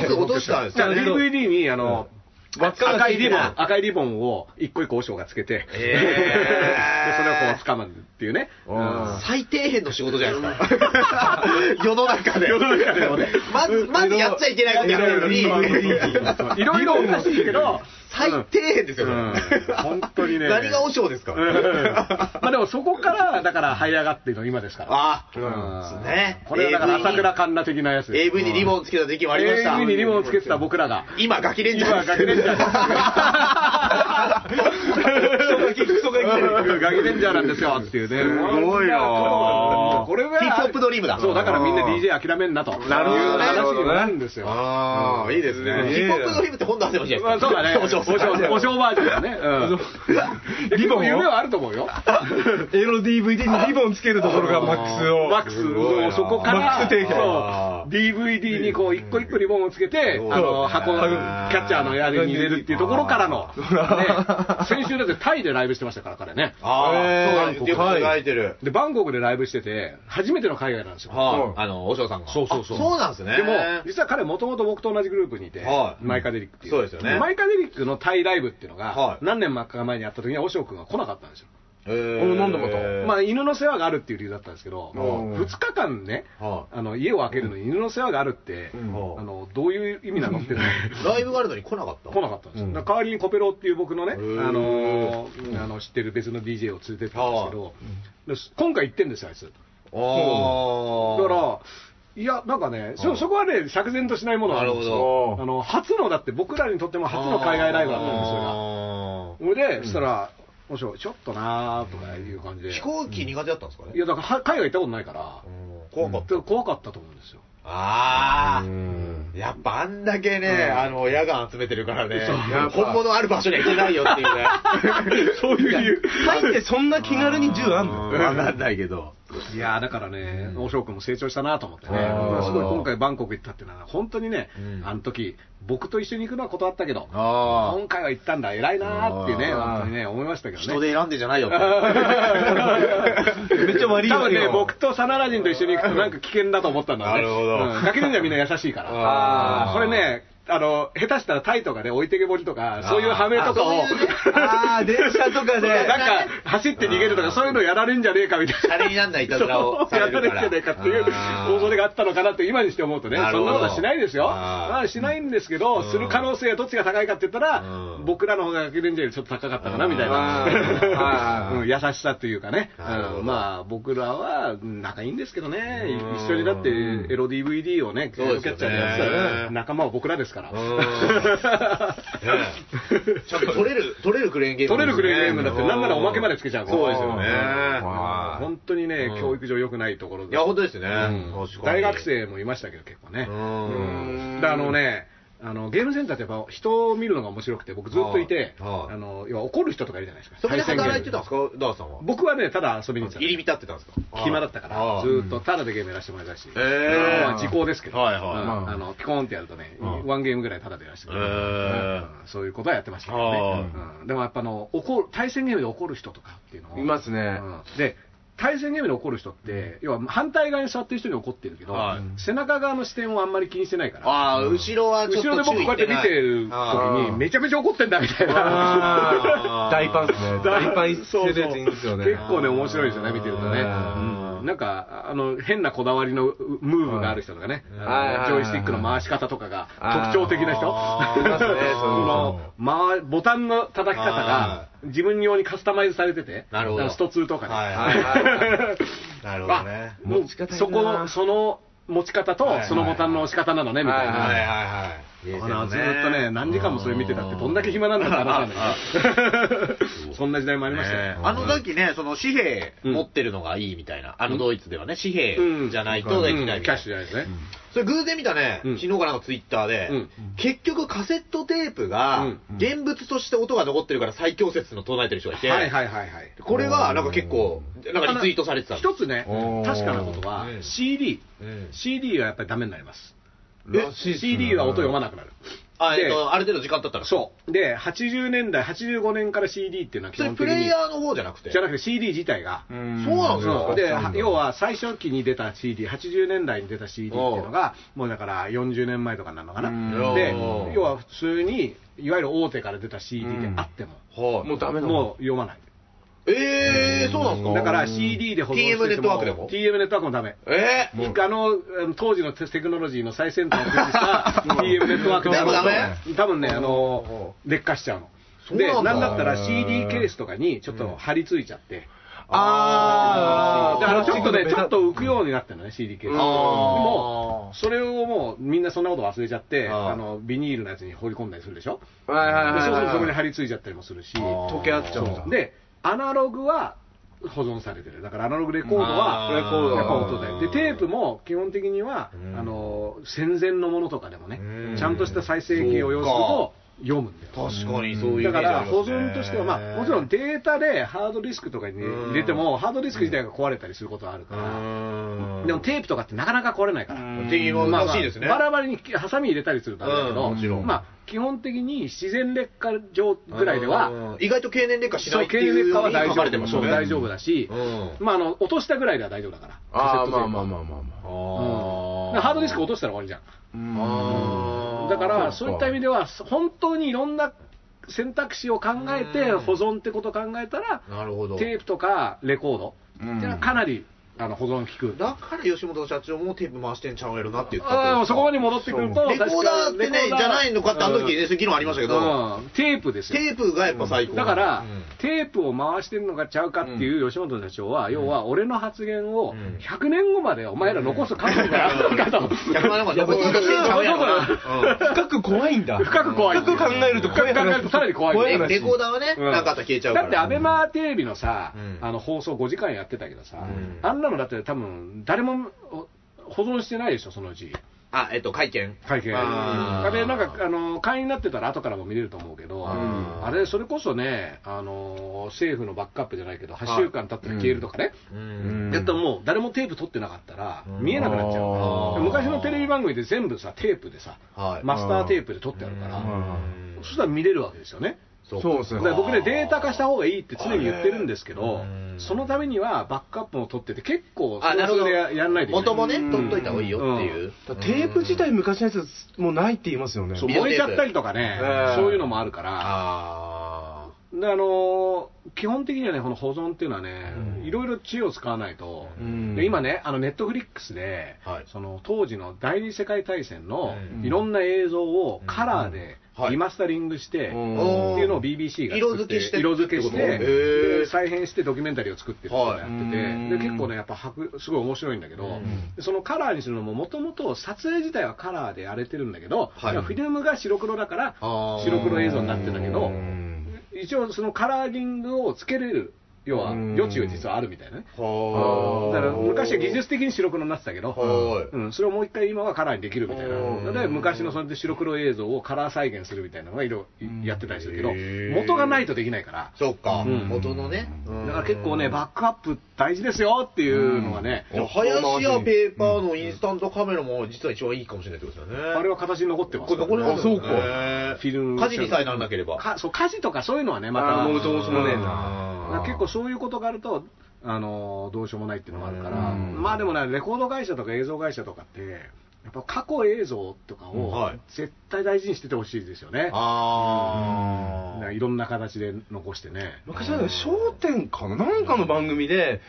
[SPEAKER 4] く落としたんです
[SPEAKER 3] じゃあ
[SPEAKER 4] よ。
[SPEAKER 5] だけど
[SPEAKER 3] DVD にあの、
[SPEAKER 5] 輪っかが
[SPEAKER 3] 赤
[SPEAKER 5] つ
[SPEAKER 3] い
[SPEAKER 5] いて
[SPEAKER 3] リ
[SPEAKER 5] る
[SPEAKER 3] ボン、赤いリボンを一個一個和尚がつけ て、
[SPEAKER 4] えー
[SPEAKER 3] でそれをこう掴むっていうね。
[SPEAKER 5] うん
[SPEAKER 3] うん
[SPEAKER 4] 最底辺の仕事じゃないですか。世の中 で。
[SPEAKER 3] 世の中でもね
[SPEAKER 4] まず、まずやっちゃいけないことやってるのに、
[SPEAKER 3] いろいろおかしいけど、
[SPEAKER 4] 最底辺ですよ、
[SPEAKER 3] う
[SPEAKER 4] これ
[SPEAKER 3] ん本当にね
[SPEAKER 4] 何が和尚ですか。
[SPEAKER 3] うんまあでもそこから、だから這い上がってるの今ですから。
[SPEAKER 4] あ
[SPEAKER 3] う
[SPEAKER 4] そうんね
[SPEAKER 3] これはだから朝倉環奈的なやつ。
[SPEAKER 4] AV にリボンつけた時期もありました。
[SPEAKER 3] AV にリボンをつけてた僕らが。
[SPEAKER 4] 今、ガキレンジャ
[SPEAKER 3] 今、
[SPEAKER 4] ー
[SPEAKER 3] ガキレンジャー です。クソガキ、ガキレンジャーなんですよっていうね。
[SPEAKER 1] すごいな
[SPEAKER 3] これが、
[SPEAKER 4] ヒップホップドリームだ
[SPEAKER 3] そう、だからみんな DJ 諦めんなと。
[SPEAKER 1] なるほどね
[SPEAKER 3] いう話になるんですよ。
[SPEAKER 4] ああ、いいですね。
[SPEAKER 5] いい
[SPEAKER 4] ヒ
[SPEAKER 5] ね
[SPEAKER 4] ップホップドリームって本出せばいいじゃ
[SPEAKER 3] ま
[SPEAKER 4] な
[SPEAKER 3] あ
[SPEAKER 4] いです
[SPEAKER 3] そうだね。
[SPEAKER 4] か。
[SPEAKER 3] お正お正バージョンだね。うん。リボン夢はあると思うよ。
[SPEAKER 5] 映画の DVD にリボンつけるところがマックスを。
[SPEAKER 3] マックス、もうそこから、
[SPEAKER 5] マックス定
[SPEAKER 3] そう、DVD にこう、一個一個リボンをつけて、あの、箱の、キャッチャーのやりに入れるっていうところからの、ね、先週だってタイでライブしてましたから、彼ね。
[SPEAKER 4] あ
[SPEAKER 5] えー
[SPEAKER 4] あ、そうなんですよ。よく考えてる。
[SPEAKER 3] で、バンコクでライブしてて、初めての海外なんですよ。
[SPEAKER 4] はい。あの、和尚さんが。
[SPEAKER 3] そうそうそう
[SPEAKER 4] あそうなんですね。
[SPEAKER 3] でも、実は彼もともと僕と同じグループにいて、
[SPEAKER 4] はい
[SPEAKER 3] マイカデリックっていう。
[SPEAKER 4] そうですよね
[SPEAKER 3] マイカデリックのタイライブっていうのが、
[SPEAKER 4] はい
[SPEAKER 3] 何年か前にあった時には、おしょうくんが来なかったんですよ。
[SPEAKER 4] えー、
[SPEAKER 5] 俺飲んだこと
[SPEAKER 3] まあ、犬の世話があるっていう理由だったんですけど、
[SPEAKER 5] うん
[SPEAKER 3] 2日間ね、
[SPEAKER 4] は
[SPEAKER 3] あの家を開けるのに犬の世話があるって、
[SPEAKER 4] ん
[SPEAKER 3] あのどういう意味なのってね、
[SPEAKER 4] ライブがあるのに来なかった
[SPEAKER 3] 来なかったんですよ、だから代わりにコペロっていう僕のね、あ
[SPEAKER 4] ー
[SPEAKER 3] のーあの知ってる別の DJ を連れてってたんですけど、で今回行ってんですよ、あいつ。だ
[SPEAKER 4] ああ。
[SPEAKER 3] から、いや、なんかね、
[SPEAKER 4] あ
[SPEAKER 3] そ
[SPEAKER 4] ー
[SPEAKER 3] そこはね、釈然としないものがあるんです
[SPEAKER 4] なる
[SPEAKER 3] よ。
[SPEAKER 5] そ
[SPEAKER 3] あ
[SPEAKER 5] う
[SPEAKER 3] の初の、だって僕らにとっても初の海外ライブだったんですよが。
[SPEAKER 4] あ
[SPEAKER 3] それで、そしたら、おしょ、ちょっとなーとかいう感じで。
[SPEAKER 4] ー飛行機苦手だったんですかね
[SPEAKER 3] いや、だからは海外行ったことないから、
[SPEAKER 4] うん怖かった。
[SPEAKER 3] で怖かったと思うんですよ。
[SPEAKER 4] ああ。やっぱあんだけね、あの、野が集めてるからね、本物ある場所には行けないよっていうね。
[SPEAKER 5] そういう理由。タイってそんな気軽に銃あんの
[SPEAKER 4] わかんないけど。
[SPEAKER 3] いやーだからね、大翔君も成長したなと思ってね、
[SPEAKER 4] あー
[SPEAKER 3] まあすごい今回、バンコク行ったっていうのは、本当にね、
[SPEAKER 4] うん
[SPEAKER 3] あの時僕と一緒に行くのは断ったけど、
[SPEAKER 4] あー
[SPEAKER 3] 今回は行ったんだ、偉いなーっていうね、
[SPEAKER 4] あー
[SPEAKER 3] 本当にね、思いましたけどね。
[SPEAKER 4] 人で選んでじゃないよって。
[SPEAKER 5] めっちゃ悪い
[SPEAKER 3] 多
[SPEAKER 5] わ
[SPEAKER 3] 分
[SPEAKER 5] けよ
[SPEAKER 3] ね、僕とサナラ人と一緒に行くと、なんか危険だと思ったんだね。
[SPEAKER 4] なるほど
[SPEAKER 3] うんガキ忍者みんな優しいから。
[SPEAKER 4] あー
[SPEAKER 3] これね、あの、下手したらタイとかね、置いてけぼりとか、そういうハメとかを、
[SPEAKER 5] ああ、電車と かで。
[SPEAKER 3] なんか、走って逃げるとか、そういうのやられんじゃねえかみたいな。
[SPEAKER 4] シャレになんないいたずらをさ
[SPEAKER 3] や
[SPEAKER 4] れ
[SPEAKER 3] られ
[SPEAKER 4] るか
[SPEAKER 3] る
[SPEAKER 4] ら
[SPEAKER 3] んじゃねえかっていう
[SPEAKER 4] あー
[SPEAKER 3] 恐れがあったのかなって、今にして思うとね、
[SPEAKER 4] なる
[SPEAKER 3] そ
[SPEAKER 4] ほ
[SPEAKER 3] ん
[SPEAKER 4] ど
[SPEAKER 3] なことはしないですよ。
[SPEAKER 4] あー
[SPEAKER 3] まあしないんですけど
[SPEAKER 4] うん、
[SPEAKER 3] する可能性はどっちが高いかって言ったら
[SPEAKER 4] う、ん
[SPEAKER 3] 僕らの方がガキ忍者よりちょっと高かったかなみたいな。
[SPEAKER 5] あ ー
[SPEAKER 3] うん優しさというかね。う
[SPEAKER 4] なるほど
[SPEAKER 3] んまあ、僕らは仲いいんですけどね、
[SPEAKER 4] うん
[SPEAKER 3] 一緒にだって、エロ DVD をね、
[SPEAKER 4] そ
[SPEAKER 3] キ
[SPEAKER 4] う
[SPEAKER 3] ャッ
[SPEAKER 4] ですよね
[SPEAKER 3] チャーでやってたら、仲間は僕らですから。
[SPEAKER 4] うんちゃんと取れる、取れるクレーンゲーム
[SPEAKER 3] 取れ
[SPEAKER 4] で
[SPEAKER 3] る
[SPEAKER 4] すね。
[SPEAKER 3] クレーンゲームだって、なんならおまけまでつけちゃうから
[SPEAKER 4] そうですよね。
[SPEAKER 5] はい
[SPEAKER 3] 本当にね
[SPEAKER 4] うん、
[SPEAKER 3] 教育上良くないところ
[SPEAKER 4] いや、本当
[SPEAKER 3] に
[SPEAKER 4] ですね。確かに
[SPEAKER 3] 大学生もいましたけど、結構ね。
[SPEAKER 4] うん
[SPEAKER 3] だからあのね、あのゲームセンターってやっぱ人を見るのが面白くて、僕ずっといて、
[SPEAKER 4] はいはい
[SPEAKER 3] あの要は怒る人とかいるじゃないですか、
[SPEAKER 4] そこで
[SPEAKER 3] 対戦ゲーム
[SPEAKER 4] 働いてたんですか、ダースさんは。
[SPEAKER 3] 僕はね、ただ遊びに行って
[SPEAKER 4] 入り浸ってたんです
[SPEAKER 3] た、
[SPEAKER 4] か
[SPEAKER 3] 暇だったか
[SPEAKER 4] あ
[SPEAKER 3] ら、
[SPEAKER 4] あ
[SPEAKER 3] ずっとただでゲームやらせてもらいたし、
[SPEAKER 4] へえ
[SPEAKER 3] まあ時効ですけど、
[SPEAKER 4] はいはい
[SPEAKER 3] うんあのピコーンってやるとね、
[SPEAKER 4] うん
[SPEAKER 3] ワンゲームぐらいただでやらせてもら
[SPEAKER 4] へえ
[SPEAKER 3] ううんそういうことはやってましたけどね、うんでもやっぱあの怒る対戦ゲームで怒る人とかっていうのを
[SPEAKER 5] いますね
[SPEAKER 3] うんで対戦ゲームで怒る人って、要は反対側に座ってる人に怒ってるけど、
[SPEAKER 4] はい
[SPEAKER 3] 背中側の視点をあんまり気にしてないから、
[SPEAKER 4] ああ、後ろはち
[SPEAKER 3] 後
[SPEAKER 4] ょっと
[SPEAKER 3] ろで僕こうやって見てる時
[SPEAKER 4] あー
[SPEAKER 3] に、めちゃめちゃ怒ってんだみたいな。
[SPEAKER 5] あー大パンですね。大パン一
[SPEAKER 3] そう
[SPEAKER 5] 世
[SPEAKER 3] そう
[SPEAKER 5] でいいんですよね。
[SPEAKER 3] 結構ね、面白いですよね、見てるとね。
[SPEAKER 4] あー
[SPEAKER 3] うんなんか、あの、変なこだわりのうムーブがある人とかね、
[SPEAKER 5] はい
[SPEAKER 3] あのジョイスティックの回し方とかが
[SPEAKER 5] あー
[SPEAKER 3] 特徴的な人
[SPEAKER 4] あー、
[SPEAKER 5] い ますねそういう人
[SPEAKER 3] その回ボタンの叩き方
[SPEAKER 4] あ
[SPEAKER 3] が自分用にカスタマイズされてて、
[SPEAKER 4] なるほど
[SPEAKER 3] あのスト2とかね。
[SPEAKER 4] はい
[SPEAKER 5] は いは
[SPEAKER 4] なるほど
[SPEAKER 3] あ
[SPEAKER 4] ね。
[SPEAKER 3] もう
[SPEAKER 5] 持ち方いいな
[SPEAKER 3] そこ、その持ち方と
[SPEAKER 5] はいはい
[SPEAKER 3] そのボタンの押し方なのね、みたい
[SPEAKER 5] は
[SPEAKER 3] な。
[SPEAKER 5] い
[SPEAKER 4] はいはいはい。
[SPEAKER 3] あのずーっとね、何時間もそれ見てたって、どんだけ暇なんだって話なんだけど、 そんな時代もありましたよ。
[SPEAKER 4] あの時ね、その紙幣持ってるのがいいみたいな、あのドイツではね、紙
[SPEAKER 3] う
[SPEAKER 4] 幣
[SPEAKER 3] ん
[SPEAKER 4] じゃないとで
[SPEAKER 3] う
[SPEAKER 4] きない
[SPEAKER 3] ん
[SPEAKER 4] み
[SPEAKER 3] キ
[SPEAKER 4] た
[SPEAKER 3] ャ
[SPEAKER 4] い
[SPEAKER 3] ッ
[SPEAKER 4] な
[SPEAKER 3] シュじ。ゃないですね。
[SPEAKER 4] それ偶然見たね、
[SPEAKER 3] うん
[SPEAKER 4] 昨日かなんかツイッターで、
[SPEAKER 3] うん
[SPEAKER 4] 結局カセットテープが、
[SPEAKER 3] うん
[SPEAKER 4] 現物として音が残ってるから最強説の唱えてる人がいて、
[SPEAKER 3] はいはいはいはい。
[SPEAKER 4] これがなんか結構、なんかリツイートされてたんです
[SPEAKER 3] 一つね
[SPEAKER 5] おー、
[SPEAKER 3] 確かなことは
[SPEAKER 4] うん、
[SPEAKER 3] CD
[SPEAKER 4] うん。
[SPEAKER 3] CD はやっぱりダメになります。
[SPEAKER 5] らしいっすね
[SPEAKER 3] CD は音読まなくなる。
[SPEAKER 4] あ、
[SPEAKER 3] で
[SPEAKER 4] えっと、ある程度時間経ったら。
[SPEAKER 3] そう。で、80年代、85年から CD っていうのは基
[SPEAKER 4] それ
[SPEAKER 3] 本
[SPEAKER 4] プ
[SPEAKER 3] 的
[SPEAKER 4] レイ
[SPEAKER 3] に。
[SPEAKER 4] ヤーの方じゃなくて。
[SPEAKER 3] じゃなくて CD 自体が。
[SPEAKER 4] そうなの
[SPEAKER 3] そう
[SPEAKER 4] よ
[SPEAKER 3] で、は要は最初期に出た CD、80年代に出た CD っていうのが、もうだから40年前とかなのかな。
[SPEAKER 5] うん
[SPEAKER 3] で
[SPEAKER 4] うん、
[SPEAKER 3] 要は普通に、いわゆる大手から出た CD であっても、
[SPEAKER 4] はい。
[SPEAKER 5] もうダメなの
[SPEAKER 3] もう読まない。
[SPEAKER 4] えー、そうなんですか
[SPEAKER 3] だから CD で保存してて
[SPEAKER 4] TM ネットワークでも
[SPEAKER 3] ?TM ネットワークもダメ。
[SPEAKER 4] えー、
[SPEAKER 3] あのあの当時のテテクノロジーの最先端を駆使した TM ネットワーク
[SPEAKER 4] でもダメ
[SPEAKER 3] 多分ね、あの、劣化しちゃうの。
[SPEAKER 4] そう
[SPEAKER 3] で、
[SPEAKER 4] なんだ
[SPEAKER 3] なんだったら CD ケースとかにちょっと貼り付いちゃって、
[SPEAKER 5] あー
[SPEAKER 3] だからちょっとね、
[SPEAKER 5] プラスチックのベ
[SPEAKER 3] ち
[SPEAKER 5] タ
[SPEAKER 3] ょっと浮くようになったのね、CD ケース。で
[SPEAKER 5] うん
[SPEAKER 3] も、それをもうみんなそんなこと忘れちゃって、
[SPEAKER 4] あー
[SPEAKER 3] あの、ビニールのやつに放り込んだりするでしょ
[SPEAKER 5] はいはい
[SPEAKER 3] で
[SPEAKER 5] はい
[SPEAKER 3] そうするとそこに
[SPEAKER 5] はい
[SPEAKER 3] 貼り付いちゃったりもするし、
[SPEAKER 5] 溶け合っちゃうんだ
[SPEAKER 3] そうで、アナログは保存されてる。だからアナログレコードは、
[SPEAKER 4] あー
[SPEAKER 5] レコードは
[SPEAKER 3] やっぱ音で。で、テープも基本的には、
[SPEAKER 4] うん
[SPEAKER 3] あの、戦前のものとかでもね
[SPEAKER 4] うん、
[SPEAKER 3] ちゃんとした再生機を要すると読むんだよ。
[SPEAKER 4] 確かにそういうイメージ
[SPEAKER 3] だから
[SPEAKER 4] あり
[SPEAKER 3] 保
[SPEAKER 4] ますね
[SPEAKER 3] 存としては、まあ、もちろんデータでハードディスクとかに入れても、ハードディスク自体が壊れたりすることはあるから、
[SPEAKER 4] うーん
[SPEAKER 3] でもテープとかってなかなか壊れないから。
[SPEAKER 4] っていうの
[SPEAKER 3] まあ
[SPEAKER 4] ら
[SPEAKER 3] まあ
[SPEAKER 4] しいですね。
[SPEAKER 3] バラバラにハサミ入れたりするとあれだけど、
[SPEAKER 4] うんもちろん
[SPEAKER 3] まあ、基本本的に自然劣化上ぐらいでは、
[SPEAKER 4] うん、意外と経年劣化しな
[SPEAKER 3] そ、
[SPEAKER 4] いうって
[SPEAKER 3] 経
[SPEAKER 4] い
[SPEAKER 3] 由
[SPEAKER 4] う
[SPEAKER 3] 劣化
[SPEAKER 4] よう
[SPEAKER 3] は
[SPEAKER 4] に
[SPEAKER 3] 大
[SPEAKER 4] 書
[SPEAKER 3] 丈
[SPEAKER 4] かれてま
[SPEAKER 3] 夫。
[SPEAKER 4] すよ
[SPEAKER 3] そう、
[SPEAKER 4] ね。
[SPEAKER 3] 大丈夫だし、
[SPEAKER 4] うん
[SPEAKER 3] まあ、あの、落としたぐらいでは大丈夫だから。カ
[SPEAKER 5] あー
[SPEAKER 3] セットテープ
[SPEAKER 5] ま
[SPEAKER 3] は
[SPEAKER 5] あまあまあまあま
[SPEAKER 3] うんだ
[SPEAKER 5] あ
[SPEAKER 3] からハードディスク落としたら終わりじゃん。
[SPEAKER 4] あー
[SPEAKER 3] だから、そういった意味では、本当にいろんな選択肢を考えて、
[SPEAKER 4] うん
[SPEAKER 3] 保存ってことを考えたら、
[SPEAKER 4] なるほど。
[SPEAKER 3] テープとかレコードっていうのはかなりあの保存効く。
[SPEAKER 4] だから吉本社長もテープ回してんちゃうやろなって言ったって
[SPEAKER 3] あ
[SPEAKER 4] こ
[SPEAKER 3] あそこまで戻ってくると、
[SPEAKER 4] とですかレコーダーって
[SPEAKER 3] 確かレ
[SPEAKER 4] ね、じ
[SPEAKER 3] コーダー
[SPEAKER 4] ゃないのかって、あの時ね、そういう議論ありましたけど、
[SPEAKER 3] うんテープですよ。
[SPEAKER 4] テープがやっぱ最高。
[SPEAKER 3] だから、
[SPEAKER 4] うん
[SPEAKER 3] テープを回してるのかちゃうかっていう吉本社長は、要は俺の発言を
[SPEAKER 4] うん
[SPEAKER 3] 100年後までお前ら残す覚悟があるのか と。
[SPEAKER 4] 100万円も
[SPEAKER 5] や
[SPEAKER 4] 残
[SPEAKER 5] そう
[SPEAKER 4] し
[SPEAKER 5] い
[SPEAKER 4] て
[SPEAKER 5] うこと
[SPEAKER 4] んちゃうやろな。
[SPEAKER 5] 深く怖いんだ
[SPEAKER 3] 深く怖い。
[SPEAKER 5] 深く考えると怖
[SPEAKER 3] 深く
[SPEAKER 5] い話
[SPEAKER 3] 考えるとさらに怖い。
[SPEAKER 5] 怖い
[SPEAKER 4] うん
[SPEAKER 5] 話
[SPEAKER 4] レレコーダーはね、
[SPEAKER 3] うん
[SPEAKER 4] なかったら消えちゃう
[SPEAKER 3] だ
[SPEAKER 4] から。
[SPEAKER 3] って、アベマテレビのさ、
[SPEAKER 4] うん
[SPEAKER 3] あの放送5時間やってたけどさ、
[SPEAKER 4] うん
[SPEAKER 3] あんなのだって多分、誰もお保存してないでしょ、そのうち、
[SPEAKER 4] あ、えっと、会見。
[SPEAKER 3] 会見。
[SPEAKER 4] あー
[SPEAKER 3] あれ、なんか、あの、会員になってたら後からも見れると思うけど、
[SPEAKER 4] ん
[SPEAKER 3] あれ、それこそね、あの、政府のバックアップじゃないけど、8週間経ったら消えるとかね、
[SPEAKER 4] うん
[SPEAKER 3] やったらもう誰もテープ取ってなかったら、
[SPEAKER 4] うん
[SPEAKER 3] 見えなくなっちゃう
[SPEAKER 4] あー
[SPEAKER 3] で。昔のテレビ番組で全部さ、テープでさ、
[SPEAKER 4] はい。
[SPEAKER 3] マスターテープで撮ってあるから、
[SPEAKER 4] うん
[SPEAKER 3] そしたら見れるわけですよね。
[SPEAKER 4] そう
[SPEAKER 5] そうです
[SPEAKER 3] だ
[SPEAKER 5] ね
[SPEAKER 3] から僕ね、データ化した方がいいって常に言ってるんですけど
[SPEAKER 4] あれうん、
[SPEAKER 3] そのためにはバックアップも取ってて、結構、
[SPEAKER 4] あ、なるほ
[SPEAKER 3] そ
[SPEAKER 4] ど。
[SPEAKER 3] れはそれでやらないといけ
[SPEAKER 4] 元
[SPEAKER 3] ない。
[SPEAKER 4] もね、取っといた方がいいよっていうう。
[SPEAKER 5] だからテープ自体昔のやつもうないって言いますよね
[SPEAKER 3] そう
[SPEAKER 4] ビデオ
[SPEAKER 3] 燃え
[SPEAKER 4] テー
[SPEAKER 3] ち
[SPEAKER 4] プ
[SPEAKER 3] ゃったりとかね
[SPEAKER 5] うん、
[SPEAKER 3] そういうのもあるから、
[SPEAKER 4] あ
[SPEAKER 3] であのー基本的にはね、この保存っていうのはね、いろいろ知恵を使わないと
[SPEAKER 5] うん、
[SPEAKER 3] で今ね、あのネットフリックスで
[SPEAKER 4] はい、
[SPEAKER 3] その当時の第二次世界大戦の
[SPEAKER 4] うん
[SPEAKER 3] いろんな映像をカラーで
[SPEAKER 4] うんはい
[SPEAKER 3] リマスタリングして、
[SPEAKER 5] うん
[SPEAKER 4] ー
[SPEAKER 3] っていうのを BBC が
[SPEAKER 4] 色
[SPEAKER 3] 作っ
[SPEAKER 4] 付けして
[SPEAKER 3] 色付けして
[SPEAKER 4] ってことへ
[SPEAKER 3] で
[SPEAKER 4] ー
[SPEAKER 3] 再編してドキュメンタリーを作ってってことをやってて、
[SPEAKER 5] はい
[SPEAKER 3] で結構ねやっぱ白すごい面白いんだけど、
[SPEAKER 4] うん
[SPEAKER 3] でそのカラーにするのももともと撮影自体はカラーでやれてるんだけど、
[SPEAKER 4] はい
[SPEAKER 3] フィルムが白黒だから
[SPEAKER 4] あー
[SPEAKER 3] 白黒映像になってるんだけ
[SPEAKER 5] う
[SPEAKER 3] ど
[SPEAKER 5] ん
[SPEAKER 3] 一応そのカラーリングをつけれる要は
[SPEAKER 5] うん
[SPEAKER 3] 余地が実はあるみたいなね
[SPEAKER 4] ーは
[SPEAKER 3] だ
[SPEAKER 4] あ。
[SPEAKER 3] から昔は技術的に白黒になってたけど、
[SPEAKER 4] はい
[SPEAKER 3] うん、それをもう一回今はカラーにできるみたい
[SPEAKER 4] うん
[SPEAKER 3] な、で昔のそれで白黒映像をカラー再現するみたいなのがいろいろやってたりするけど
[SPEAKER 4] へー、
[SPEAKER 3] 元がないとできないから、
[SPEAKER 4] そっか、
[SPEAKER 3] うん
[SPEAKER 4] 元のね。
[SPEAKER 3] だから結構ね、バックアップ大事ですよっていうのがね、
[SPEAKER 4] うん林家ペーパーのインスタントカメラも実は一番いいかもしれないってことですよね。
[SPEAKER 3] あれは形に残ってます
[SPEAKER 4] これ残りますよね
[SPEAKER 3] フィルム
[SPEAKER 4] 火事にさえならなければ。
[SPEAKER 3] かそう火事とかそういうのはね、ま
[SPEAKER 5] あ
[SPEAKER 3] た、
[SPEAKER 5] ーもうどうしようもねえ
[SPEAKER 3] だから結構そういうことがあると、あのーどうしようもないっていうのがあるから、
[SPEAKER 5] うん
[SPEAKER 3] まあでもね、レコード会社とか映像会社とかって、やっぱ過去映像とか
[SPEAKER 4] うんは
[SPEAKER 3] を
[SPEAKER 4] い
[SPEAKER 3] 絶対大事にしててほしいですよね、
[SPEAKER 4] あ
[SPEAKER 3] なん
[SPEAKER 4] ー
[SPEAKER 3] かいろんな形で残してね。
[SPEAKER 5] 昔はね『笑点』かななんかの番組で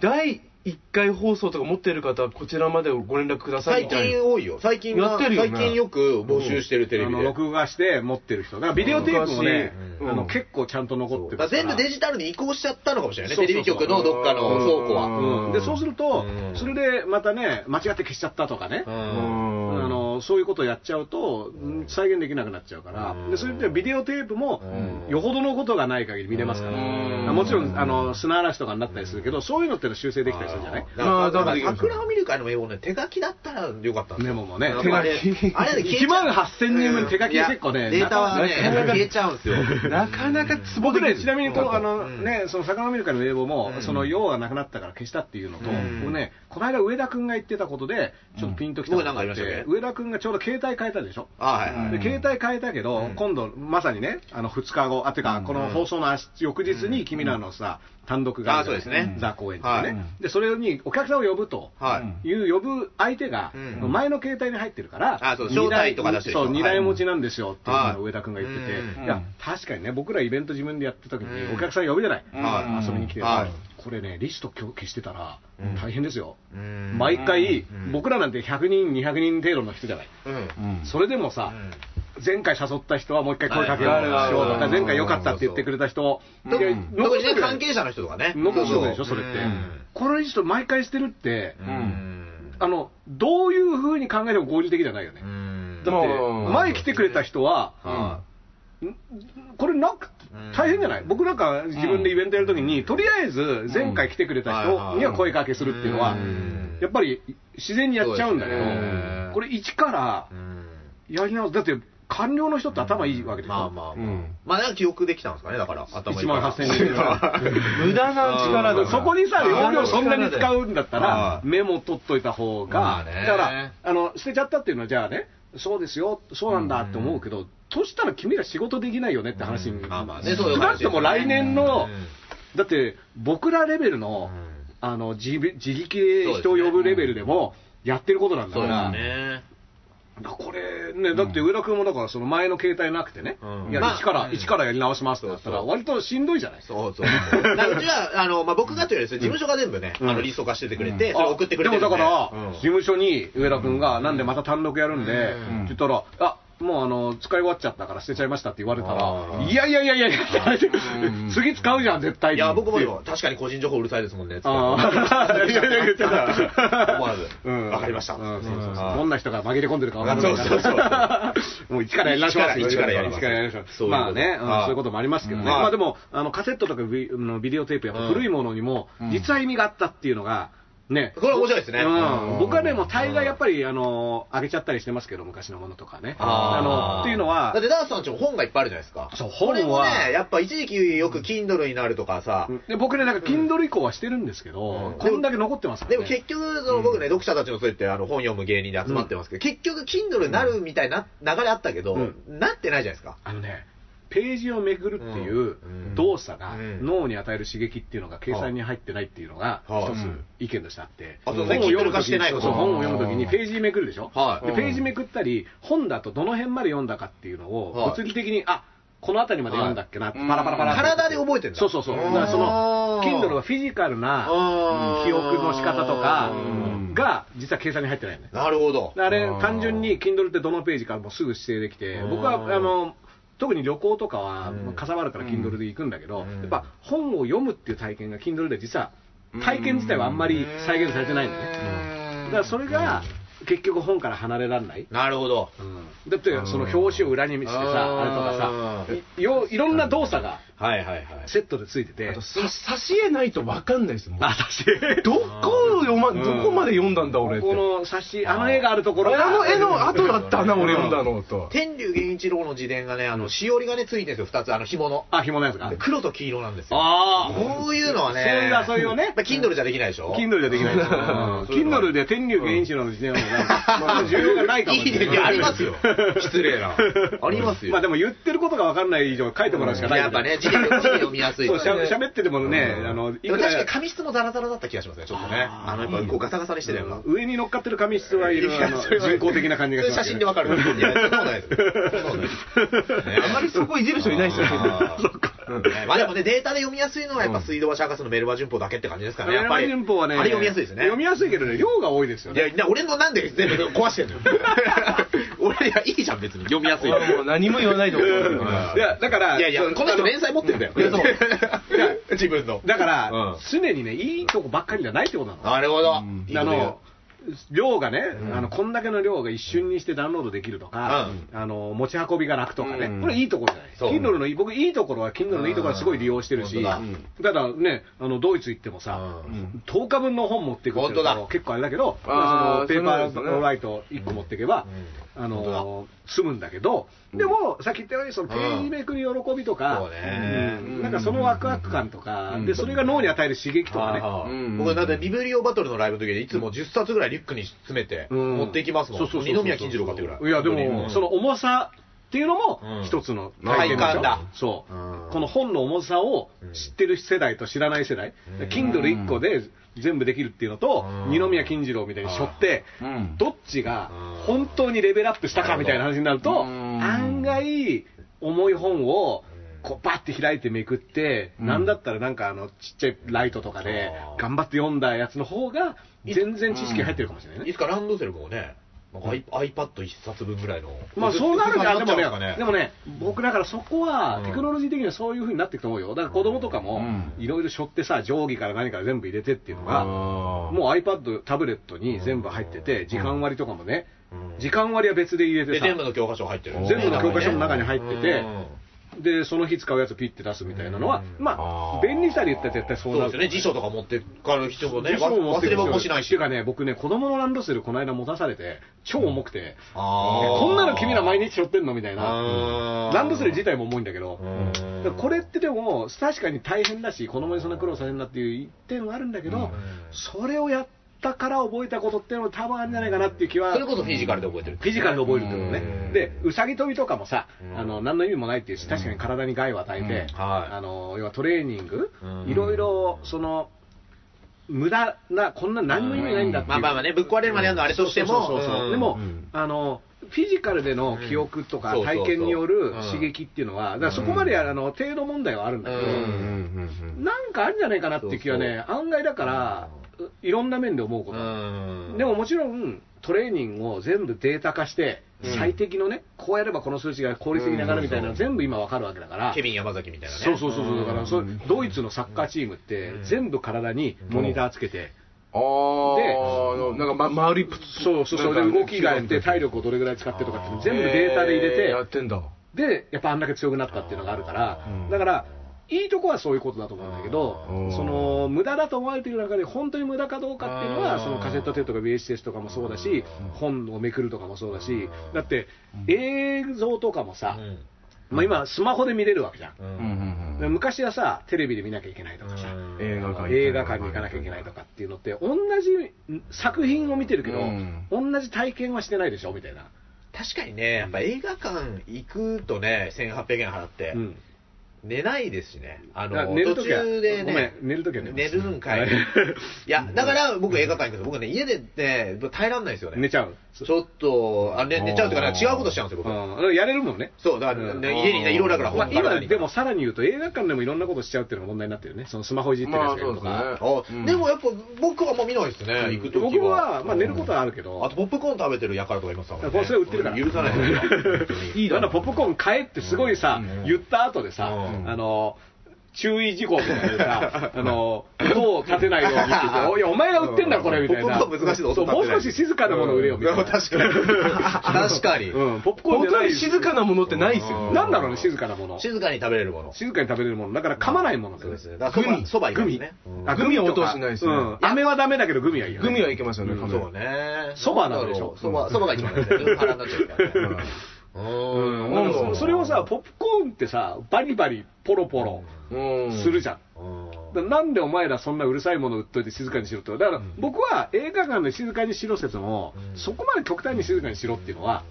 [SPEAKER 5] 第1回放送とか持ってる方はこちらまでご連絡ください
[SPEAKER 4] 最
[SPEAKER 5] みたい
[SPEAKER 4] 近
[SPEAKER 5] な
[SPEAKER 4] 多いよ。最近は
[SPEAKER 5] やってるよね
[SPEAKER 4] 最近よく募集してるテレビ
[SPEAKER 3] あの
[SPEAKER 4] で。
[SPEAKER 3] 録画して持ってる人だからビデオテープもね、
[SPEAKER 5] うん
[SPEAKER 3] あの結構ちゃんと残って
[SPEAKER 4] だ
[SPEAKER 3] ます
[SPEAKER 4] から
[SPEAKER 3] から
[SPEAKER 4] 全部デジタルに移行しちゃったのかもしれないね。
[SPEAKER 3] そう
[SPEAKER 4] テ
[SPEAKER 3] そう
[SPEAKER 4] レ
[SPEAKER 3] そう
[SPEAKER 4] ビ局のどっかの倉庫
[SPEAKER 5] う
[SPEAKER 4] は。
[SPEAKER 3] うんでそうすると、
[SPEAKER 4] うん
[SPEAKER 3] それでまたね間違って消しちゃったとかね、
[SPEAKER 5] うん
[SPEAKER 3] あのそういうことをやっちゃうと、再現できなくなっちゃうから、
[SPEAKER 4] うん
[SPEAKER 3] でそれでビデオテープも、
[SPEAKER 4] うん
[SPEAKER 3] よほどのことがない限り見れますから、
[SPEAKER 5] うん
[SPEAKER 3] もちろんあの砂嵐とかになったりするけど、そういうのってのは修正できたりするじゃない
[SPEAKER 4] あーなんか
[SPEAKER 5] まあだからできる
[SPEAKER 4] 桜を見る会の英語ね、手書きだったらよかったんですよ
[SPEAKER 3] メモもね
[SPEAKER 4] やっぱ
[SPEAKER 5] 手書き
[SPEAKER 4] あれで消え
[SPEAKER 3] 1
[SPEAKER 4] ちゃう
[SPEAKER 3] 万8000人分手書きで結構ね、
[SPEAKER 4] データはね、
[SPEAKER 5] なかなか
[SPEAKER 4] 消えちゃうんですよ。
[SPEAKER 5] なかなかツボ
[SPEAKER 3] 僕
[SPEAKER 5] で
[SPEAKER 3] ね、ちなみにこの、あ
[SPEAKER 5] の
[SPEAKER 3] のね、その魚見る会の名簿も、
[SPEAKER 4] うん
[SPEAKER 3] その用がなくなったから消したっていうのと、
[SPEAKER 4] うん
[SPEAKER 3] 僕ね、この間上田君が言ってたことで、ちょっとピンときた
[SPEAKER 4] うん僕なんかありましたっけ
[SPEAKER 3] 上田君君がちょうど携帯変えたでしょ
[SPEAKER 4] あはいはい。
[SPEAKER 3] で携帯変えたけど、今度、まさにね、あの2日後、あてか、この放送の明日翌日に、君らのさ、単独が
[SPEAKER 4] あそうですね
[SPEAKER 3] ザ・公演っていうね、
[SPEAKER 4] は
[SPEAKER 3] で、それにお客さんを呼ぶと、
[SPEAKER 4] はい
[SPEAKER 3] い、う、呼ぶ相手が、
[SPEAKER 4] うん
[SPEAKER 3] 前の携帯に入ってるから、
[SPEAKER 4] あそう
[SPEAKER 3] 二台
[SPEAKER 4] 招待とか出してる人
[SPEAKER 3] そう、
[SPEAKER 4] はい
[SPEAKER 3] 2台持ちなんですよっていう
[SPEAKER 4] はい
[SPEAKER 3] のを上田君が言ってて、
[SPEAKER 4] うん
[SPEAKER 3] いや、確かにね、僕らイベント自分でやってた時
[SPEAKER 4] う
[SPEAKER 3] に、
[SPEAKER 4] ん
[SPEAKER 3] お客さん呼ぶじゃない、
[SPEAKER 4] はい
[SPEAKER 3] 遊びに来て、
[SPEAKER 4] はい
[SPEAKER 3] これね、リスト今日消してたら
[SPEAKER 4] うん、
[SPEAKER 3] 大変ですよ。
[SPEAKER 4] うん
[SPEAKER 3] 毎回、
[SPEAKER 4] うん
[SPEAKER 3] 僕らなんて100人、200人程度の人じゃない。
[SPEAKER 4] うん。
[SPEAKER 3] それでもさ、前回誘った人はもう一回声かけよう
[SPEAKER 4] は
[SPEAKER 3] し
[SPEAKER 4] い
[SPEAKER 3] ようと
[SPEAKER 4] は
[SPEAKER 3] か、
[SPEAKER 4] い
[SPEAKER 3] 前回良かったって言ってくれた人、いや
[SPEAKER 4] 特
[SPEAKER 3] 残
[SPEAKER 4] に
[SPEAKER 3] してく
[SPEAKER 4] ね、
[SPEAKER 3] れ
[SPEAKER 4] 関係者の人とかね。
[SPEAKER 3] 残してくれるでしょ、それって
[SPEAKER 4] うん。
[SPEAKER 3] この人、毎回してるって、
[SPEAKER 4] うん。
[SPEAKER 3] あの、どういうふうに考えても合理的じゃないよね
[SPEAKER 4] う。ん
[SPEAKER 3] だって
[SPEAKER 5] う、ん
[SPEAKER 3] 前来てくれた人は、
[SPEAKER 4] は
[SPEAKER 3] これなく
[SPEAKER 4] うん
[SPEAKER 3] 大変じゃない僕なんか自分でイベントやるときに、とりあえず前回来てくれた人には声かけするっていうのは
[SPEAKER 4] うん、
[SPEAKER 3] やっぱり自然にやっちゃうんだけど
[SPEAKER 4] そうですね、
[SPEAKER 3] これ一から
[SPEAKER 4] いうん
[SPEAKER 3] やり直す。だって、官僚の人って頭いいわけでしょ。
[SPEAKER 4] まあまあ
[SPEAKER 5] う
[SPEAKER 4] まあ。
[SPEAKER 5] ん
[SPEAKER 4] まあ、なんか記憶できたんですかね、だから、頭
[SPEAKER 3] 1
[SPEAKER 4] いいか
[SPEAKER 3] 万
[SPEAKER 4] ら
[SPEAKER 3] 8000円 ぐらい。
[SPEAKER 5] 無駄な力だ
[SPEAKER 3] そこにさ、容量そんなに使
[SPEAKER 5] う
[SPEAKER 3] うんだった
[SPEAKER 4] あ
[SPEAKER 3] ら
[SPEAKER 4] ー、
[SPEAKER 3] メモ取っといた方
[SPEAKER 4] ま
[SPEAKER 3] が、
[SPEAKER 4] あね
[SPEAKER 3] だから、あの、捨てちゃったっていうのは、じゃあね、そうですよ、そうなんだって思うけど、としたら君ら仕事できないよねって話に、
[SPEAKER 4] うんまあまあねそういう
[SPEAKER 3] 少なくとも
[SPEAKER 4] 話で
[SPEAKER 3] 来
[SPEAKER 4] すよね
[SPEAKER 3] 年の
[SPEAKER 4] うん、
[SPEAKER 3] だって、僕らレベルの
[SPEAKER 4] うん、
[SPEAKER 3] あの、自自力で人を呼ぶレベルでも、やってることなんだ
[SPEAKER 4] そ
[SPEAKER 3] か
[SPEAKER 4] うです
[SPEAKER 3] ら、
[SPEAKER 4] ね。
[SPEAKER 3] だこれね、だって上田君もだから、その前の携帯なくてね
[SPEAKER 4] う、ん
[SPEAKER 3] いや、
[SPEAKER 4] まあ
[SPEAKER 3] 一から、
[SPEAKER 4] うん
[SPEAKER 3] 一からやり直しますってなったら、
[SPEAKER 4] そうそう
[SPEAKER 3] 割としんどいじゃない
[SPEAKER 4] そう そう。だからうちは、あの、まあ、僕がというよりですね、事務所が全部ね、
[SPEAKER 3] う
[SPEAKER 4] あ
[SPEAKER 3] ん
[SPEAKER 4] の、リスト化しててくれて、それを送ってくれて
[SPEAKER 3] で
[SPEAKER 4] るん
[SPEAKER 3] もだから、
[SPEAKER 4] うん
[SPEAKER 3] 事務所に上田君が、なんでまた単独やるんで、
[SPEAKER 4] うん
[SPEAKER 3] って言ったら、あもうあの使い終わっちゃったから捨てちゃいましたって言われた
[SPEAKER 4] あ
[SPEAKER 3] ら、
[SPEAKER 4] ー
[SPEAKER 3] いやいやいやいやいや、 次使うじゃん、絶対に。
[SPEAKER 4] いや、僕もでも、確かに個人情報うるさいですもんね、つって
[SPEAKER 3] あーいやいや言ってた
[SPEAKER 4] 思わず、
[SPEAKER 3] うん
[SPEAKER 4] わかりました。
[SPEAKER 3] うんそうそうそう
[SPEAKER 4] あー
[SPEAKER 3] どんな人が紛れ込んでるかわからないから
[SPEAKER 4] そ うそう
[SPEAKER 3] もう一からやり直します
[SPEAKER 4] 一からやります
[SPEAKER 3] 一からやり直します
[SPEAKER 4] そういうこと
[SPEAKER 3] まあね、うん
[SPEAKER 4] はい
[SPEAKER 3] そういうこともありますけどね、
[SPEAKER 4] はい
[SPEAKER 3] まあでもあのカセットとかビのビデオテープやっぱ古いものにも、実は意味があったっていうのがね
[SPEAKER 4] これ面白いですね
[SPEAKER 3] うん
[SPEAKER 4] うん
[SPEAKER 3] 僕はねもう大概やっぱりあの上げちゃったりしてますけど昔のものとかね
[SPEAKER 4] あ
[SPEAKER 3] の
[SPEAKER 4] ー
[SPEAKER 3] っていうのは
[SPEAKER 4] だってダースさんちも本がいっぱいあるじゃないですか。
[SPEAKER 3] そう本は
[SPEAKER 4] これもね、やっぱ一時期よく Kindle になるとかさ、
[SPEAKER 3] で僕ねなんか Kindle 以降はしてるんですけど、
[SPEAKER 4] うん
[SPEAKER 3] こんだけ残ってますから
[SPEAKER 4] で
[SPEAKER 3] ね
[SPEAKER 4] も結局、その僕ね、読者たちもそうやってあの本読む芸人で集まってますけど、結局 Kindle になるみたいな流れあったけど、
[SPEAKER 3] うん
[SPEAKER 4] なってないじゃないですか。
[SPEAKER 3] あのね、ページをめぐるっていう
[SPEAKER 4] うん
[SPEAKER 3] 動作が
[SPEAKER 4] うん
[SPEAKER 3] 脳に与える刺激っていうのが計算に入ってないっていうのが
[SPEAKER 4] はい
[SPEAKER 3] 一つ意見としてあって、
[SPEAKER 4] あそう
[SPEAKER 3] 本を読むとき
[SPEAKER 4] 聞いてるかしてない
[SPEAKER 3] に
[SPEAKER 4] か
[SPEAKER 3] そう本を読むときに
[SPEAKER 5] うん
[SPEAKER 3] ページめくるでしょ、
[SPEAKER 4] はい
[SPEAKER 3] でページめくったり、本だとどの辺まで読んだかっていうのを
[SPEAKER 4] はい
[SPEAKER 3] 物理的に、あこの辺りまで読んだっけな、
[SPEAKER 5] はい
[SPEAKER 3] パラパラパラって
[SPEAKER 4] 体で覚えてんだ
[SPEAKER 3] そうそうそう、だからそ
[SPEAKER 4] あ
[SPEAKER 3] の、
[SPEAKER 4] ー
[SPEAKER 3] Kindle はフィジカルな
[SPEAKER 4] あー
[SPEAKER 3] 記憶の仕方とか
[SPEAKER 4] うん
[SPEAKER 3] が実は計算に入ってないよね。
[SPEAKER 4] なるほど。
[SPEAKER 3] あれ
[SPEAKER 5] あー
[SPEAKER 3] 単純に Kindle ってどのページかもうすぐ指定できて
[SPEAKER 4] あー
[SPEAKER 3] 僕はあの特に旅行とかは
[SPEAKER 4] うん
[SPEAKER 3] かさばるから Kindle で行くんだけど、
[SPEAKER 4] うん
[SPEAKER 3] やっぱ本を読むっていう体験が Kindle で実は体験自体はあんまり再現されてないんだね、だからそれが結局本から離れられない、
[SPEAKER 4] なるほど。
[SPEAKER 3] だってその表紙を裏に見せてさ
[SPEAKER 4] うん
[SPEAKER 3] あれとかさいよいろんな動作が
[SPEAKER 4] はいはいはい。
[SPEAKER 3] セットでついてて
[SPEAKER 5] あとさ差し絵ないと分かんないですもん
[SPEAKER 3] あ私
[SPEAKER 5] どこを読ま、どこまで読んだんだ俺って
[SPEAKER 3] この冊子あの絵があるところが
[SPEAKER 5] あの絵の後だったな俺読んだのと
[SPEAKER 4] 天竜源一郎の自伝がね、あの、しおりがね、ついてるんですよ、二つ、あの、紐の。
[SPEAKER 3] あ紐のやつが
[SPEAKER 4] で黒と黄色なんですよ。
[SPEAKER 3] あ
[SPEAKER 4] こういうのはね、
[SPEAKER 3] そういう遊びをね
[SPEAKER 4] まあ Kindle じゃできないでしょ
[SPEAKER 3] Kindle じゃできない。Kindle で天竜源一郎の自伝 はもうなんか、まあ需要がないかもしれない
[SPEAKER 4] いやいやありま すよ。失礼な。ありますよ。
[SPEAKER 3] まあでも言ってることが分かんない以上書いてもらうしかない
[SPEAKER 4] やっぱね、字で読みやすい。
[SPEAKER 3] そうしゃ喋っててもね、あのい
[SPEAKER 4] でも
[SPEAKER 3] く
[SPEAKER 4] 確かに
[SPEAKER 3] ら
[SPEAKER 4] 紙質もザラザラだった気がしますね、ちょっとね。あの、やっぱこうガサガサにしてたよな。
[SPEAKER 3] 上に乗っかってる紙質はいるあの人工的な感じがしますけど
[SPEAKER 4] 写真でわ かる。いや、そうないです。そうないですね
[SPEAKER 5] あんまりそこいじる人いないですよね
[SPEAKER 4] あ ー
[SPEAKER 5] そっか
[SPEAKER 4] うんまあでもね、データで読みやすいのはやっぱ水道橋博士のメルバ順法だけって感じですかね。やっぱり。
[SPEAKER 3] メルバ順法はね
[SPEAKER 4] あれ読みやすいですね。
[SPEAKER 3] 読みやすいけどね量が多いですよ
[SPEAKER 4] い
[SPEAKER 3] ね
[SPEAKER 4] や、な俺のなんで全部壊してんの よ。俺、いや、いいじゃん、別に。読みやすい。
[SPEAKER 5] 俺もう何も言わないでおこう
[SPEAKER 4] うん
[SPEAKER 3] いやだから
[SPEAKER 4] いやいや、
[SPEAKER 3] その
[SPEAKER 4] この人連載持ってんだよ。自分の。
[SPEAKER 3] だから、
[SPEAKER 4] うん
[SPEAKER 3] 常にねいいとこばっかりじゃないってことなの
[SPEAKER 4] なるほど。
[SPEAKER 3] あの量がね、
[SPEAKER 4] ん
[SPEAKER 3] あのこんだけの量が一瞬にしてダウンロードできるとか、あの持ち運びが楽とかね、
[SPEAKER 5] うん
[SPEAKER 3] これいいところじゃない、
[SPEAKER 4] そう
[SPEAKER 3] Kindle のいい僕、いいところは Kindle のいいところはすごい利用してるし、
[SPEAKER 4] うん
[SPEAKER 3] うん
[SPEAKER 4] 本
[SPEAKER 3] ただね、あのドイツ行ってもさ、
[SPEAKER 4] うん
[SPEAKER 3] 10日分の本持っていくっていうの
[SPEAKER 4] 本当
[SPEAKER 3] は
[SPEAKER 4] だ
[SPEAKER 3] 結構あれだけど、そ
[SPEAKER 5] あー
[SPEAKER 3] のペーパ
[SPEAKER 5] そうなんです
[SPEAKER 3] ー
[SPEAKER 5] ね
[SPEAKER 3] ライト1個持っていけば、
[SPEAKER 4] うん
[SPEAKER 3] あ
[SPEAKER 4] 本当
[SPEAKER 3] の済むんだけど、でも、さっき言ったように、そのページめくり喜びと
[SPEAKER 4] うん
[SPEAKER 3] か、
[SPEAKER 4] そうね
[SPEAKER 3] うんなんかそのワクワク感とか、
[SPEAKER 5] うん
[SPEAKER 3] でそれが脳に与える刺激とかね。
[SPEAKER 4] ああ
[SPEAKER 5] うん
[SPEAKER 4] 僕、だってビブリオバトルのライブの時にいつも10冊ぐらいリュックに詰めて、
[SPEAKER 3] うん
[SPEAKER 4] 持っていきますもん。
[SPEAKER 3] そうそうそうそう
[SPEAKER 4] 二宮金次郎かってぐらい。
[SPEAKER 3] いや、で
[SPEAKER 4] う
[SPEAKER 3] も、
[SPEAKER 4] ん
[SPEAKER 3] その重さっていうのも
[SPEAKER 4] うん
[SPEAKER 3] 一つの
[SPEAKER 4] 体
[SPEAKER 3] でしょ
[SPEAKER 4] 感だ
[SPEAKER 3] そう
[SPEAKER 4] うん。
[SPEAKER 3] この本の重さを知ってる世代と知らない世代
[SPEAKER 4] うん。
[SPEAKER 3] Kindle1 個で全部できるっていうのと
[SPEAKER 4] う、ん
[SPEAKER 3] 二宮金次郎みたいに背負って
[SPEAKER 5] うん、
[SPEAKER 3] どっちが
[SPEAKER 4] うん
[SPEAKER 3] 本当にレベルアップしたかみたいな話になると、
[SPEAKER 5] うん
[SPEAKER 3] 案外、重い本を
[SPEAKER 4] うん、
[SPEAKER 3] こうバッて開いてめくって、
[SPEAKER 5] うん
[SPEAKER 3] なんだったらなんかあのちっちゃいライトとかで
[SPEAKER 4] あー
[SPEAKER 3] 頑張って読んだやつの方が全然知識入ってるかもしれないね
[SPEAKER 4] い。つかランドセル君をね、なんか iPad 一冊分ぐらいの。
[SPEAKER 3] まあそうなるんだでも
[SPEAKER 4] なっちゃうんですか
[SPEAKER 3] ね、でもね、僕だからそこ
[SPEAKER 4] う
[SPEAKER 3] は
[SPEAKER 4] ん
[SPEAKER 3] テクノロジー的にはそういう風になっていくと思うよ。だから子供とか
[SPEAKER 5] う
[SPEAKER 3] も
[SPEAKER 5] ん
[SPEAKER 3] いろいろ背負ってさ、定規から何から全部入れてっていうのが、
[SPEAKER 5] あー
[SPEAKER 3] もう iPad、タブレットに全部入ってて、時間割とかもね
[SPEAKER 4] うん、
[SPEAKER 3] 時間割は別で入れて
[SPEAKER 4] で、
[SPEAKER 3] さ、
[SPEAKER 4] 全部の教科書入ってる。
[SPEAKER 3] 全部の教科書の中に入ってて
[SPEAKER 4] うん
[SPEAKER 3] で、その日使うやつピッて出すみたいなのは、
[SPEAKER 4] うん
[SPEAKER 3] ま
[SPEAKER 5] あ
[SPEAKER 3] あ、
[SPEAKER 5] ー
[SPEAKER 3] 便利さで言ったら絶対そ
[SPEAKER 4] そう
[SPEAKER 3] うなる
[SPEAKER 4] ですよね、辞書とか持ってかる人もね、
[SPEAKER 3] 辞書も持
[SPEAKER 4] 忘
[SPEAKER 3] ってく
[SPEAKER 4] れ
[SPEAKER 3] る
[SPEAKER 4] 物もしない
[SPEAKER 3] っ
[SPEAKER 4] し。
[SPEAKER 3] ていうかね、僕ね、子供のランドセルこの間持たされて、超重くて、
[SPEAKER 4] あー
[SPEAKER 3] こんなの君ら毎日背負ってんのみたい
[SPEAKER 4] あ
[SPEAKER 3] な
[SPEAKER 4] ー、
[SPEAKER 3] ランドセル自体も重いんだけど、
[SPEAKER 4] うん
[SPEAKER 3] だからこれってでも、確かに大変だし、子供にそんな苦労させるなっていう一点はあるんだけど、
[SPEAKER 4] うん
[SPEAKER 3] それをやったから覚えたことっていうのも多分あるんじゃないかなっていう気は、
[SPEAKER 4] それこそフィジカルで覚えてる。
[SPEAKER 3] フィジカルで覚えるっていうのね
[SPEAKER 4] うん。
[SPEAKER 3] で、うさぎ跳びとかもさ
[SPEAKER 4] う、ん
[SPEAKER 3] あの、何の意味もないっていうし、確かに体に害を与えて、
[SPEAKER 4] うんはい
[SPEAKER 3] あの、要はトレーニング
[SPEAKER 4] うん、
[SPEAKER 3] いろいろ、その、無駄な、こんな何の意味ないんだって
[SPEAKER 4] ま
[SPEAKER 3] い
[SPEAKER 4] あ
[SPEAKER 3] う。
[SPEAKER 4] まあまあね、ぶっ壊れるまでやるのはあれとしても。
[SPEAKER 3] そうそうそうそう
[SPEAKER 4] うん
[SPEAKER 3] でも、
[SPEAKER 5] うん
[SPEAKER 3] あのフィジカルでの記憶とか
[SPEAKER 4] うん
[SPEAKER 3] 体験によ
[SPEAKER 4] そう
[SPEAKER 3] る
[SPEAKER 4] そうそう
[SPEAKER 3] 刺激っていうのは、だからそこまであの程度問題はあるんだけど、
[SPEAKER 4] う
[SPEAKER 5] うんうんうん
[SPEAKER 3] なんかあるんじゃないかなっていう気はね、案外だから、いろんな面で思うこと、
[SPEAKER 4] うん
[SPEAKER 3] でも、もちろん、トレーニングを全部データ化して、
[SPEAKER 4] うん
[SPEAKER 3] 最適のね、こうやればこの数値が効率的に上がるみたいなの、全部今わかるわけだから。
[SPEAKER 4] ケビン山崎みたいなね。
[SPEAKER 3] そうそうそうそう、だからそううんドイツのサッカーチームって
[SPEAKER 4] うん、
[SPEAKER 3] 全部体にモニターつけて、
[SPEAKER 5] あーあのなんか、ま、丸いプツ
[SPEAKER 3] そうそうそう、で動きがやって、体力をどれぐらい使ってとかっていうの全部データで入れ、
[SPEAKER 5] えーやっててんだ
[SPEAKER 3] で、やっぱあんだけ強くなったっていうのがあるから
[SPEAKER 5] うん、
[SPEAKER 3] だから、いいとこはそういうことだと思うんだけど
[SPEAKER 5] うん、
[SPEAKER 3] その無駄だと思われている中で、本当に無駄かどうかっていうの
[SPEAKER 4] うん
[SPEAKER 3] は、そのカセットテープとか VHS とかもそうだし、本をめくるとかもそうだし、だって映像とかもさ
[SPEAKER 4] う、ん
[SPEAKER 3] まあ今、スマホで見れるわけじゃん。
[SPEAKER 4] うん
[SPEAKER 5] うんうん
[SPEAKER 3] で
[SPEAKER 5] うん
[SPEAKER 3] 昔はさ、テレビで見なきゃいけないとかさ、
[SPEAKER 5] 映画館
[SPEAKER 3] 映画館に行かなきゃいけないとかっていうのって、同じ作品を見てるけど、
[SPEAKER 5] うん
[SPEAKER 3] 同じ体験はしてないでしょみたいな。
[SPEAKER 4] 確かにね、やっぱ映画館行くとね、1800円払って、
[SPEAKER 3] うん
[SPEAKER 4] 寝ないですしね。
[SPEAKER 3] だ
[SPEAKER 4] あの、
[SPEAKER 3] から寝ると
[SPEAKER 4] 途
[SPEAKER 3] きは
[SPEAKER 4] 中でね。
[SPEAKER 3] ごめん寝るときは寝ます
[SPEAKER 4] 寝るんか
[SPEAKER 3] はいい。
[SPEAKER 4] いや、だから僕映画館行くと、僕ね、家でね、耐えらんないですよね。
[SPEAKER 3] 寝ちゃう。
[SPEAKER 4] ちょっと、あ寝寝ちゃうというか、ね、違うことしちゃうんですよ、僕。
[SPEAKER 3] うん、やれるもんね。
[SPEAKER 4] そう、だから、ね
[SPEAKER 5] うん
[SPEAKER 4] 家にね、いろいろだから、
[SPEAKER 3] まあ、
[SPEAKER 4] 本体
[SPEAKER 3] 今
[SPEAKER 4] に
[SPEAKER 3] でもさらに言うと映画館でもいろんなことしちゃうっていうのが問題になってるね。そのスマホいじってるやつがいるとか。
[SPEAKER 5] まあそうですね
[SPEAKER 4] あ
[SPEAKER 5] うん
[SPEAKER 4] でもやっぱ僕はもう見ないですね、行くときは。
[SPEAKER 3] 僕は、まあ、寝ることはあるけど、
[SPEAKER 4] あとポップコーン食べてる輩とかいますからね
[SPEAKER 3] だからそれ売ってるから
[SPEAKER 4] 許さない
[SPEAKER 5] いい
[SPEAKER 3] だ
[SPEAKER 5] だ
[SPEAKER 3] から
[SPEAKER 5] ろ
[SPEAKER 3] ポップコーン買えってすごいさ、
[SPEAKER 5] うん
[SPEAKER 3] 言った後でさ、
[SPEAKER 4] うん
[SPEAKER 3] あの、注意事項みたいなのでさ、あの、音を立てないようにって言 って、おい、お前が売ってんだこれみたいな。
[SPEAKER 4] ポップコーン難しいの
[SPEAKER 3] そ
[SPEAKER 4] 音
[SPEAKER 3] うも
[SPEAKER 4] 立てな
[SPEAKER 3] う
[SPEAKER 4] い
[SPEAKER 3] 少し静かなものを売れよみたいな。
[SPEAKER 4] 確かに。確かに。
[SPEAKER 3] うん、ポップコーンじ
[SPEAKER 5] 本
[SPEAKER 3] ゃ
[SPEAKER 5] 当
[SPEAKER 3] ない
[SPEAKER 5] に静かなものってないです
[SPEAKER 4] う
[SPEAKER 5] よ
[SPEAKER 4] ん
[SPEAKER 5] ね
[SPEAKER 3] なんだろうね、静かなもの。
[SPEAKER 4] 静かに食べれるもの。
[SPEAKER 3] 静かに食べれるもの。だから噛まないものだ
[SPEAKER 4] そう
[SPEAKER 3] よ
[SPEAKER 4] ですね。だからそば、そば以
[SPEAKER 3] グ
[SPEAKER 4] 外で
[SPEAKER 3] ミ
[SPEAKER 4] すね。う。ん
[SPEAKER 5] あグミは音はしないですね
[SPEAKER 3] うん。飴はダメだけどグミはいいよね。
[SPEAKER 5] グミはいけますよね、
[SPEAKER 3] うん
[SPEAKER 5] 完全に
[SPEAKER 4] そうね。
[SPEAKER 3] そばなんでしょ
[SPEAKER 4] そば、そばが一番ですね。腹になっちゃうからね。
[SPEAKER 3] う
[SPEAKER 4] うんん。
[SPEAKER 3] なんかそれをさ、ポップコーンってさ、バリバリポロポロ
[SPEAKER 5] うん
[SPEAKER 3] するじゃん。
[SPEAKER 4] うん
[SPEAKER 3] だからなんでお前らそんなうるさいもの売っといて静かにしろって。だから僕は映画館で静かにしろ説も
[SPEAKER 4] う、ん
[SPEAKER 3] そこまで極端に静かにしろっていうのは、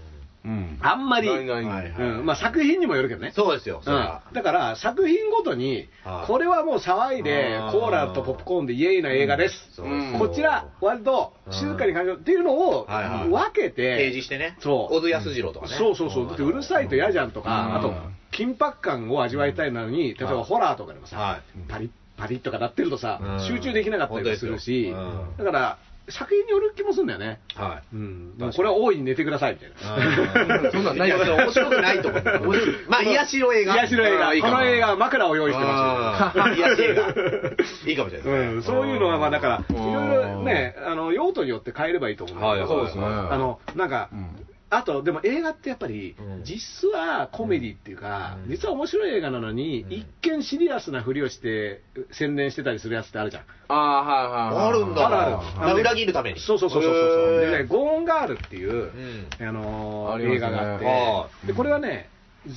[SPEAKER 5] うん
[SPEAKER 3] あんまり、
[SPEAKER 5] ないないない
[SPEAKER 4] はい
[SPEAKER 3] うんまあ作品にもよるけどね。
[SPEAKER 4] そうですよ、それは
[SPEAKER 3] うんだから作品ごとに
[SPEAKER 4] はい、
[SPEAKER 3] これはもう騒いで
[SPEAKER 4] あー、
[SPEAKER 3] コーラとポップコーンでイエイな映画です。
[SPEAKER 4] そう
[SPEAKER 5] うん
[SPEAKER 3] こちら、割と静かに感じるっていうのを
[SPEAKER 4] はいはい
[SPEAKER 3] 分けて、
[SPEAKER 4] 提示してね。
[SPEAKER 3] そう
[SPEAKER 4] 小津安二郎とかね。
[SPEAKER 3] そうそうそう、だってうるさいと嫌じゃんと
[SPEAKER 5] うん
[SPEAKER 3] か、あと緊迫感を味わいたいなのに、例えばホラーとかでもさ、
[SPEAKER 4] はい
[SPEAKER 3] パリッパリッとかなってるとさ、
[SPEAKER 4] うん
[SPEAKER 3] 集中できなかったりもするし、
[SPEAKER 4] 本当ですよう
[SPEAKER 3] だから作品による気もするんだよね。
[SPEAKER 4] はい。
[SPEAKER 3] うん、でもこれは大いに寝てくださいみたいな。
[SPEAKER 5] うんそんなんないよ
[SPEAKER 4] や面白くないと思う。面白いまあ、癒しの映画。
[SPEAKER 3] 癒しの映
[SPEAKER 4] うんいい
[SPEAKER 3] 画、
[SPEAKER 4] か
[SPEAKER 3] こ
[SPEAKER 4] も
[SPEAKER 3] の映画は枕を用意してますよ。
[SPEAKER 4] うん癒し映画。いいかもしれないですね。
[SPEAKER 3] うん、そういうのは、まあだから、
[SPEAKER 5] う
[SPEAKER 3] い
[SPEAKER 5] ん
[SPEAKER 3] ろいろね、あの用途によって変えればいいと思うんだ
[SPEAKER 4] は
[SPEAKER 3] け
[SPEAKER 4] いはい
[SPEAKER 3] ど、
[SPEAKER 5] そうですね
[SPEAKER 3] あのなんか、あと、でも映画ってやっぱり
[SPEAKER 4] うん、
[SPEAKER 3] 実はコメディっていうか
[SPEAKER 4] う、ん
[SPEAKER 3] 実は面白い映画なのに
[SPEAKER 4] う、ん
[SPEAKER 3] 一見シリアスなふりをして宣伝してたりするやつってあるじゃん。
[SPEAKER 5] ああーはいはいはい
[SPEAKER 4] あるんだ。
[SPEAKER 3] あるある
[SPEAKER 4] ま裏切るために。
[SPEAKER 3] そうそうそうそうそう。で
[SPEAKER 4] へ
[SPEAKER 3] ね、ゴーンガールっていう
[SPEAKER 4] ーう、ん。
[SPEAKER 3] あの
[SPEAKER 5] あ
[SPEAKER 3] ー
[SPEAKER 5] りますね
[SPEAKER 3] 映画があ
[SPEAKER 4] は
[SPEAKER 3] って、で、これはね、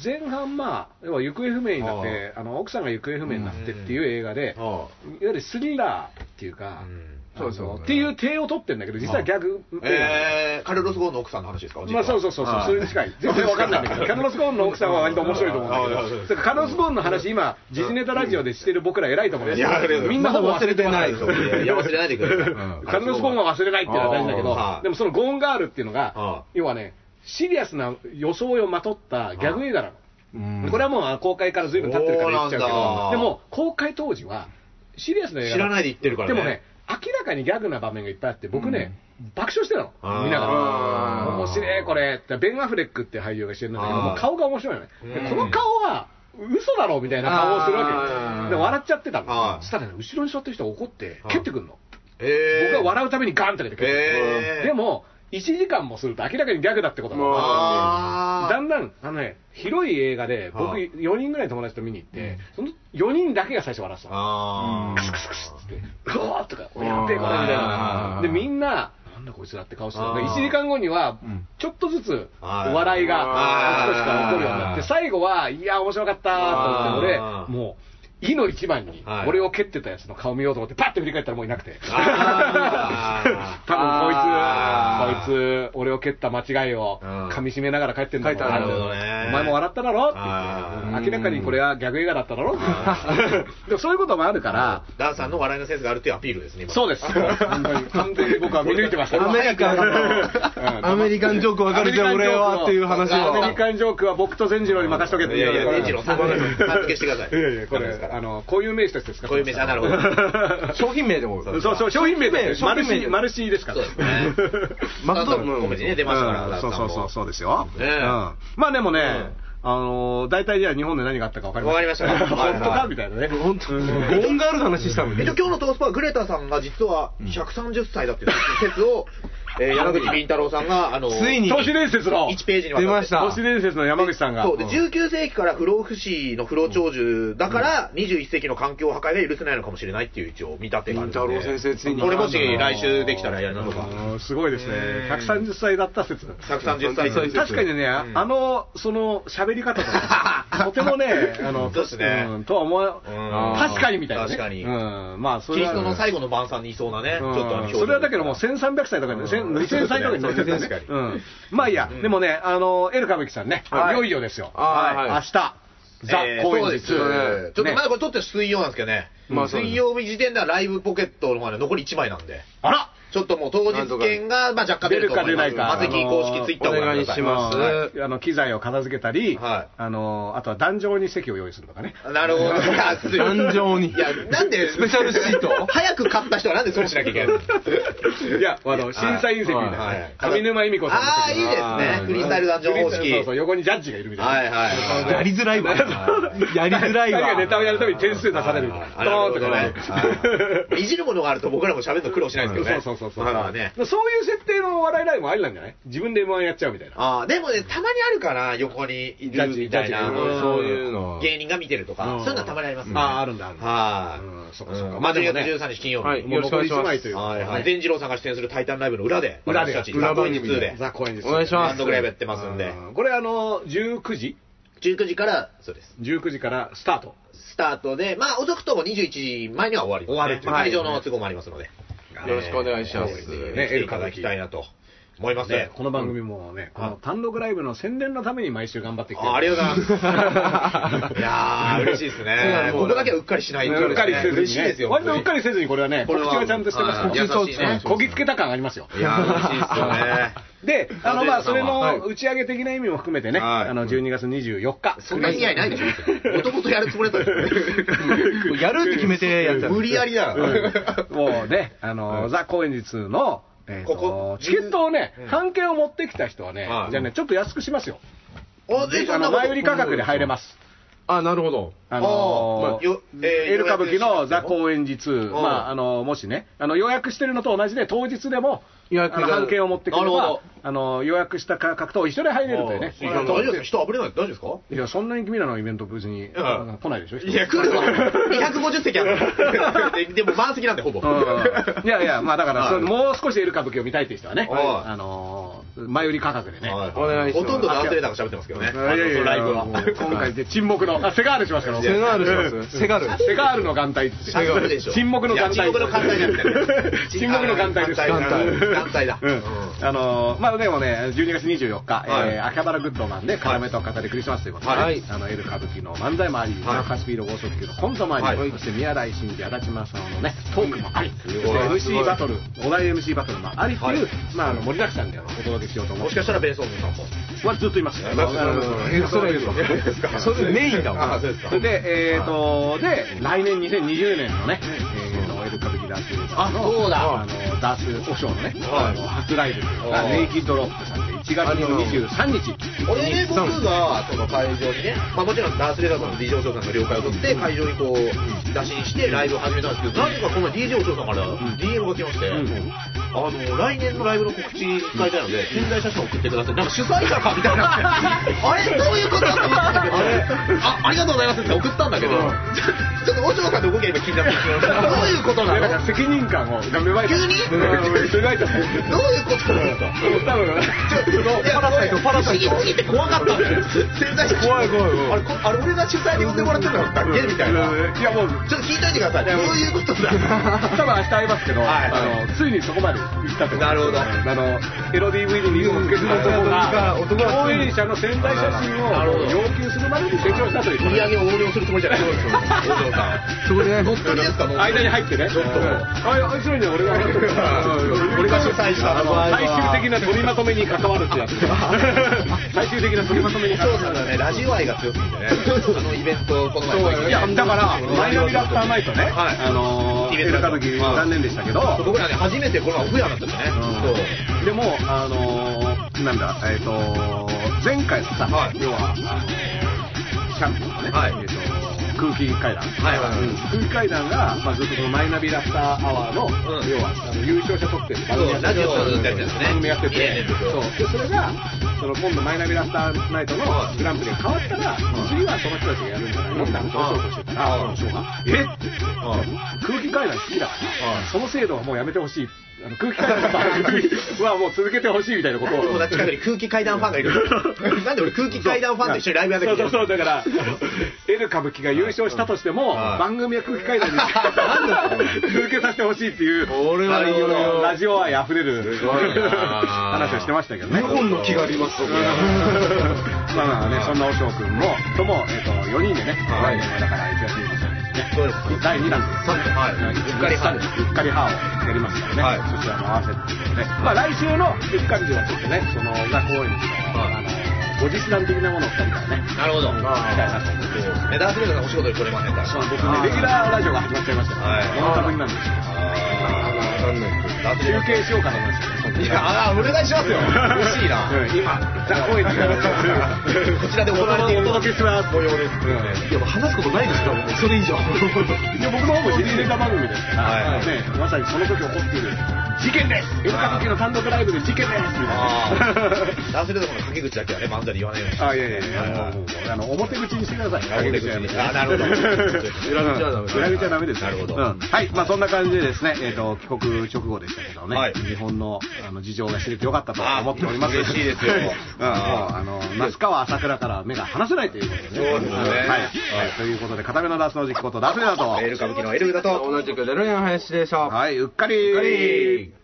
[SPEAKER 3] 前半まあ、要は行方不明になって、あの、奥さんが行方不明になってっていう映画で、いわ
[SPEAKER 4] は
[SPEAKER 3] ゆるスリラーっていうか
[SPEAKER 4] あ、うん
[SPEAKER 5] そうですよ
[SPEAKER 3] あのっていう体を取ってんだけど、実はギャグっていうのは
[SPEAKER 4] えー、カルロス・ゴーンの奥さんの話ですか
[SPEAKER 3] まあそうそうそうそう、それに近 い。全然わかんないんだけど、カルロス・ゴーンの奥さんは割と面白いと思うんだ
[SPEAKER 4] はいはいはい
[SPEAKER 3] けど、だからカルロス・ゴーンの話、今、時事ネタラジオでしてる僕ら偉いと思うんです
[SPEAKER 4] いやありがとうございます
[SPEAKER 3] みんなほぼ忘 れてない。
[SPEAKER 4] いやいや忘れないでください、
[SPEAKER 5] ん
[SPEAKER 3] カルロス・ゴーンは忘れないっていうのは大事だけ
[SPEAKER 4] あーは
[SPEAKER 3] ど
[SPEAKER 4] い、
[SPEAKER 3] でもそのゴーンガールっていうの
[SPEAKER 4] あ
[SPEAKER 3] が、要はね、シリアスな装いをまとったギャグ映画なの。これはもう公開からずいぶん経ってるから言っちゃ
[SPEAKER 4] そうなん
[SPEAKER 3] う
[SPEAKER 4] だ
[SPEAKER 3] けど、でも公開当時は、シリアスな映画
[SPEAKER 4] 知らないで言ってるからね
[SPEAKER 3] でもね、明らかにギャグな場面がいっぱいあって、僕ね、爆笑してた
[SPEAKER 4] あー
[SPEAKER 3] の、見ながら。
[SPEAKER 5] あー
[SPEAKER 3] 面白い、これって、ベン・アフレックって俳優がしてるんだけど、
[SPEAKER 4] あー
[SPEAKER 3] もう顔が面白いのね。
[SPEAKER 4] うん
[SPEAKER 3] でこの顔は嘘だろみたいな顔をするわ
[SPEAKER 5] あー
[SPEAKER 3] けで笑っちゃってた
[SPEAKER 4] は
[SPEAKER 3] の。
[SPEAKER 4] い
[SPEAKER 3] そしたらね、後ろに座ってる人が怒って
[SPEAKER 4] は、い
[SPEAKER 3] 蹴ってくんの。
[SPEAKER 4] えー、
[SPEAKER 3] 僕は笑うためにガンって蹴ってくる
[SPEAKER 4] えー
[SPEAKER 3] でも、1時間もすると明らかにギャグだってことが分かる
[SPEAKER 4] あー
[SPEAKER 3] だんだん、あのね、広い映画で、僕、
[SPEAKER 4] はい
[SPEAKER 3] 4人ぐらいの友達と見に行って、その4人だけが最初笑ってたの。
[SPEAKER 4] あ
[SPEAKER 3] クスクスクスっつって、うわーとか、やっべえこれみたい
[SPEAKER 4] あ
[SPEAKER 3] な
[SPEAKER 4] ー。
[SPEAKER 3] で、みんな、なんだこいつらって顔してた。
[SPEAKER 4] あー
[SPEAKER 3] 1時間後には、ちょっとずつ、お
[SPEAKER 4] はい
[SPEAKER 3] 笑い
[SPEAKER 4] あ
[SPEAKER 3] が、
[SPEAKER 4] ー
[SPEAKER 3] あちこちから起こるようになって、最後は、いやー、面白かったーと思って、
[SPEAKER 4] あ
[SPEAKER 3] 俺、
[SPEAKER 4] ー
[SPEAKER 3] もう、いの一番に
[SPEAKER 4] はい、
[SPEAKER 3] 俺を蹴ってたやつの顔見ようと思って、パッて振り返ったらもういなくて。
[SPEAKER 4] あー
[SPEAKER 3] 多分
[SPEAKER 4] あー
[SPEAKER 3] こいつ、こいつ、俺を蹴った間違いを
[SPEAKER 4] うん
[SPEAKER 3] 噛み締めながら帰ってんだもん
[SPEAKER 5] 帰った
[SPEAKER 4] なるほどね
[SPEAKER 3] お前も笑っただろって言
[SPEAKER 4] あ
[SPEAKER 3] って明らかにこれはギャグ映画だっただろ でもそういうこともあるから、
[SPEAKER 4] ーダンさんの笑いのセンスがあるっていうアピールですね今
[SPEAKER 3] そうです。完全に完全に僕は見抜いてました。
[SPEAKER 5] アメリカ
[SPEAKER 3] うん
[SPEAKER 5] ン、アメリカンジョーク分かるじゃん、俺はっていう話
[SPEAKER 3] アメ
[SPEAKER 5] は
[SPEAKER 3] リ。カンジョークは僕と善次郎に任しとけって
[SPEAKER 4] いやいや善次郎さ
[SPEAKER 3] い
[SPEAKER 4] んさん付けしてください
[SPEAKER 3] やいや、これ、あの、こういう名詞として使って
[SPEAKER 4] こういう名詞あなるほど
[SPEAKER 5] 商品名でも。
[SPEAKER 3] そうそう、商品名で、
[SPEAKER 5] 商
[SPEAKER 3] マル
[SPEAKER 5] 品
[SPEAKER 3] シ
[SPEAKER 5] 名
[SPEAKER 3] ー、マルシーですか
[SPEAKER 4] そう
[SPEAKER 3] ら
[SPEAKER 4] で。すね
[SPEAKER 5] マクドナルド
[SPEAKER 4] コメディね出ましたから、
[SPEAKER 3] う
[SPEAKER 4] ダ
[SPEAKER 3] ん
[SPEAKER 4] ン
[SPEAKER 3] そ
[SPEAKER 4] さん
[SPEAKER 3] う
[SPEAKER 4] も
[SPEAKER 3] そうそうそうですよ、
[SPEAKER 4] ね
[SPEAKER 3] う
[SPEAKER 4] え
[SPEAKER 3] んまあでもね、あのー大体じゃあ日本で何があったか分かりました
[SPEAKER 4] わかりましたはい
[SPEAKER 3] 本当かみたいなね
[SPEAKER 5] 本当、ゴーンガールの話したの
[SPEAKER 4] えっ
[SPEAKER 5] に
[SPEAKER 4] と、。今日のトースパー、グレタさんが実は130歳だっていう説を、えー山口敏太郎さんが、あの、
[SPEAKER 5] ついに
[SPEAKER 3] 都市伝説の
[SPEAKER 4] 1ページにわたって
[SPEAKER 5] 出ました
[SPEAKER 3] 都市伝説の山口さんが
[SPEAKER 4] そうで19世紀から不老不死の不老長寿だから、21世紀の環境破壊が許せないのかもしれないっていう一応見立てがあるんで
[SPEAKER 5] 敏太郎先生ついに
[SPEAKER 4] これもし来週できたらやりましょうか
[SPEAKER 3] うんすごいですね130歳だった説
[SPEAKER 4] 130歳
[SPEAKER 5] 130
[SPEAKER 3] 確かにね、
[SPEAKER 4] うん
[SPEAKER 3] あのその喋り方とかとても ねあの
[SPEAKER 4] そうですね
[SPEAKER 3] んとは思わ
[SPEAKER 4] うん
[SPEAKER 3] 確かにみたいな、ね、
[SPEAKER 4] 確かに
[SPEAKER 3] うんまあそ
[SPEAKER 4] キ
[SPEAKER 3] れは
[SPEAKER 4] リストの最後の晩餐にいそうなね、ちょっとあの表情
[SPEAKER 3] それはだけどもう1300歳とかで、千2000歳とかに乗ってたね
[SPEAKER 4] 確かに
[SPEAKER 3] うんまあいいや、でもね、あの、エル歌舞伎さんね、
[SPEAKER 5] はい
[SPEAKER 3] いよいよですよ。
[SPEAKER 5] はい
[SPEAKER 3] はい
[SPEAKER 5] はい
[SPEAKER 3] 明日、ザ・
[SPEAKER 4] えー
[SPEAKER 3] 公
[SPEAKER 4] そう
[SPEAKER 3] 演
[SPEAKER 4] です
[SPEAKER 3] 日。
[SPEAKER 4] ちょっとまだこれ撮って水曜なんですけどね、
[SPEAKER 5] まあそうです
[SPEAKER 4] 水曜日時点ではライブポケットのまで残り1枚なんで、
[SPEAKER 3] あら
[SPEAKER 4] ちょっともう当日券が、まあ、若干出ると思いま
[SPEAKER 3] 出
[SPEAKER 4] す。
[SPEAKER 3] るか出ないか
[SPEAKER 4] マセキ公式ツイッターをご覧くださ
[SPEAKER 5] お願いします
[SPEAKER 3] あの、機材を片付けたり、
[SPEAKER 4] はい
[SPEAKER 3] あの、あとは壇上に席を用意するとかね。
[SPEAKER 4] なるほど。いやすいません
[SPEAKER 5] 壇上に
[SPEAKER 4] いや、なんで、
[SPEAKER 5] スペシャルシート
[SPEAKER 4] 早く買った人はなんで損しなきゃいけないの
[SPEAKER 3] いや、あの、審査員席みたいなね、
[SPEAKER 4] はいはい
[SPEAKER 3] 上沼恵美子さんの席
[SPEAKER 4] ああ、いいですね。フリースタイルダンジョン方式。
[SPEAKER 3] そうそう、横にジャッジがいるみたいな。
[SPEAKER 4] はいはい。
[SPEAKER 5] やりづらいわ。やりづらい
[SPEAKER 3] 誰
[SPEAKER 5] わ
[SPEAKER 3] が。ネタをやるたびに点数出されるみたいな。ドーンとかね。
[SPEAKER 4] ね。いじるものがあると僕らも喋るの苦労しないですけどね。
[SPEAKER 3] そうそうそうそう。
[SPEAKER 4] だからね。
[SPEAKER 3] そういう設定のお笑いライブもありなんじゃない自分で M1 やっちゃうみたいな。
[SPEAKER 4] ああ、でもね、たまにあるから、横にいるみたいな。
[SPEAKER 3] ジャッジジャッジ
[SPEAKER 4] ん
[SPEAKER 5] そういうの
[SPEAKER 4] 芸人が見てるとか、そういうのはたまにありますね。
[SPEAKER 3] ああ、あるんだ、あるんだ。
[SPEAKER 4] はい。
[SPEAKER 3] うんそっかそっか
[SPEAKER 4] ま
[SPEAKER 3] ま
[SPEAKER 4] あ、
[SPEAKER 3] あで
[SPEAKER 4] 12
[SPEAKER 3] も
[SPEAKER 4] 月
[SPEAKER 3] ね
[SPEAKER 4] 13日金曜日。
[SPEAKER 5] はいよろしくお願いします
[SPEAKER 3] 残り一枚ということ
[SPEAKER 4] は
[SPEAKER 3] で
[SPEAKER 4] い
[SPEAKER 3] ね
[SPEAKER 4] はい。善次郎さんが出演するタイタンライブの裏で、
[SPEAKER 3] 裏で
[SPEAKER 4] 私たち、
[SPEAKER 5] 裏
[SPEAKER 4] 裏
[SPEAKER 5] 番
[SPEAKER 4] 番
[SPEAKER 5] 組
[SPEAKER 4] 組
[SPEAKER 5] で
[SPEAKER 4] 2で、
[SPEAKER 3] ザ・コインです。
[SPEAKER 5] お願いします
[SPEAKER 4] バンドクライブやってますんで、
[SPEAKER 3] うんこれ、あの、19時
[SPEAKER 4] 19時から、そうです。
[SPEAKER 3] 19時からスタート。
[SPEAKER 4] スタートで、まあ、遅くとも21時前には終わります、ね。
[SPEAKER 3] 終わるという
[SPEAKER 4] 会場の都合もありますので。
[SPEAKER 5] よろしくお願いします
[SPEAKER 4] えーぜひね、来ていただきたいなと思いますね
[SPEAKER 3] ね。この番組もね、この単独ライブの宣伝のために毎週頑張ってきてる
[SPEAKER 4] あありがとうございま す。いやー、嬉しいですね。ここだけはうっかりしない
[SPEAKER 3] うんうっかりせずにね。
[SPEAKER 4] 嬉しいですよ。
[SPEAKER 3] 割とうっかりせずにこれはね、
[SPEAKER 4] これ
[SPEAKER 3] 告知
[SPEAKER 4] は
[SPEAKER 3] はちゃんとしてます
[SPEAKER 4] はい
[SPEAKER 3] から
[SPEAKER 4] 優しいね
[SPEAKER 3] こぎつけた感ありますよ。
[SPEAKER 4] いやー、嬉しいですよね。
[SPEAKER 3] で、あの、まあ、それ
[SPEAKER 4] は
[SPEAKER 3] の
[SPEAKER 4] い
[SPEAKER 3] 打ち上げ的な意味も含めてね、
[SPEAKER 4] はい
[SPEAKER 3] あの、12月24日。
[SPEAKER 4] そんな似 合いないでしょ。もともとやるつもりだったん ですよね
[SPEAKER 5] やるって決めてやっちゃう
[SPEAKER 4] 無理やりだ。
[SPEAKER 3] もうね、あの、ザ・高円寺の、えーと
[SPEAKER 4] ここ
[SPEAKER 3] チケットをね
[SPEAKER 4] うん、
[SPEAKER 3] 半券を持ってきた人はね、
[SPEAKER 4] はい
[SPEAKER 3] じゃあね、ちょっと安くしますよ。
[SPEAKER 4] あ、ぜひそ
[SPEAKER 3] あ
[SPEAKER 4] んな
[SPEAKER 3] の
[SPEAKER 4] こと
[SPEAKER 3] 前売り価格で入れます。
[SPEAKER 5] あ、なるほど。
[SPEAKER 3] あ
[SPEAKER 4] あ
[SPEAKER 3] の
[SPEAKER 4] ーまあよえー
[SPEAKER 3] エル歌舞伎のザ・
[SPEAKER 4] 予
[SPEAKER 3] 高円寺2、
[SPEAKER 4] うん
[SPEAKER 3] まあ、あの、もしね、あの、予約してるのと同じで、当日でも、
[SPEAKER 5] 予約
[SPEAKER 3] あの
[SPEAKER 5] が
[SPEAKER 3] 半券を持ってくれ
[SPEAKER 4] なるほど
[SPEAKER 3] ば、あの、予約した価格と一緒で入れるというね。
[SPEAKER 4] いや大丈夫ですか人あぶれない大丈夫ですか
[SPEAKER 3] いや、そんなに君らのイベント別に、
[SPEAKER 4] ん
[SPEAKER 3] 来ないでしょ人
[SPEAKER 4] いや、来るわ。250席あ る。ででも満席なんで、ほぼ。
[SPEAKER 3] うんいやいや、まあだから、
[SPEAKER 4] はい
[SPEAKER 3] それもう少しエル歌舞伎を見たいっていう人はね、
[SPEAKER 4] はい
[SPEAKER 3] あのー前売り価格でね。
[SPEAKER 4] はい
[SPEAKER 5] お願いします
[SPEAKER 4] ほとんど男性だから喋ってますけどね。あ
[SPEAKER 3] いやいやいや
[SPEAKER 4] のライブは。
[SPEAKER 3] もう今回で沈黙の、あセガールしますから。
[SPEAKER 5] セガールしますセガール
[SPEAKER 3] セガールの眼帯。
[SPEAKER 4] 沈黙でしょ
[SPEAKER 3] 沈黙の眼帯。
[SPEAKER 4] いや沈黙の眼帯じゃなく て
[SPEAKER 3] 沈黙の眼帯です。
[SPEAKER 4] 眼帯眼帯だ
[SPEAKER 3] うんあのー、まあでもね、12月24日、
[SPEAKER 4] はい
[SPEAKER 3] えー秋葉原グッドマンで、カラメと語りクリスマスということで、
[SPEAKER 5] はい
[SPEAKER 3] あの、エル歌舞伎の漫才もあり、
[SPEAKER 4] はい
[SPEAKER 3] マカスピード豪速球のコントもあり、
[SPEAKER 4] はい
[SPEAKER 3] そして宮台真司、足立正雄のね、トークもあり、そして
[SPEAKER 4] ごい
[SPEAKER 3] MC バトル、お題 MC バトルもありっていう、
[SPEAKER 4] はい
[SPEAKER 3] まああの、盛りだくさんであのお届けしようと思っ
[SPEAKER 4] も
[SPEAKER 3] て
[SPEAKER 4] しかしたらベンソンズさんも。
[SPEAKER 3] はずっといます。
[SPEAKER 5] えそれそれメインだもん
[SPEAKER 4] あそうですか。
[SPEAKER 3] で、えーと、で、来年2020年のね、えーと、エル歌舞伎ダンスユニットの、
[SPEAKER 4] あそうだ
[SPEAKER 3] あの、ダンスおショーのね、
[SPEAKER 4] はい
[SPEAKER 3] あの初ライブ
[SPEAKER 4] あ
[SPEAKER 3] が、ネイキッドロックさんで、1月の23日、
[SPEAKER 4] 俺ね、僕がその会場にね、まあ、もちろんダース・レダーさんと DJ お嬢さんの了解を取って、会場にこう、打診してライブを始めたんですけど、なぜかこの DJ お嬢さんから DM が来まして、
[SPEAKER 3] ん
[SPEAKER 4] あの、来年のライブの告知会いたいので、潜在写真送ってください。なんか主催者かみたいな。 あれどういうことだって思ったんだけど、あ、ありがとうございますって送ったんだけど、ちょっとお嬢さんの動きが今気になってますけど、どういうことな
[SPEAKER 3] だか
[SPEAKER 4] の
[SPEAKER 3] ら責任感をが芽生えた。
[SPEAKER 4] 急に
[SPEAKER 3] うん 芽生えちゃった。
[SPEAKER 4] どういうことなんですか
[SPEAKER 3] 多分
[SPEAKER 4] パラサイト、パラサイト。不思議すぎて怖かったんだよ。潜在して
[SPEAKER 5] 怖い怖い怖い
[SPEAKER 4] あれ、こあれ俺が主催で呼んでもらってたんだっけみ たいな。
[SPEAKER 3] いやもう、
[SPEAKER 4] ちょっと聞いといてください。どういうこと
[SPEAKER 3] 多分
[SPEAKER 4] だ。
[SPEAKER 3] 明日会いますけど、
[SPEAKER 4] はい
[SPEAKER 3] あのついにそこまで行ったってこと
[SPEAKER 4] なるほど
[SPEAKER 3] あのエロ DVD にもつけてる男が共演者の潜在写真
[SPEAKER 4] なるほ
[SPEAKER 3] を
[SPEAKER 4] ど
[SPEAKER 3] 要求するまでに成長したという
[SPEAKER 4] 売り上げを横領するつもりじゃない。大城さん。
[SPEAKER 5] そこで
[SPEAKER 4] 乗っ取りですか、乗っ取り
[SPEAKER 3] 間に入ってね
[SPEAKER 4] ちょっと。
[SPEAKER 3] ああいつらには俺が
[SPEAKER 4] 俺
[SPEAKER 3] 俺
[SPEAKER 4] が
[SPEAKER 3] が
[SPEAKER 4] 主
[SPEAKER 3] 主
[SPEAKER 4] 催
[SPEAKER 3] 催
[SPEAKER 4] し
[SPEAKER 3] したたあの最終的な取りまとめに関わるってやつ最終的な取りまとめに関
[SPEAKER 4] そう
[SPEAKER 3] わ
[SPEAKER 4] な
[SPEAKER 3] る
[SPEAKER 4] んだね、ラジオ愛が強すぎてね。あのイベント、この前
[SPEAKER 3] そういやだからマイナビラフターナイトね、
[SPEAKER 4] はい
[SPEAKER 3] あの
[SPEAKER 4] イ
[SPEAKER 3] ー、
[SPEAKER 4] ベ
[SPEAKER 3] エ
[SPEAKER 4] ント
[SPEAKER 3] ル
[SPEAKER 4] だ
[SPEAKER 3] 歌
[SPEAKER 4] った
[SPEAKER 3] 舞伎残念でしたけど、
[SPEAKER 4] そう僕らね、初めてこの前オフやなったんだね。そう。
[SPEAKER 3] でも、あのーなんだ、えっ、と前回のさ、
[SPEAKER 4] はい
[SPEAKER 3] 要は、あのーシャンプーのね、
[SPEAKER 4] はい
[SPEAKER 3] えーと空気階段、
[SPEAKER 4] はいはいはい
[SPEAKER 3] うん空気階段が、まあ、ずっとこのマイナビラフターアワーの、
[SPEAKER 4] うん
[SPEAKER 3] 要はあの優勝者特典って番組やって
[SPEAKER 4] ラジ
[SPEAKER 3] て
[SPEAKER 4] オをずっとやってたんですね
[SPEAKER 3] 番組やってて
[SPEAKER 4] いえいえ
[SPEAKER 3] そうでそれがその今度マイナビラフターナイトのグランプリが変わったら、次はその人たちがやるんじゃないのって話をしようとしてたら、
[SPEAKER 4] うん
[SPEAKER 3] その人がえっ空気階段好きだから、その制度はもうやめてほしい。あの空気階段の番組はも う続けてほしいみたいなことを。
[SPEAKER 4] 友達近くに空気階段ファンがいる。 なんで俺空気階段ファンと一緒にライブやって
[SPEAKER 3] そう
[SPEAKER 4] きて
[SPEAKER 3] そ
[SPEAKER 4] る
[SPEAKER 3] うそうだから「N 歌舞伎」が優勝したとしても
[SPEAKER 4] はい
[SPEAKER 3] 番組は空気階 段に 続けさせてほしいっていう
[SPEAKER 5] 俺は
[SPEAKER 3] あの
[SPEAKER 5] よ
[SPEAKER 3] ラジオ愛あふれる
[SPEAKER 4] ごいな
[SPEAKER 3] 話をしてましたけどね
[SPEAKER 5] 日本の気がありますそこ
[SPEAKER 3] まあまあねそんなおしょうくんもとも、えっと4人でね
[SPEAKER 4] はい
[SPEAKER 3] 来年はだから1月23日ね
[SPEAKER 4] そうです
[SPEAKER 3] 第2弾です
[SPEAKER 4] はいうっかりはん
[SPEAKER 3] うっかりハーをやりますからね、
[SPEAKER 4] はい
[SPEAKER 3] そちらも合わせてね、まあ、来週のうっかりではちょっとね、その裏公演の、あの、ご実談的なものを2人からね、
[SPEAKER 4] なるほど。
[SPEAKER 3] 聞きたいなと思って、
[SPEAKER 4] メダースレーダーさんお仕事に来れませんから。
[SPEAKER 3] まあ、僕ね、レギュラーラジオが始まっちゃいましたか
[SPEAKER 4] は
[SPEAKER 3] ら、
[SPEAKER 4] い
[SPEAKER 3] この作品なんですよ。
[SPEAKER 4] あー
[SPEAKER 3] 休憩しようかと思いましたけど
[SPEAKER 4] いや、あーお願いしますよ。嬉しいな。
[SPEAKER 3] うん今、ザ・公演に
[SPEAKER 4] こちらで行われている
[SPEAKER 3] お届けします。
[SPEAKER 4] 模様です。
[SPEAKER 5] いやもう話すことないですからそれ以上
[SPEAKER 3] いや僕の方も知りネタ番組ですから、
[SPEAKER 4] はい
[SPEAKER 3] ね、まさにその時起こっている事件ですエル歌舞伎の単独ライブで事件ですみ
[SPEAKER 4] あ
[SPEAKER 3] たいな。
[SPEAKER 4] ーダースレーダーさんの掛け口だけはね、漫才で言わないように。
[SPEAKER 3] あ、いやいやいや、
[SPEAKER 4] はい
[SPEAKER 3] もうあの表口にしてください。
[SPEAKER 4] 表口に
[SPEAKER 3] あ
[SPEAKER 4] あな るほど
[SPEAKER 5] 裏口はダメです
[SPEAKER 3] 裏口はダメです。
[SPEAKER 4] なるほど
[SPEAKER 3] うんはい、まあそんな感じでですね、えっと、帰国直後でしたけどね、
[SPEAKER 4] はい
[SPEAKER 3] 日本のあの事情が知れてよかったと
[SPEAKER 4] あ
[SPEAKER 3] 思っております。
[SPEAKER 4] 嬉しいですよ
[SPEAKER 3] うんもうあの、那須川朝倉から目が離せないということでね。
[SPEAKER 4] そうですね
[SPEAKER 3] はい
[SPEAKER 4] はい
[SPEAKER 3] はい。ということで、片目のダースの時期こと、ダースだと。
[SPEAKER 4] エール歌舞伎のエルだと。
[SPEAKER 5] 同じくデロリアン林でした
[SPEAKER 3] はい、うっかり
[SPEAKER 5] うっかり